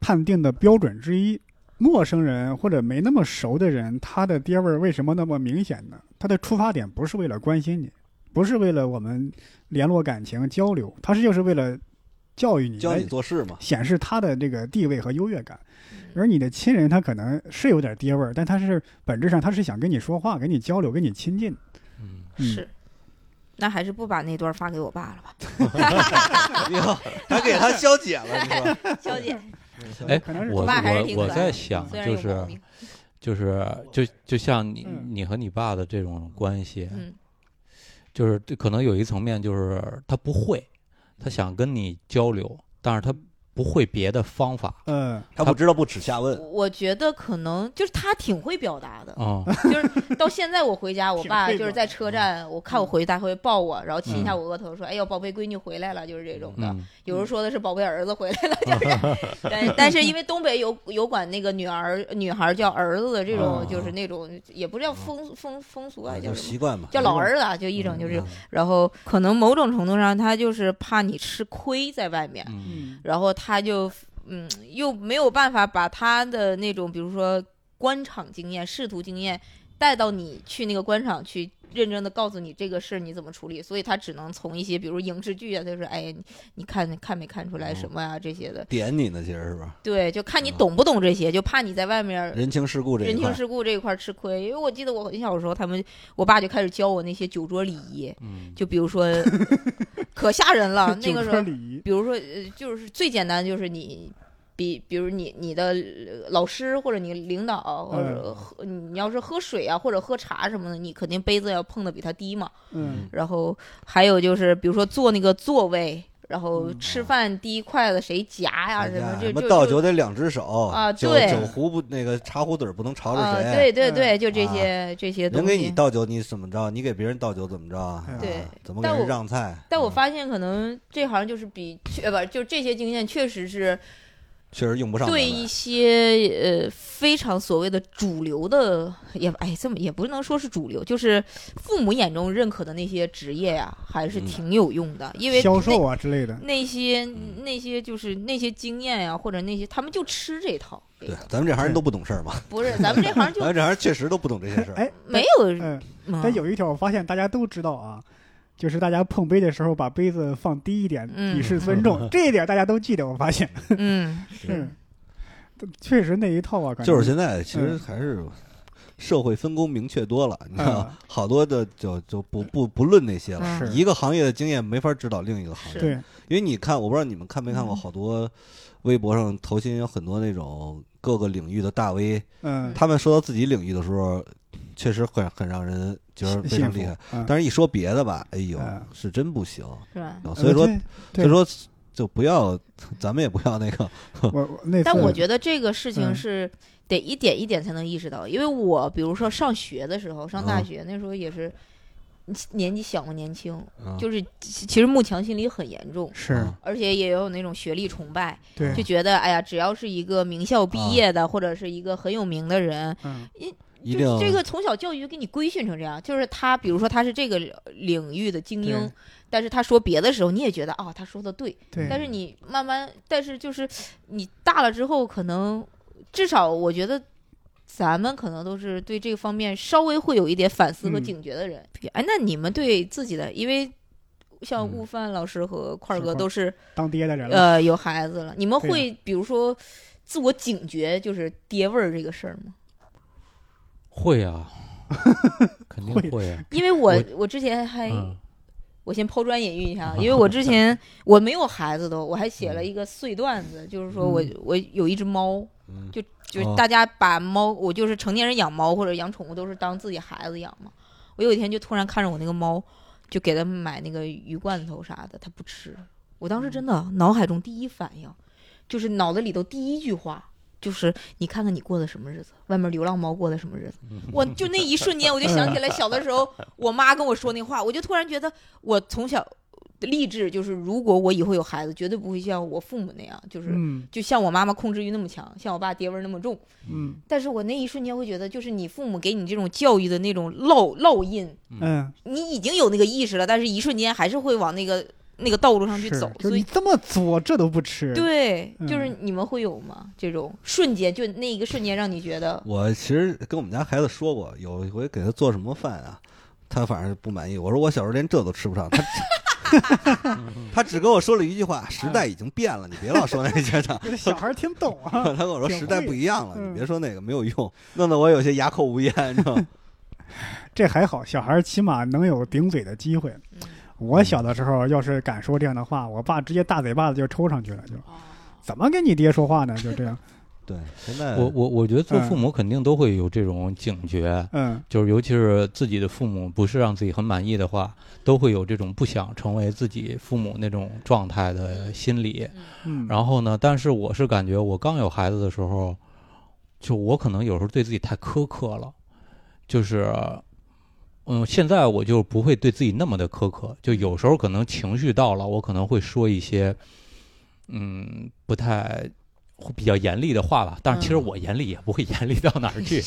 D: 判定的标准之一。陌生人或者没那么熟的人，他的爹味儿为什么那么明显呢？他的出发点不是为了关心你，不是为了我们联络感情交流，他是就是为了教育你，
B: 教
D: 来
B: 你做事 嘛，
D: 显示他的这个地位和优越感。而你的亲人，他可能是有点爹味儿，但他是本质上他是想跟你说话、跟你交流、跟你亲近。
E: 嗯，
D: 嗯、
C: 是，那还是不把那段发给我爸了 吧，
B: 你好，还给他消解了，你 说？
C: 小姐，
D: 嗯
E: 哎
D: 可能是
E: 我
C: 爸还是挺
E: 我我
C: 可爱
E: 在
C: 的
E: 想，
C: 虽然
E: 就
C: 有毛
E: 是啊
C: 病，
E: 就是就就像你
D: 嗯
E: 你和你爸的这种关系，
C: 嗯
E: 就是这可能有一层面就是他不会，他想跟你交流，但是他不会别的方法。
D: 呃，
B: 他不知道不耻下问
C: 我，我觉得可能就是他挺会表达的，
E: 嗯，
C: 就是到现在我回家，我
D: 挺
C: 爸
D: 会
C: 就是
D: 表嗯
C: 在车站，我看我回去他会抱我，然后亲一下我额头，说：“哎呦，宝贝闺女回来了。”就是这种的。
E: 嗯
C: 有人说的是宝贝儿子回来了，就是，但但是因为东北有有管那个女儿女孩叫儿子的这种
E: 哦，
C: 就是那种也不叫风风风俗啊，
B: 哎
C: 叫
B: 就是
C: 什么
B: 习惯嘛，嗯
C: 叫老儿子，啊，就一整就是，然后可能某种程度上他就是怕你吃亏在外面，
E: 嗯
D: 嗯
C: 然后他就嗯又没有办法把他的那种比如说官场经验、仕途经验带到你去那个官场去。认真的告诉你这个事儿你怎么处理，所以他只能从一些比如影视剧啊，他说哎呀，你你看你看没看出
D: 哦
C: 来什么啊这些的，
B: 点你呢，其实是吧？
C: 对，就看你
B: 嗯
C: 懂不懂这些，就怕你在外面
B: 人情世故这一
C: 呃人
B: 块儿，
C: 情世故这一块儿吃亏。因为我记得我很小的时候，他们我爸就开始教我那些酒桌礼仪，
E: 嗯，
C: 就比如说， 可吓人 了。啊那
D: 呃酒
C: 个时
D: 桌
C: 候，
D: 礼仪，
C: 比如说，呃，就是最简单，就是你，比比如你你的呃老师或者你领导，或者
D: 嗯
C: 喝、你要是喝水啊或者喝茶什么的，你肯定杯子要碰的比他低嘛。
D: 嗯
C: 然后还有就是，比如说坐那个座位，然后
D: 嗯
C: 吃饭第一筷子谁夹呀、
B: 哎
C: 啊什
B: 呀
C: 么这
B: 什么
C: 就
B: 倒
C: 就
B: 酒得两只手
C: 啊
B: 酒
C: 对
B: 酒壶不那个茶壶嘴儿不能朝着
C: 啊、
B: 谁，
C: 对对对，
D: 嗯
C: 就这些、这些
B: 人
C: 东
B: 哎给你
C: 西。
B: 倒酒你怎么着？你给别人倒酒怎么着？
C: 对
B: 啊怎么给
C: 但
B: 人
C: 我
B: 让菜？
C: 但
B: 嗯
C: 我发现，可能这行就是比确不就这些经验，确实是
B: 确实用不上
C: 对
B: 咱们
C: 一些呃非常所谓的主流的，也哎这么也不能说是主流，就是父母眼中认可的那些职业呀、还是
B: 嗯
C: 挺有用的，因为
D: 销
C: 那
D: 售啊之类的。
C: 那些
B: 嗯
C: 那些就是那些经验呀、或者那些他们就吃这套，这
B: 对
C: 个，
B: 咱们这行人都不懂事儿嘛，
C: 不是咱们这行就
B: 咱们这行确实都不懂这些事儿。
D: 哎，
C: 没有，
D: 嗯，
C: 嗯
D: 但有一条我发现大家都知道啊，就是大家碰杯的时候把杯子放低一点，
C: 嗯
D: 以示尊重，这一点大家都记得。我发现
C: 嗯
D: 是，确实那一套啊，感觉
B: 就是现在其实还是社会分工明确多了，你看
D: 嗯
B: 好多的就就不不不论那些了。
C: 嗯
D: 是
B: 一个行业的经验没法指导另一个行业，
C: 是
D: 对，
B: 因为你看，我不知道你们看没看过，
C: 嗯
B: 好多微博上头新有很多那种各个领域的大 V，
D: 嗯
B: 他们说到自己领域的时候，确实会很让人觉得非
D: 幸
B: 常
D: 福
B: 厉害。。
D: 嗯
B: 但是一说别的吧，哎呦
D: 嗯，
B: 是真不行。
C: 是吧？
B: 啊所以说，
D: 呃
B: 所
D: 对
B: 以说就不要，咱们也不要那个，
D: 哎对我我那次，
C: 但我觉得这个事情
D: 嗯
C: 是得一点一点才能意识到，因为我比如说上学的时候，上
B: 哦
C: 大学那时候也是年纪小嘛，年轻，
B: 啊
C: 就是其其实慕强心理很严重，
D: 是
B: 啊
C: 而且也有那种学历崇拜，
D: 对
C: 就，觉得哎呀，只要是一个名校
B: 啊
C: 毕业的，或者是一个很有名的人，
D: 嗯
B: 一
C: 就
B: 定
C: 是这个从小教育就给你规训成这样，就是他，比如说他是这个领域的精英
D: 对，
C: 但是他说别的时候，你也觉得啊、他说的对，
D: 对，
C: 但是你慢慢，但是就是你大了之后，可能至少我觉得咱们可能都是对这个方面稍微会有一点反思和
D: 嗯
C: 警觉的人。哎，那你们对自己的，因为像
B: 嗯
C: 悟饭老师和块儿
D: 是
C: 哥
D: 块儿
C: 都是
D: 当爹的人了，
C: 呃有孩子了，你们
D: 对呀
C: 会比如说自我警觉，就是爹味儿这个事儿吗？
E: 会 啊，肯定
D: 会
E: 会啊。
C: 因为我
E: 我
C: 我之前还、
E: 嗯，
C: 我先抛砖引玉 一下，因为我之前我没有孩子都，我还写了一个碎段子，就是说我
D: 嗯
C: 我有一只猫，
B: 嗯
C: 就就
B: 哦
C: 是大家把猫，我就是成年人养猫或者养宠物都是当自己孩子养嘛。我有一天就突然看着我那个猫，就给它买那个鱼罐头啥的，它不吃。我
B: 嗯
C: 当时真的脑海中第一反应，就是脑子里头第一句话。就是你看看你过的什么日子，外面流浪猫过的什么日子，
B: 嗯
C: 我就那一瞬间我就想起来小的时候我妈跟我说那话，我就突然觉得我从小呃立志就是，如果我以后有孩子，绝对不会像我父母那样，就是、
D: 嗯
C: 就像我妈妈控制欲那么强，像我爸爹味儿那么重。
D: 嗯
C: 但是我那一瞬间会觉得，就是你父母给你这种教育的那种烙烙印，
D: 嗯，
C: 你已经有那个意识了，但是一瞬间还是会往那个那个道路上去
D: 是
C: 走，
D: 就
C: 所
D: 你
C: 以。
D: 这么作，这都不吃，
C: 对，
D: 嗯
C: 就是你们会有吗？这种瞬间，就那一个瞬间，让你觉 得
B: 我其实跟我们家孩子说过，有一回给他做什么饭啊，他反正不满意。我说我小时候连这都吃不上，他 只他只跟我说了一句话：时代已经变了，你别老说那些的。
D: 这小孩儿听懂啊，
B: 他跟我说
D: 挺
B: 时代
D: 会
B: 不一样了，
D: 嗯
B: 你别说那个没有用，弄得我有些哑口无言，你知道吗？
D: 这还好，小孩儿起码能有顶嘴的机会。
C: 嗯
D: 我小的时候要是敢说这样的话，我爸直接大嘴巴子就抽上去了，就
C: 哦
D: 怎么跟你爹说话呢？就 这样，
B: 对，现在
E: 我我我觉得做
D: 嗯
E: 父母肯定都会有这种警觉，
D: 嗯，
E: 就是尤其是自己的父母不是让自己很满意的话，都会有这种不想成为自己父母那种状态的心理。
D: 嗯，
E: 然后呢，但是我是感觉我刚有孩子的时候，就我可能有时候对自己太苛刻了，就是。嗯，现在我就不会对自己那么的苛刻，就有时候可能情绪到了，我可能会说一些，嗯，不太会比较严厉的话吧。但是其实
C: 嗯
E: 我严厉 也不会严厉到哪儿去。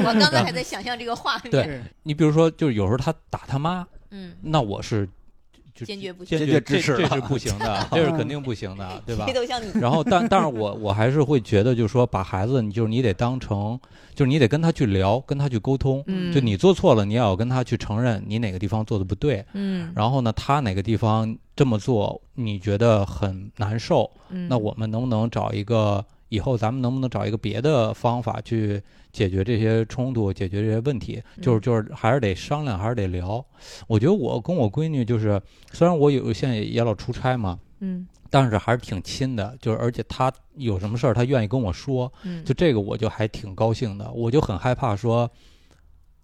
C: 我刚才还在想象这个画面。
E: 对
D: 对，
E: 你比如说，就是有时候他打他妈，
C: 嗯，
E: 那我是就
C: 坚决不
E: 坚
C: 行，
B: 坚
E: 决
B: 决支持
E: 这，
B: 了
E: 这是不行的，这是肯定不行的，对吧
C: 谁？都像你。
E: 然后，但但是我我还是会觉得，就是说，把孩子，你就是你得当成，就是你得跟他去聊，跟他去沟通。
C: 嗯
E: 就你做错了，你也要跟他去承认你哪个地方做的不对。
C: 嗯，
E: 然后呢，他哪个地方这么做你觉得很难受，
C: 嗯
E: 那我们能不能找一个以后咱们能不能找一个别的方法去解决这些冲突，解决这些问题？就是
C: 嗯
E: 就是还是得商量，还是得聊。我觉得我跟我闺女就是，虽然我有现在也老出差嘛，
C: 嗯
E: 但是还是挺亲的，就是而且她有什么事儿她愿意跟我说，
C: 嗯
E: 就这个我就还挺高兴的。我就很害怕说，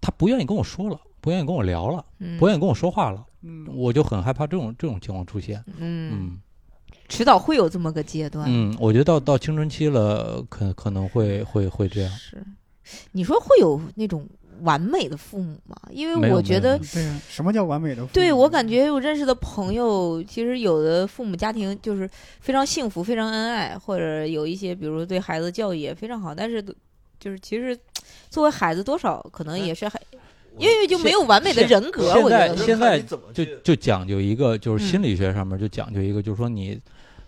E: 她不愿意跟我说了，不愿意跟我聊了，
C: 嗯
E: 不愿意跟我说话了，
D: 嗯，
E: 我就很害怕这种这种情况出现。
C: 嗯，
E: 嗯。
C: 迟早会有这么个阶段。
E: 嗯，我觉得到到青春期了，可可能会会会这样。
C: 是，你说会有那种完美的父母吗？因
E: 没
C: 为
E: 有
C: 我觉
E: 没有
C: 得
E: 没有，
D: 对呀，什么叫完美的父母？
C: 对我感觉我认识的朋友，其实有的父母家庭就是非常幸福、非常恩爱，或者有一些，比如对孩子教育也非常好，但是都就是其实作为孩子，多少可能也是还。因为就没有完美的
E: 哎现
C: 人格，
E: 现
C: 我觉
E: 在
C: 得嗯
E: 现在
B: 怎么
E: 就就讲究一个，就是心理学上面就讲究一个，就是说你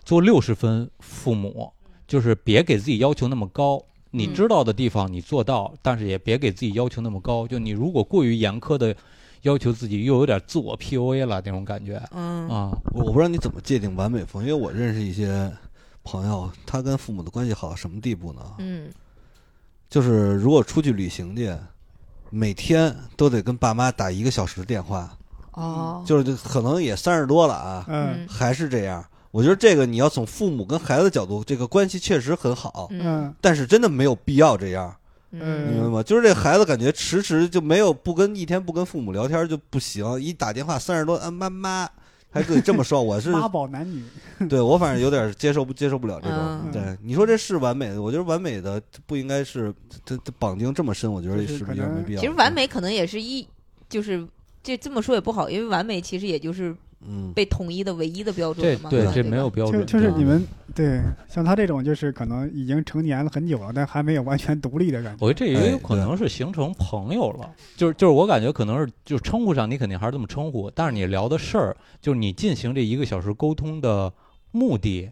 E: 做六十分父母，就是别给自己要求那么高。你
C: 嗯
E: 知道的地方你做到，但是也别给自己要求那么高。就你如果过于严苛的要求自己，又有点自我 PUA 了那种感觉
C: 嗯
E: 啊。
B: 我我不知道你怎么界定完美风，因为我认识一些朋友，他跟父母的关系好到什么地步呢？
C: 嗯
B: 就是如果出去旅行去，每天都得跟爸妈打一个小时的电话，
E: 嗯
C: 哦，
B: 就是这可能也三十多了啊，
D: 嗯，
B: 还是这样。我觉得这个你要从父母跟孩子的角度，这个关系确实很好，
C: 嗯
D: 嗯
B: 但是真的没有必要这样。
A: 嗯
B: 明白吗？就是这孩子感觉迟迟就没有不跟一天不跟父母聊天就不行，一打电话三十多啊妈妈，还自己这么说，我是
D: 妈宝男女，
B: 对我反正有点接受不接受不了这种。
C: 嗯
B: 对，你说这是完美的，我觉得完美的不应该是它它绑定这么深，我觉得
D: 就是
B: 是
D: 可
B: 比较
D: 能
B: 没必要。
C: 其实
E: 嗯
C: 完，美可能也是一，就是这这么说也不好，因为完美其实也就是
B: 嗯，
C: 被统一的唯一的标准
E: 这
C: 了嘛。
E: 对
C: 吧
E: 这
C: 吧
E: 没有标
D: 就
E: 准，
D: 就是
E: 对
D: 你们对像他这种就是可能已经成年了很久了，但还没有完全独立的感觉。
E: 我觉得这也
B: 哎
E: 有可能是形成朋友了，就是就是我感觉可能是就是称呼上你肯定还是这么称呼，但是你聊的事儿，就是你进行这一个小时沟通的目的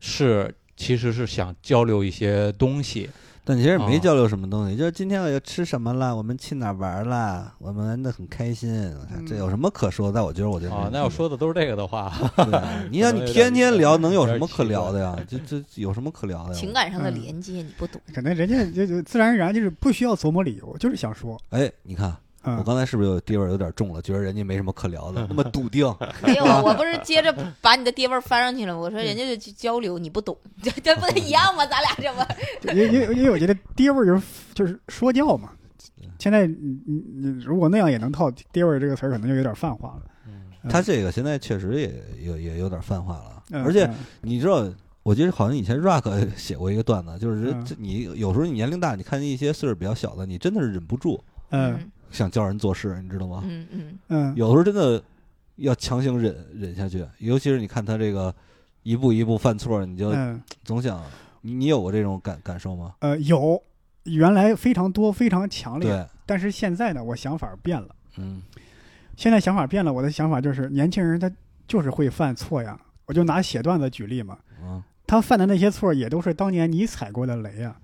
E: 是。其实是想交流一些东西，
B: 但其实没
E: 哦
B: 交流什么东西，就是今天我要吃什么了，我们去哪儿玩了，我们玩的很开心，我看这有什么可说？但我觉得我就
E: 啊，那要说的都是这个的话，
B: 对啊，你想你天天聊，能有什么可聊的呀？这这有什么可聊的呀？
C: 情感上的
D: 嗯
C: 连接你不懂，
D: 可能人家就就自然而然就是不需要琢磨理由，就是想说，
B: 哎，你看我
D: 嗯，
B: 刚才是不是有地位有点重了？觉得人家没什么可聊的，那么笃定。
C: 没有啊，我不是接着
E: 嗯
C: 把你的爹味儿翻上去了。我说人家就去交流，你不懂，这这不得一样吗？咱俩这不
D: 就因为因为因为我觉得爹味儿就是就是说教嘛。现在你你你如果那样也能套爹味儿这个词儿，可能就有点泛化了。嗯
B: 他这个现在确实也有也有点泛化了，
D: 嗯、
B: 而且
D: 嗯
B: 你知道，我记得好像以前 Rock 写过一个段子，就是
D: 嗯
B: 这你有时候你年龄大，你看一些岁数比较小的，你真的是忍不住
D: 嗯
B: 想叫人做事，你知
E: 啊
B: 道吗？
C: 嗯嗯
D: 嗯
B: 有时候真的要强行忍忍下去，尤其是你看他这个一步一步犯错，你就
D: 嗯
B: 总想，你你有过这种感感受吗？
D: 呃有，原来非常多非常强烈，
B: 对，
D: 但是现在呢，我想法变了。
B: 嗯，
D: 现在想法变了，我的想法就是年轻人他就是会犯错呀。我就拿写段子举例嘛，
B: 啊，
D: 他犯的那些错也都是当年你踩过的雷呀，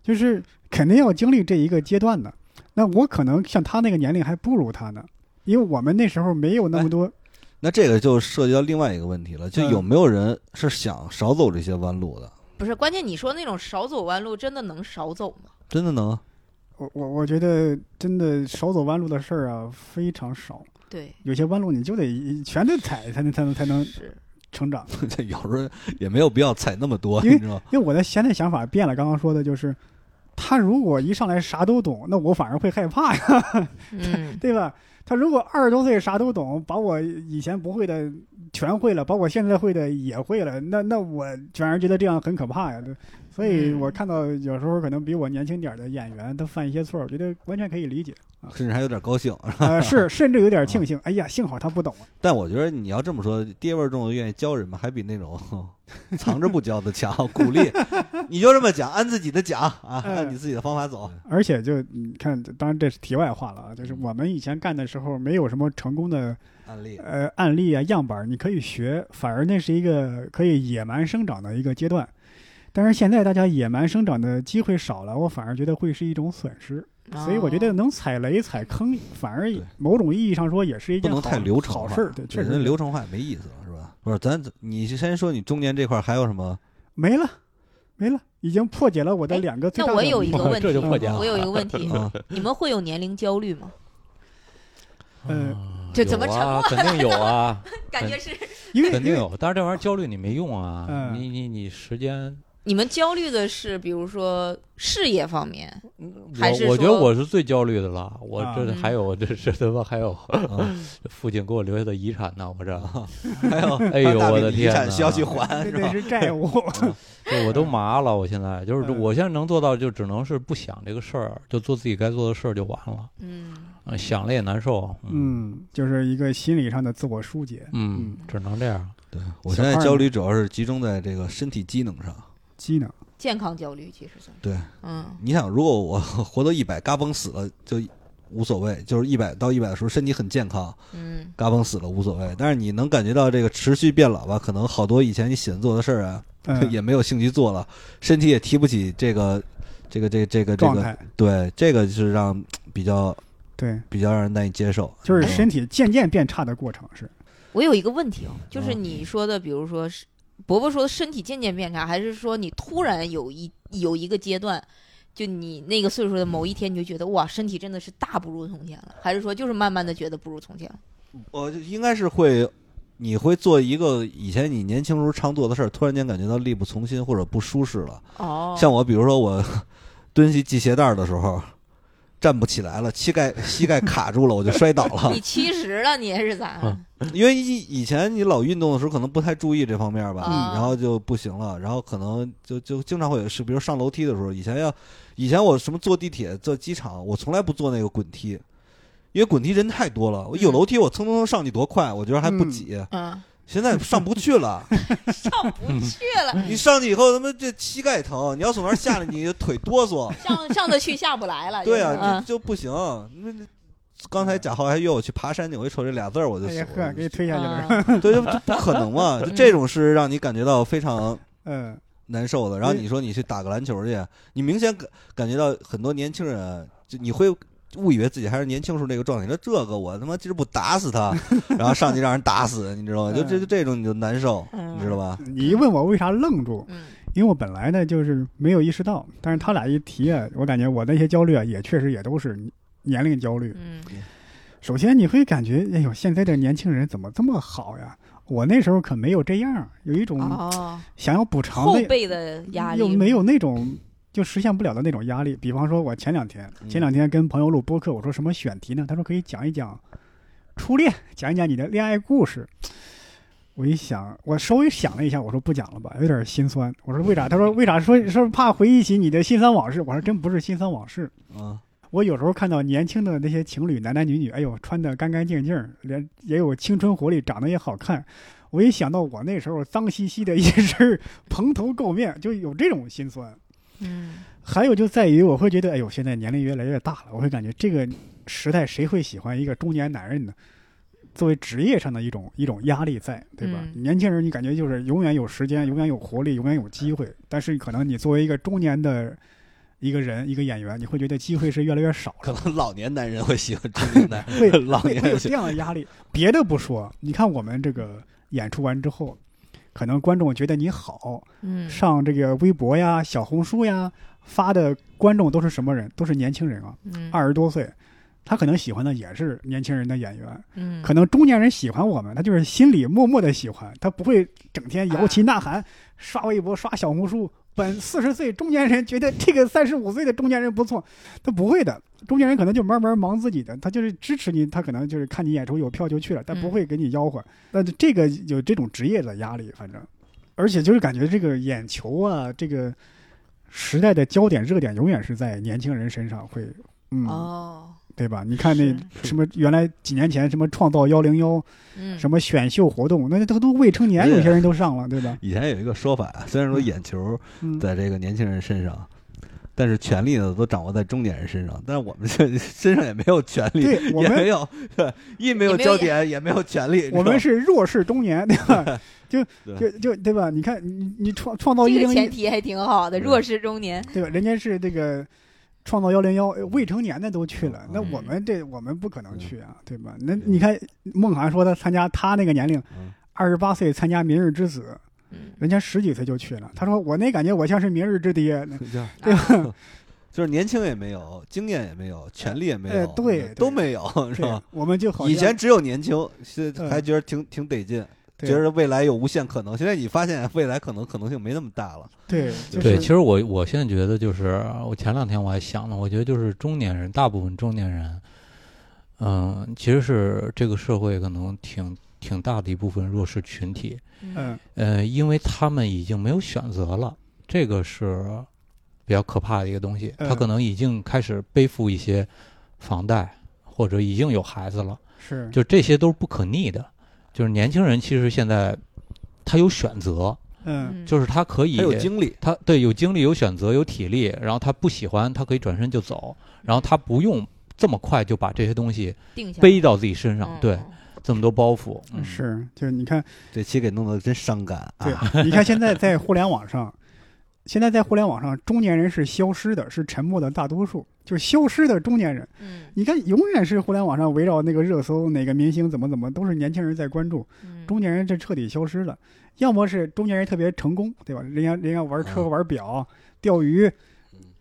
D: 就是肯定要经历这一个阶段的。那我可能像他那个年龄还不如他呢，因为我们那时候没有那么多。
B: 那这个就涉及到另外一个问题了，就
D: 嗯
B: 有没有人是想少走这些弯路的？
C: 不是，关键你说那种少走弯路，真的能少走吗？
B: 真的 能？
D: 我我我觉得真的少走弯路的事儿啊非常少，
C: 对，
D: 有些弯路你就得全得踩才能才能才能
C: 是
D: 成长。
B: 这有时候也没有必要踩那么多，
D: 因为
B: 你知道吗？
D: 因为我的现在想法变了，刚刚说的就是，他如果一上来啥都懂，那我反而会害怕呀。
C: 嗯
D: 对吧？他如果二十多岁啥都懂，把我以前不会的全会了，把我现在会的也会了，那那我反而觉得这样很可怕呀。对所以
C: 嗯
D: 我看到有时候可能比我年轻点儿的演员，他犯一些错，我觉得完全可以理解。
B: 甚至还有点高兴。
D: 呃，是甚至有点庆幸，哎呀，幸好他不懂。
B: 但我觉得你要这么说，爹味儿重的愿意教人嘛，还比那种 藏着不教的强。鼓励，你就这么讲，按自己的讲啊，
D: 嗯
B: 按你自己的方法走。
D: 而且就你看，当然这是题外话了啊，就是我们以前干的时候没有什么成功的
B: 案例，
D: 呃案例啊样板儿，你可以学，反而那是一个可以野蛮生长的一个阶段。但是现在大家野蛮生长的机会少了，我反而觉得会是一种损失。
C: 哦
D: 所以我觉得能踩雷踩坑，反而
B: 对
D: 某种意义上说也是一
B: 不
D: 件
B: 能
D: 好
B: 太流程
D: 好
B: 化，
D: 事儿。对，确实
B: 流程化也没意思了，是吧？不是，咱你先说你中年这块儿还有什么？
D: 没了，没了，已经破解了我的
C: 哎
D: 两个最
C: 那
D: 大的
C: 我
D: 问题。
C: 有一个问题，
E: 这就破解了
C: 我有一个问 题，
B: 啊，
C: 你们会有年龄焦虑吗？嗯
D: 呃，
C: 就怎么
E: 有
C: 沉
E: 啊
C: 默？
E: 肯定有 啊，
C: 感觉是
D: 因为
E: 肯定
D: 因为
E: 有。但是这玩意儿焦虑你没用啊，
D: 嗯
E: 你你你时间
C: 你们焦虑的是，比如说事业方面，还是
E: 我我觉得
C: 说
E: 我是最焦虑的了，我
D: 啊
E: 这
C: 嗯
E: 还有这这他妈还有
B: 啊
E: 父亲给我留下的遗产呢，我这
B: 还有，
E: 哎呦
B: 嗯大
E: 我
B: 笔
E: 的
B: 遗
E: 天
B: 产
E: 呐
B: 需要去还，
D: 那
B: 是
D: 那
B: 吧？
D: 是 债务。
E: 就我都麻了，我现在就是
D: 嗯
E: 我现在能做到就只能是不想这个事儿，就做自己该做的事儿就完了，
C: 嗯，
E: 嗯想了也难受，
D: 嗯，就是一个心理上的自我疏解。
E: 嗯，只能这样。
B: 对，我现在焦虑主要是集中在这个身体机能上。
D: 机能，
C: 健康焦虑其实算是
B: 对，
C: 嗯
B: 你想，如果我 活到一百，嘎嘣死了就无所谓，就是一百到一百的时候身体很健康，
C: 嗯
B: 嘎嘣死了无所谓。但是你能感觉到这个持续变老吧？可能好多以前你喜欢做的事儿啊，
D: 嗯，
B: 也没有兴趣做了，身体也提不起这个。这个这个这个这
D: 状
B: 个，
D: 态
B: 对，这个是让比较
D: 对，
B: 比较让人难以接受，
D: 就是
B: 嗯
D: 身体渐渐变差的过程是。
C: 我有一个问题哦，就是
B: 嗯
C: 你说的，比如说是伯伯说的身体渐渐变差，还是说你突然有一有一个阶段，就你那个岁数的某一天，你就觉得哇，身体真的是大不如从前了，还是说就是慢慢的觉得不如从前了？
B: 我就应该是会，你会做一个以前你年轻时候常做的事儿，突然间感觉到力不从心或者不舒适了。
C: 哦
B: 像我，比如说我 蹲起系鞋带儿的时候，站不起来了，膝盖 膝盖卡住了，我就摔倒了
C: 你。七十了，你是咋？
E: 嗯
B: 因为以以前你老运动的时候，可能不太注意这方面吧，
C: 啊
B: 然后就不行了，然后可能就就经常会有是，比如上楼梯的时候，以前要，以前我什么坐地铁、坐机场，我从来不坐那个滚梯，因为滚梯人太多了，我有楼梯我蹭蹭蹭上去多快，我觉得还不挤，
C: 嗯，
B: 现在上不去了，
C: 上不去了，
B: 你上去以后他妈这膝盖疼，你要从那儿下来，你腿哆嗦，
C: 上上得去下不来了。
B: 对
C: 有点
B: 啊，
C: 儿
B: 就就不行。那那刚才贾浩还约我去爬山去，我一瞅这俩字儿我就
D: 哎
B: 怂
D: 呀呵，给你
B: 了，
D: 推下去了。
C: 嗯，
B: 对，这不可能嘛，就这种是让你感觉到非常。
D: 嗯，
B: 难受的。然后
D: 对
B: 你说你去打个篮球去，你明显感感觉到很多年轻人，就你会误以为自己还是年轻时候那个状态。你说这个我他妈今儿不打死他，然后上去让人打死，你知道吗？就这就这种你就难受，
C: 嗯
B: 你知道吧？
D: 你一问我为啥愣住，
C: 嗯
D: 因为我本来呢就是没有意识到，但是他俩一提啊，我感觉我那些焦虑啊，也确实也都是年龄焦虑。
C: 嗯
D: 首先你会感觉，哎呦，现在这年轻人怎么这么好呀？我那时候可没有这样，有一种
C: 哦，
D: 想要补偿
C: 后
D: 的，
C: 辈的压力
D: 又没有那种就实现不了的那种压力。比方说，我前两天
B: 嗯
D: 前两天跟朋友录播客，我说什么选题呢？他说可以讲一讲初恋，讲一讲你的恋爱故事。我一想，我稍微想了一下，我说不讲了吧，有点心酸。我说为啥？他说为啥说说怕回忆起你的心酸往事？我说真不是心酸往事，
B: 啊，
D: 我有时候看到年轻的那些情侣，男男女女，哎呦，穿的干干净净，连也有青春活力，长得也好看。我一想到我那时候脏兮兮的一身儿蓬头垢面，就有这种心酸。
C: 嗯
D: 还有就在于，我会觉得，哎呦，现在年龄越来越大了，我会感觉这个时代谁会喜欢一个中年男人呢？作为职业上的一种一种压力在，对吧？
C: 嗯
D: 年轻人你感觉就是永远有时间，永远有活力，永远有机会，但是可能你作为一个中年的一个人，一个演员，你会觉得机会是越来越少了
B: 可。能老年男人会喜欢中年男
D: 会
B: 人，老
D: 会
B: 年
D: 会有
B: 人
D: 这
B: 喜
D: 样的压力。 别的不说，你看我们这个演出完之后，可能观众觉得你好，
C: 嗯
D: 上这个微博呀、小红书呀发的观众都是什么人？都是年轻人啊，
C: 嗯
D: 二十多岁，他可能喜欢的也是年轻人的演员，
C: 嗯
D: 可能中年人喜欢我们，他就是心里默默的喜欢，他不会整天摇旗呐
C: 啊
D: 喊、刷微博、刷小红书。本四十岁中年人觉得这个三十五岁的中年人不错，他不会的。中年人可能就慢慢忙自己的，他就是支持你，他可能就是看你演出有票就去了，但
C: 嗯
D: 不会给你吆喝。那就这个有这种职业的压力，反正，而且就是感觉这个眼球啊，这个时代的焦点热点永远是在年轻人身上会，嗯，
C: 哦
D: 对吧？你看那
C: 是
D: 什么，原来几年前什么创造幺零幺，
C: 嗯
D: 什么选秀活动，那都都未成年，
B: 对
D: 有些人都上了，对 吧？
B: 以前有一个说法，虽然说眼球
D: 嗯，
B: 在这个年轻人身上，但是权力呢都掌握在中年人身上，但是我们这 身上也没有权利，
D: 对我
B: 也
D: 们
B: 没有，对，一没有
C: 也没
B: 焦
C: 有眼
B: 点，也没有权利。
D: 我
B: 是吧
D: 们是弱势中年，对 吧？就
B: 对
D: 就就对吧？你看你你创创造一
C: 这个
D: 零
C: 前
D: 一，
C: 提还挺好的，
B: 对
C: 弱势中年，
D: 对吧？人家是这个创造幺零幺，呃未成年的都去了，那
B: 嗯
D: 我们这我们不可能去啊，对吧？那
B: 对
D: 你看孟涵说他参加他那个年龄
B: 嗯，
D: 二十八岁参加《明日之子
C: 嗯》，
D: 人家十几岁就去了，他说我那感觉我像是明日之爹，那
B: 就是啊
C: 对
B: 就是年轻也没有，经验也没有，权力也没有
D: 哎，对对
B: 都没有，是
D: 对
B: 吧？，
D: 我们就好像
B: 以前只有年轻，现在
D: 嗯
B: 还觉得挺挺得劲，
D: 对
B: 觉得未来有无限可能。现在你发现未来可能可能性没那么大了，
D: 对就是
E: 对，其实我我现在觉得就是，我前两天我还想呢，我觉得就是中年人，大部分中年人，嗯，其实是这个社会可能挺挺大的一部分弱势群体，
D: 嗯。
E: 呃，因为他们已经没有选择了，这个是比较可怕的一个东西。他
D: 嗯
E: 可能已经开始背负一些房贷，或者已经有孩子了，
D: 是，
E: 就这些都是不可逆的。就是年轻人其实现在他有选择，
D: 嗯
C: 嗯
E: 就是他可以
B: 还有精力。
E: 他对有精力、有选择、有体力，然后他不喜欢，他可以转身就走，然后他不用这么快就把这些东西
C: 定下来
E: 背到自己身上，
C: 嗯
E: 对，这么多包袱，嗯、
D: 是，就是你看，
B: 这期给弄得真伤感
D: 对
B: 啊！，
D: 你看现在在互联网上，现在在互联网上，中年人是消失的，是沉默的大多数，就是消失的中年人。
C: 嗯
D: 你看，永远是互联网上围绕那个热搜，哪个明星怎么怎么，都是年轻人在关注，
C: 嗯
D: 中年人这彻底消失了。要么是中年人特别成功，对吧？人家人家玩车、
B: 嗯
D: 玩表、钓鱼。
E: 嗯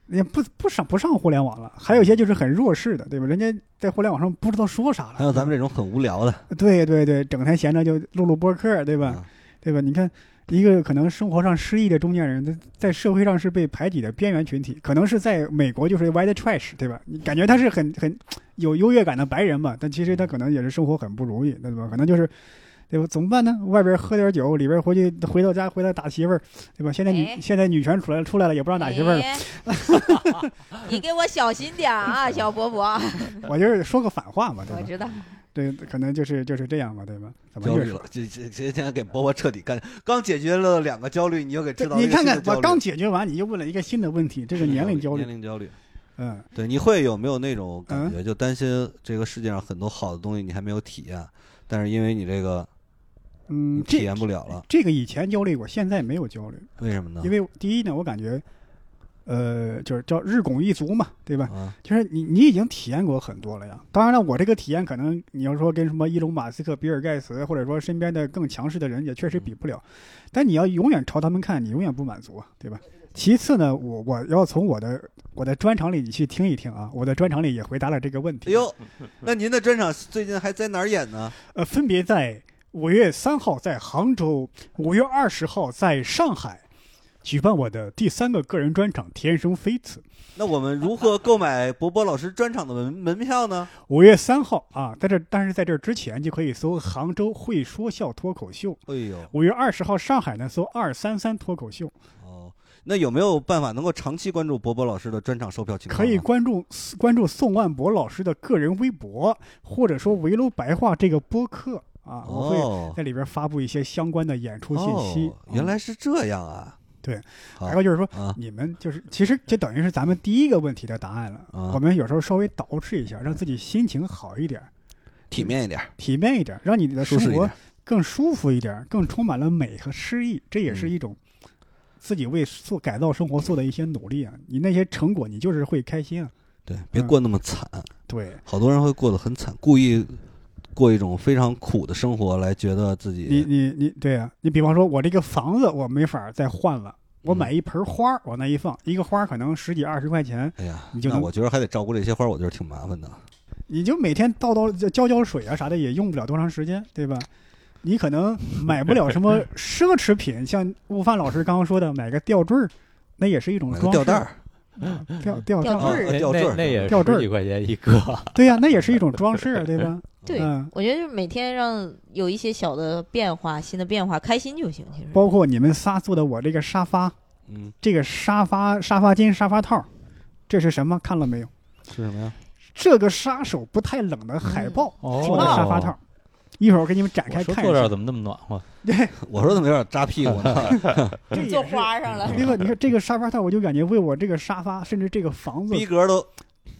D: 人家不不上不上互联网了，还有一些就是很弱势的，对吧？人家在互联网上不知道说啥了。
B: 还有咱们这种很无聊的，
D: 对对对，整天闲着就录录播客，对吧？
B: 嗯
D: 对吧？你看一个可能生活上失意的中年人，在在社会上是被排挤的边缘群体，可能是在美国就是 white trash，对吧？你感觉他是很很有优越感的白人吧，但其实他可能也是生活很不容易，对吧？可能就是。对吧？怎么办呢？外边喝点酒，里边回去回到家回来打媳妇儿，对吧？现在女、
C: 哎
D: 现在女权出来了出来了，也不让打媳妇儿了。
C: 哎 你给我小心点儿 啊，小伯伯。
D: 我就是说个反话嘛，对
C: 哎我
D: 吧？
C: 知道，
D: 对，可能就是就是这样嘛，对吧？怎么
B: 焦
D: 越
B: 虑
D: 说
B: 了，这这这现在给波波彻底干，刚解决了两个焦虑，你又给制
D: 这
B: 造了
D: 你
B: 一个
D: 看
B: 新的
D: 看，
B: 焦
D: 我
B: 虑
D: 刚解决完，你就问了一个新的问题，这个年龄焦虑
B: 年。龄焦虑，
D: 嗯，
B: 对，你会有没有那种感觉，就担心这个世界上很多好的东西你还没有体验，但是因为你这个你
D: 嗯，
B: 体
D: 这
B: 验不了了，
D: 这个以前焦虑过，现在没有焦虑，
B: 为什么呢？
D: 因为第一呢，我感觉，呃，就是叫日拱一卒嘛，对吧？
B: 啊，
D: 就是你你已经体验过很多了呀。当然了，我这个体验可能你要说跟什么伊隆马斯克、比尔盖茨，或者说身边的更强势的人，也确实比不了。
B: 嗯
D: 但你要永远朝他们看，你永远不满足啊，对吧？其次呢，我我要从我的我的专场里你去听一听啊，我的专场里也回答了这个问题。
B: 哎呦，那您的专场最近还在哪儿演呢？
D: 呃，分别在五月三号在杭州，五月二十号在上海，举办我的第三个个人专场《天生非此》。
B: 那我们如何购买博博老师专场的门门票呢？
D: 五月三号啊，在这但是在这之前就可以搜“杭州会说笑脱口秀
B: 哎呦”。，
D: 五月二十号上海呢，搜“二三三脱口秀
B: 哦，那有没有办法能够长期关注博博老师的专场售票”，情况
D: 可
B: 呢？
D: 以关注关注宋万博老师的个人微博，或者说“围楼白话”这个播客啊，我会
B: 哦，
D: 在里边发布一些相关的演出信息
B: 哦。原来是这样啊！
D: 对，
B: 好
D: 还有就是说，
B: 啊，
D: 你们就是，其实这等于是咱们第一个问题的答案了。
B: 啊
D: 我们有时候稍微捯饬一下，让自己心情好一点，
B: 体面一点，
D: 体面一点，让你的
B: 舒
D: 生
B: 适一
D: 活
B: 点。
D: 更舒服一点，更充满了美和诗意。这也是
B: 嗯
D: 一种自己为做改造生活做的一些努力啊。你那些成果，你就是会开心啊。
B: 对，别过那么惨。
D: 对
B: 好多人会过得很惨，故意过一种非常苦的生活来觉得自
D: 你，
B: 己
D: 你你对啊，你比方说，我这个房子我没法再换了。我
B: 嗯
D: 买一盆花儿往那一放，一个花儿可能十几二十块钱，
B: 哎呀，
D: 你就
B: 那
D: 能
B: 我觉得还得照顾这些花，我觉得挺麻烦的。
D: 你就每天倒倒浇浇水啊啥的，也用不了多长时间，对吧？你可能买不了什 么奢侈品，像悟饭老师刚刚说的，买个吊坠儿，那也是一种
B: 买个
D: 装
B: 吊
D: 饰。嗯
B: 带儿，
D: 吊吊
C: 吊
D: 带
C: 坠
D: 儿，
C: 儿
B: 啊吊坠
E: 那
B: 儿
E: 那也
D: 吊坠儿
E: 十几块钱一个，
D: 对呀、那也是一种 装饰，对吧？
C: 对
D: 嗯，
C: 我觉得就是每天让有一些小的变化、新的变化，开心就行。其实，
D: 包括你们仨坐的我这个沙发，
B: 嗯，
D: 这个沙发沙发巾、沙发套，这是什么？看了没有？
B: 是什么呀？
D: 这个杀手不太冷的海报，
E: 哦
D: 是我的沙发套。一会儿我给你们展
E: 我
D: 开
E: 说
D: 看
E: 坐
D: 一
E: 这儿
D: 下。
E: 怎么那么暖和？
B: 我说怎么有点扎屁股呢？
D: 这也
C: 坐
D: 是嗯
C: 花上 了，
D: 另外，你看这个沙发套，我就感觉为我这个沙发，甚至这个房子
B: 逼格都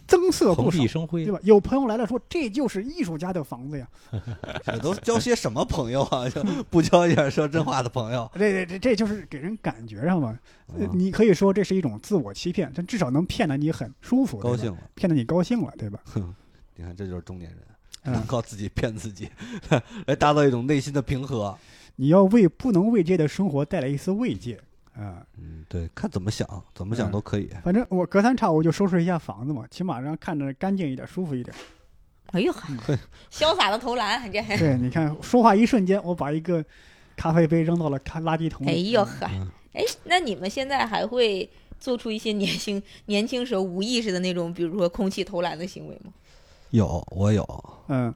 D: 增色
E: 蓬
D: 不少
E: 荜，生辉
D: 对，吧？有朋友来了说，这就是艺术家的房子呀。
B: 这都交些什么朋友啊？就不交一点说真话的朋友，
D: 这这这这就是给人感觉上嘛，呃
B: 啊
D: 你可以说这是一种自我欺骗，但至少能骗得你很舒服，对
B: 高
D: 吧
B: 兴，了。
D: 骗得你高兴了，对吧？
B: 你看，这就是中年人。
D: 嗯
B: 能靠自己骗自己，来达到一种内心的平和。
D: 你要为不能慰藉的生活带来一丝慰藉啊、
B: 嗯，对，看怎么想，怎么想
D: 嗯
B: 都可以。
D: 反正我隔三差五就收拾一下房子嘛，起码让看着干净一点，舒服一 点。
C: 哎呦呵，潇洒的投篮，这，
D: 对，你看说话一瞬间，我把一个咖啡杯扔到了咖垃圾桶
C: 哎
D: 里。
C: 呦呵
B: 嗯，
C: 哎，那你们现在还会做出一些年轻年轻时候无意识的那种，比如说空气投篮的行为吗？
B: 有，我有，
D: 嗯，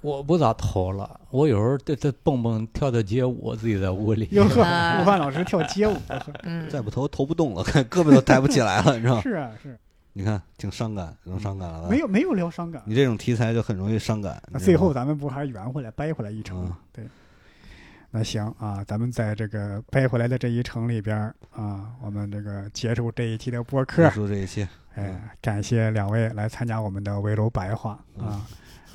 E: 我不咋投了，我有时候这这蹦蹦跳跳街舞，自己在屋里。
D: 哟呵，
C: 啊
D: 午饭老师跳街舞，
C: 嗯，
B: 再不投投不动了，看胳膊都抬不起来了，你知道吗？
D: 是啊是，
B: 你看，挺伤感，能伤感了吧？
D: 没有没有疗伤感。
B: 啊你这种题材就很容易伤感。你知
D: 那
B: 道
D: 最后
B: 吗
D: 咱们不还是圆回来掰回来一程吗？
B: 嗯
D: 对，那行啊，咱们在这个掰回来的这一程里边儿啊，我们这个结束这一期的播客
B: 结。束这一期，嗯
D: 哎，感谢两位来参加我们的围楼白话啊，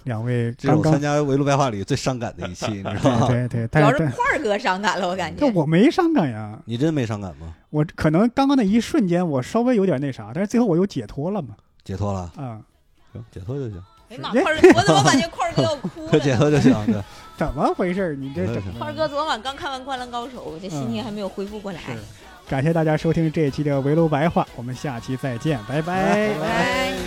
D: 两位
B: 这是
D: 刚
B: 我
D: 刚
B: 参加围炉白话里最伤感的一期，你知道
D: 对
B: 吗？
D: 对对，
C: 主
D: 但
C: 要
D: 是
C: 是
D: 但
C: 块儿哥伤感了，我感觉
D: 但。我没伤感呀，
B: 你真没伤感吗？
D: 我可能刚刚那一瞬间我稍微有点那啥，但是最后我又解脱了嘛
B: 解脱了，
D: 啊，
B: 行，解脱就行，
C: 哎呀妈，块儿哥，我怎么感觉块儿哥要 哭了
B: 解
C: 呢？
B: 脱就行。对，
D: 怎么回事儿？你这
B: 没问
D: 整
B: 题
C: 块儿
D: 的。
C: 哥昨晚刚看完《灌篮高手》，我这心情还没有恢复过来。
D: 是感谢大家收听这一期的围楼白话，我们下期再见，拜拜
C: 拜拜。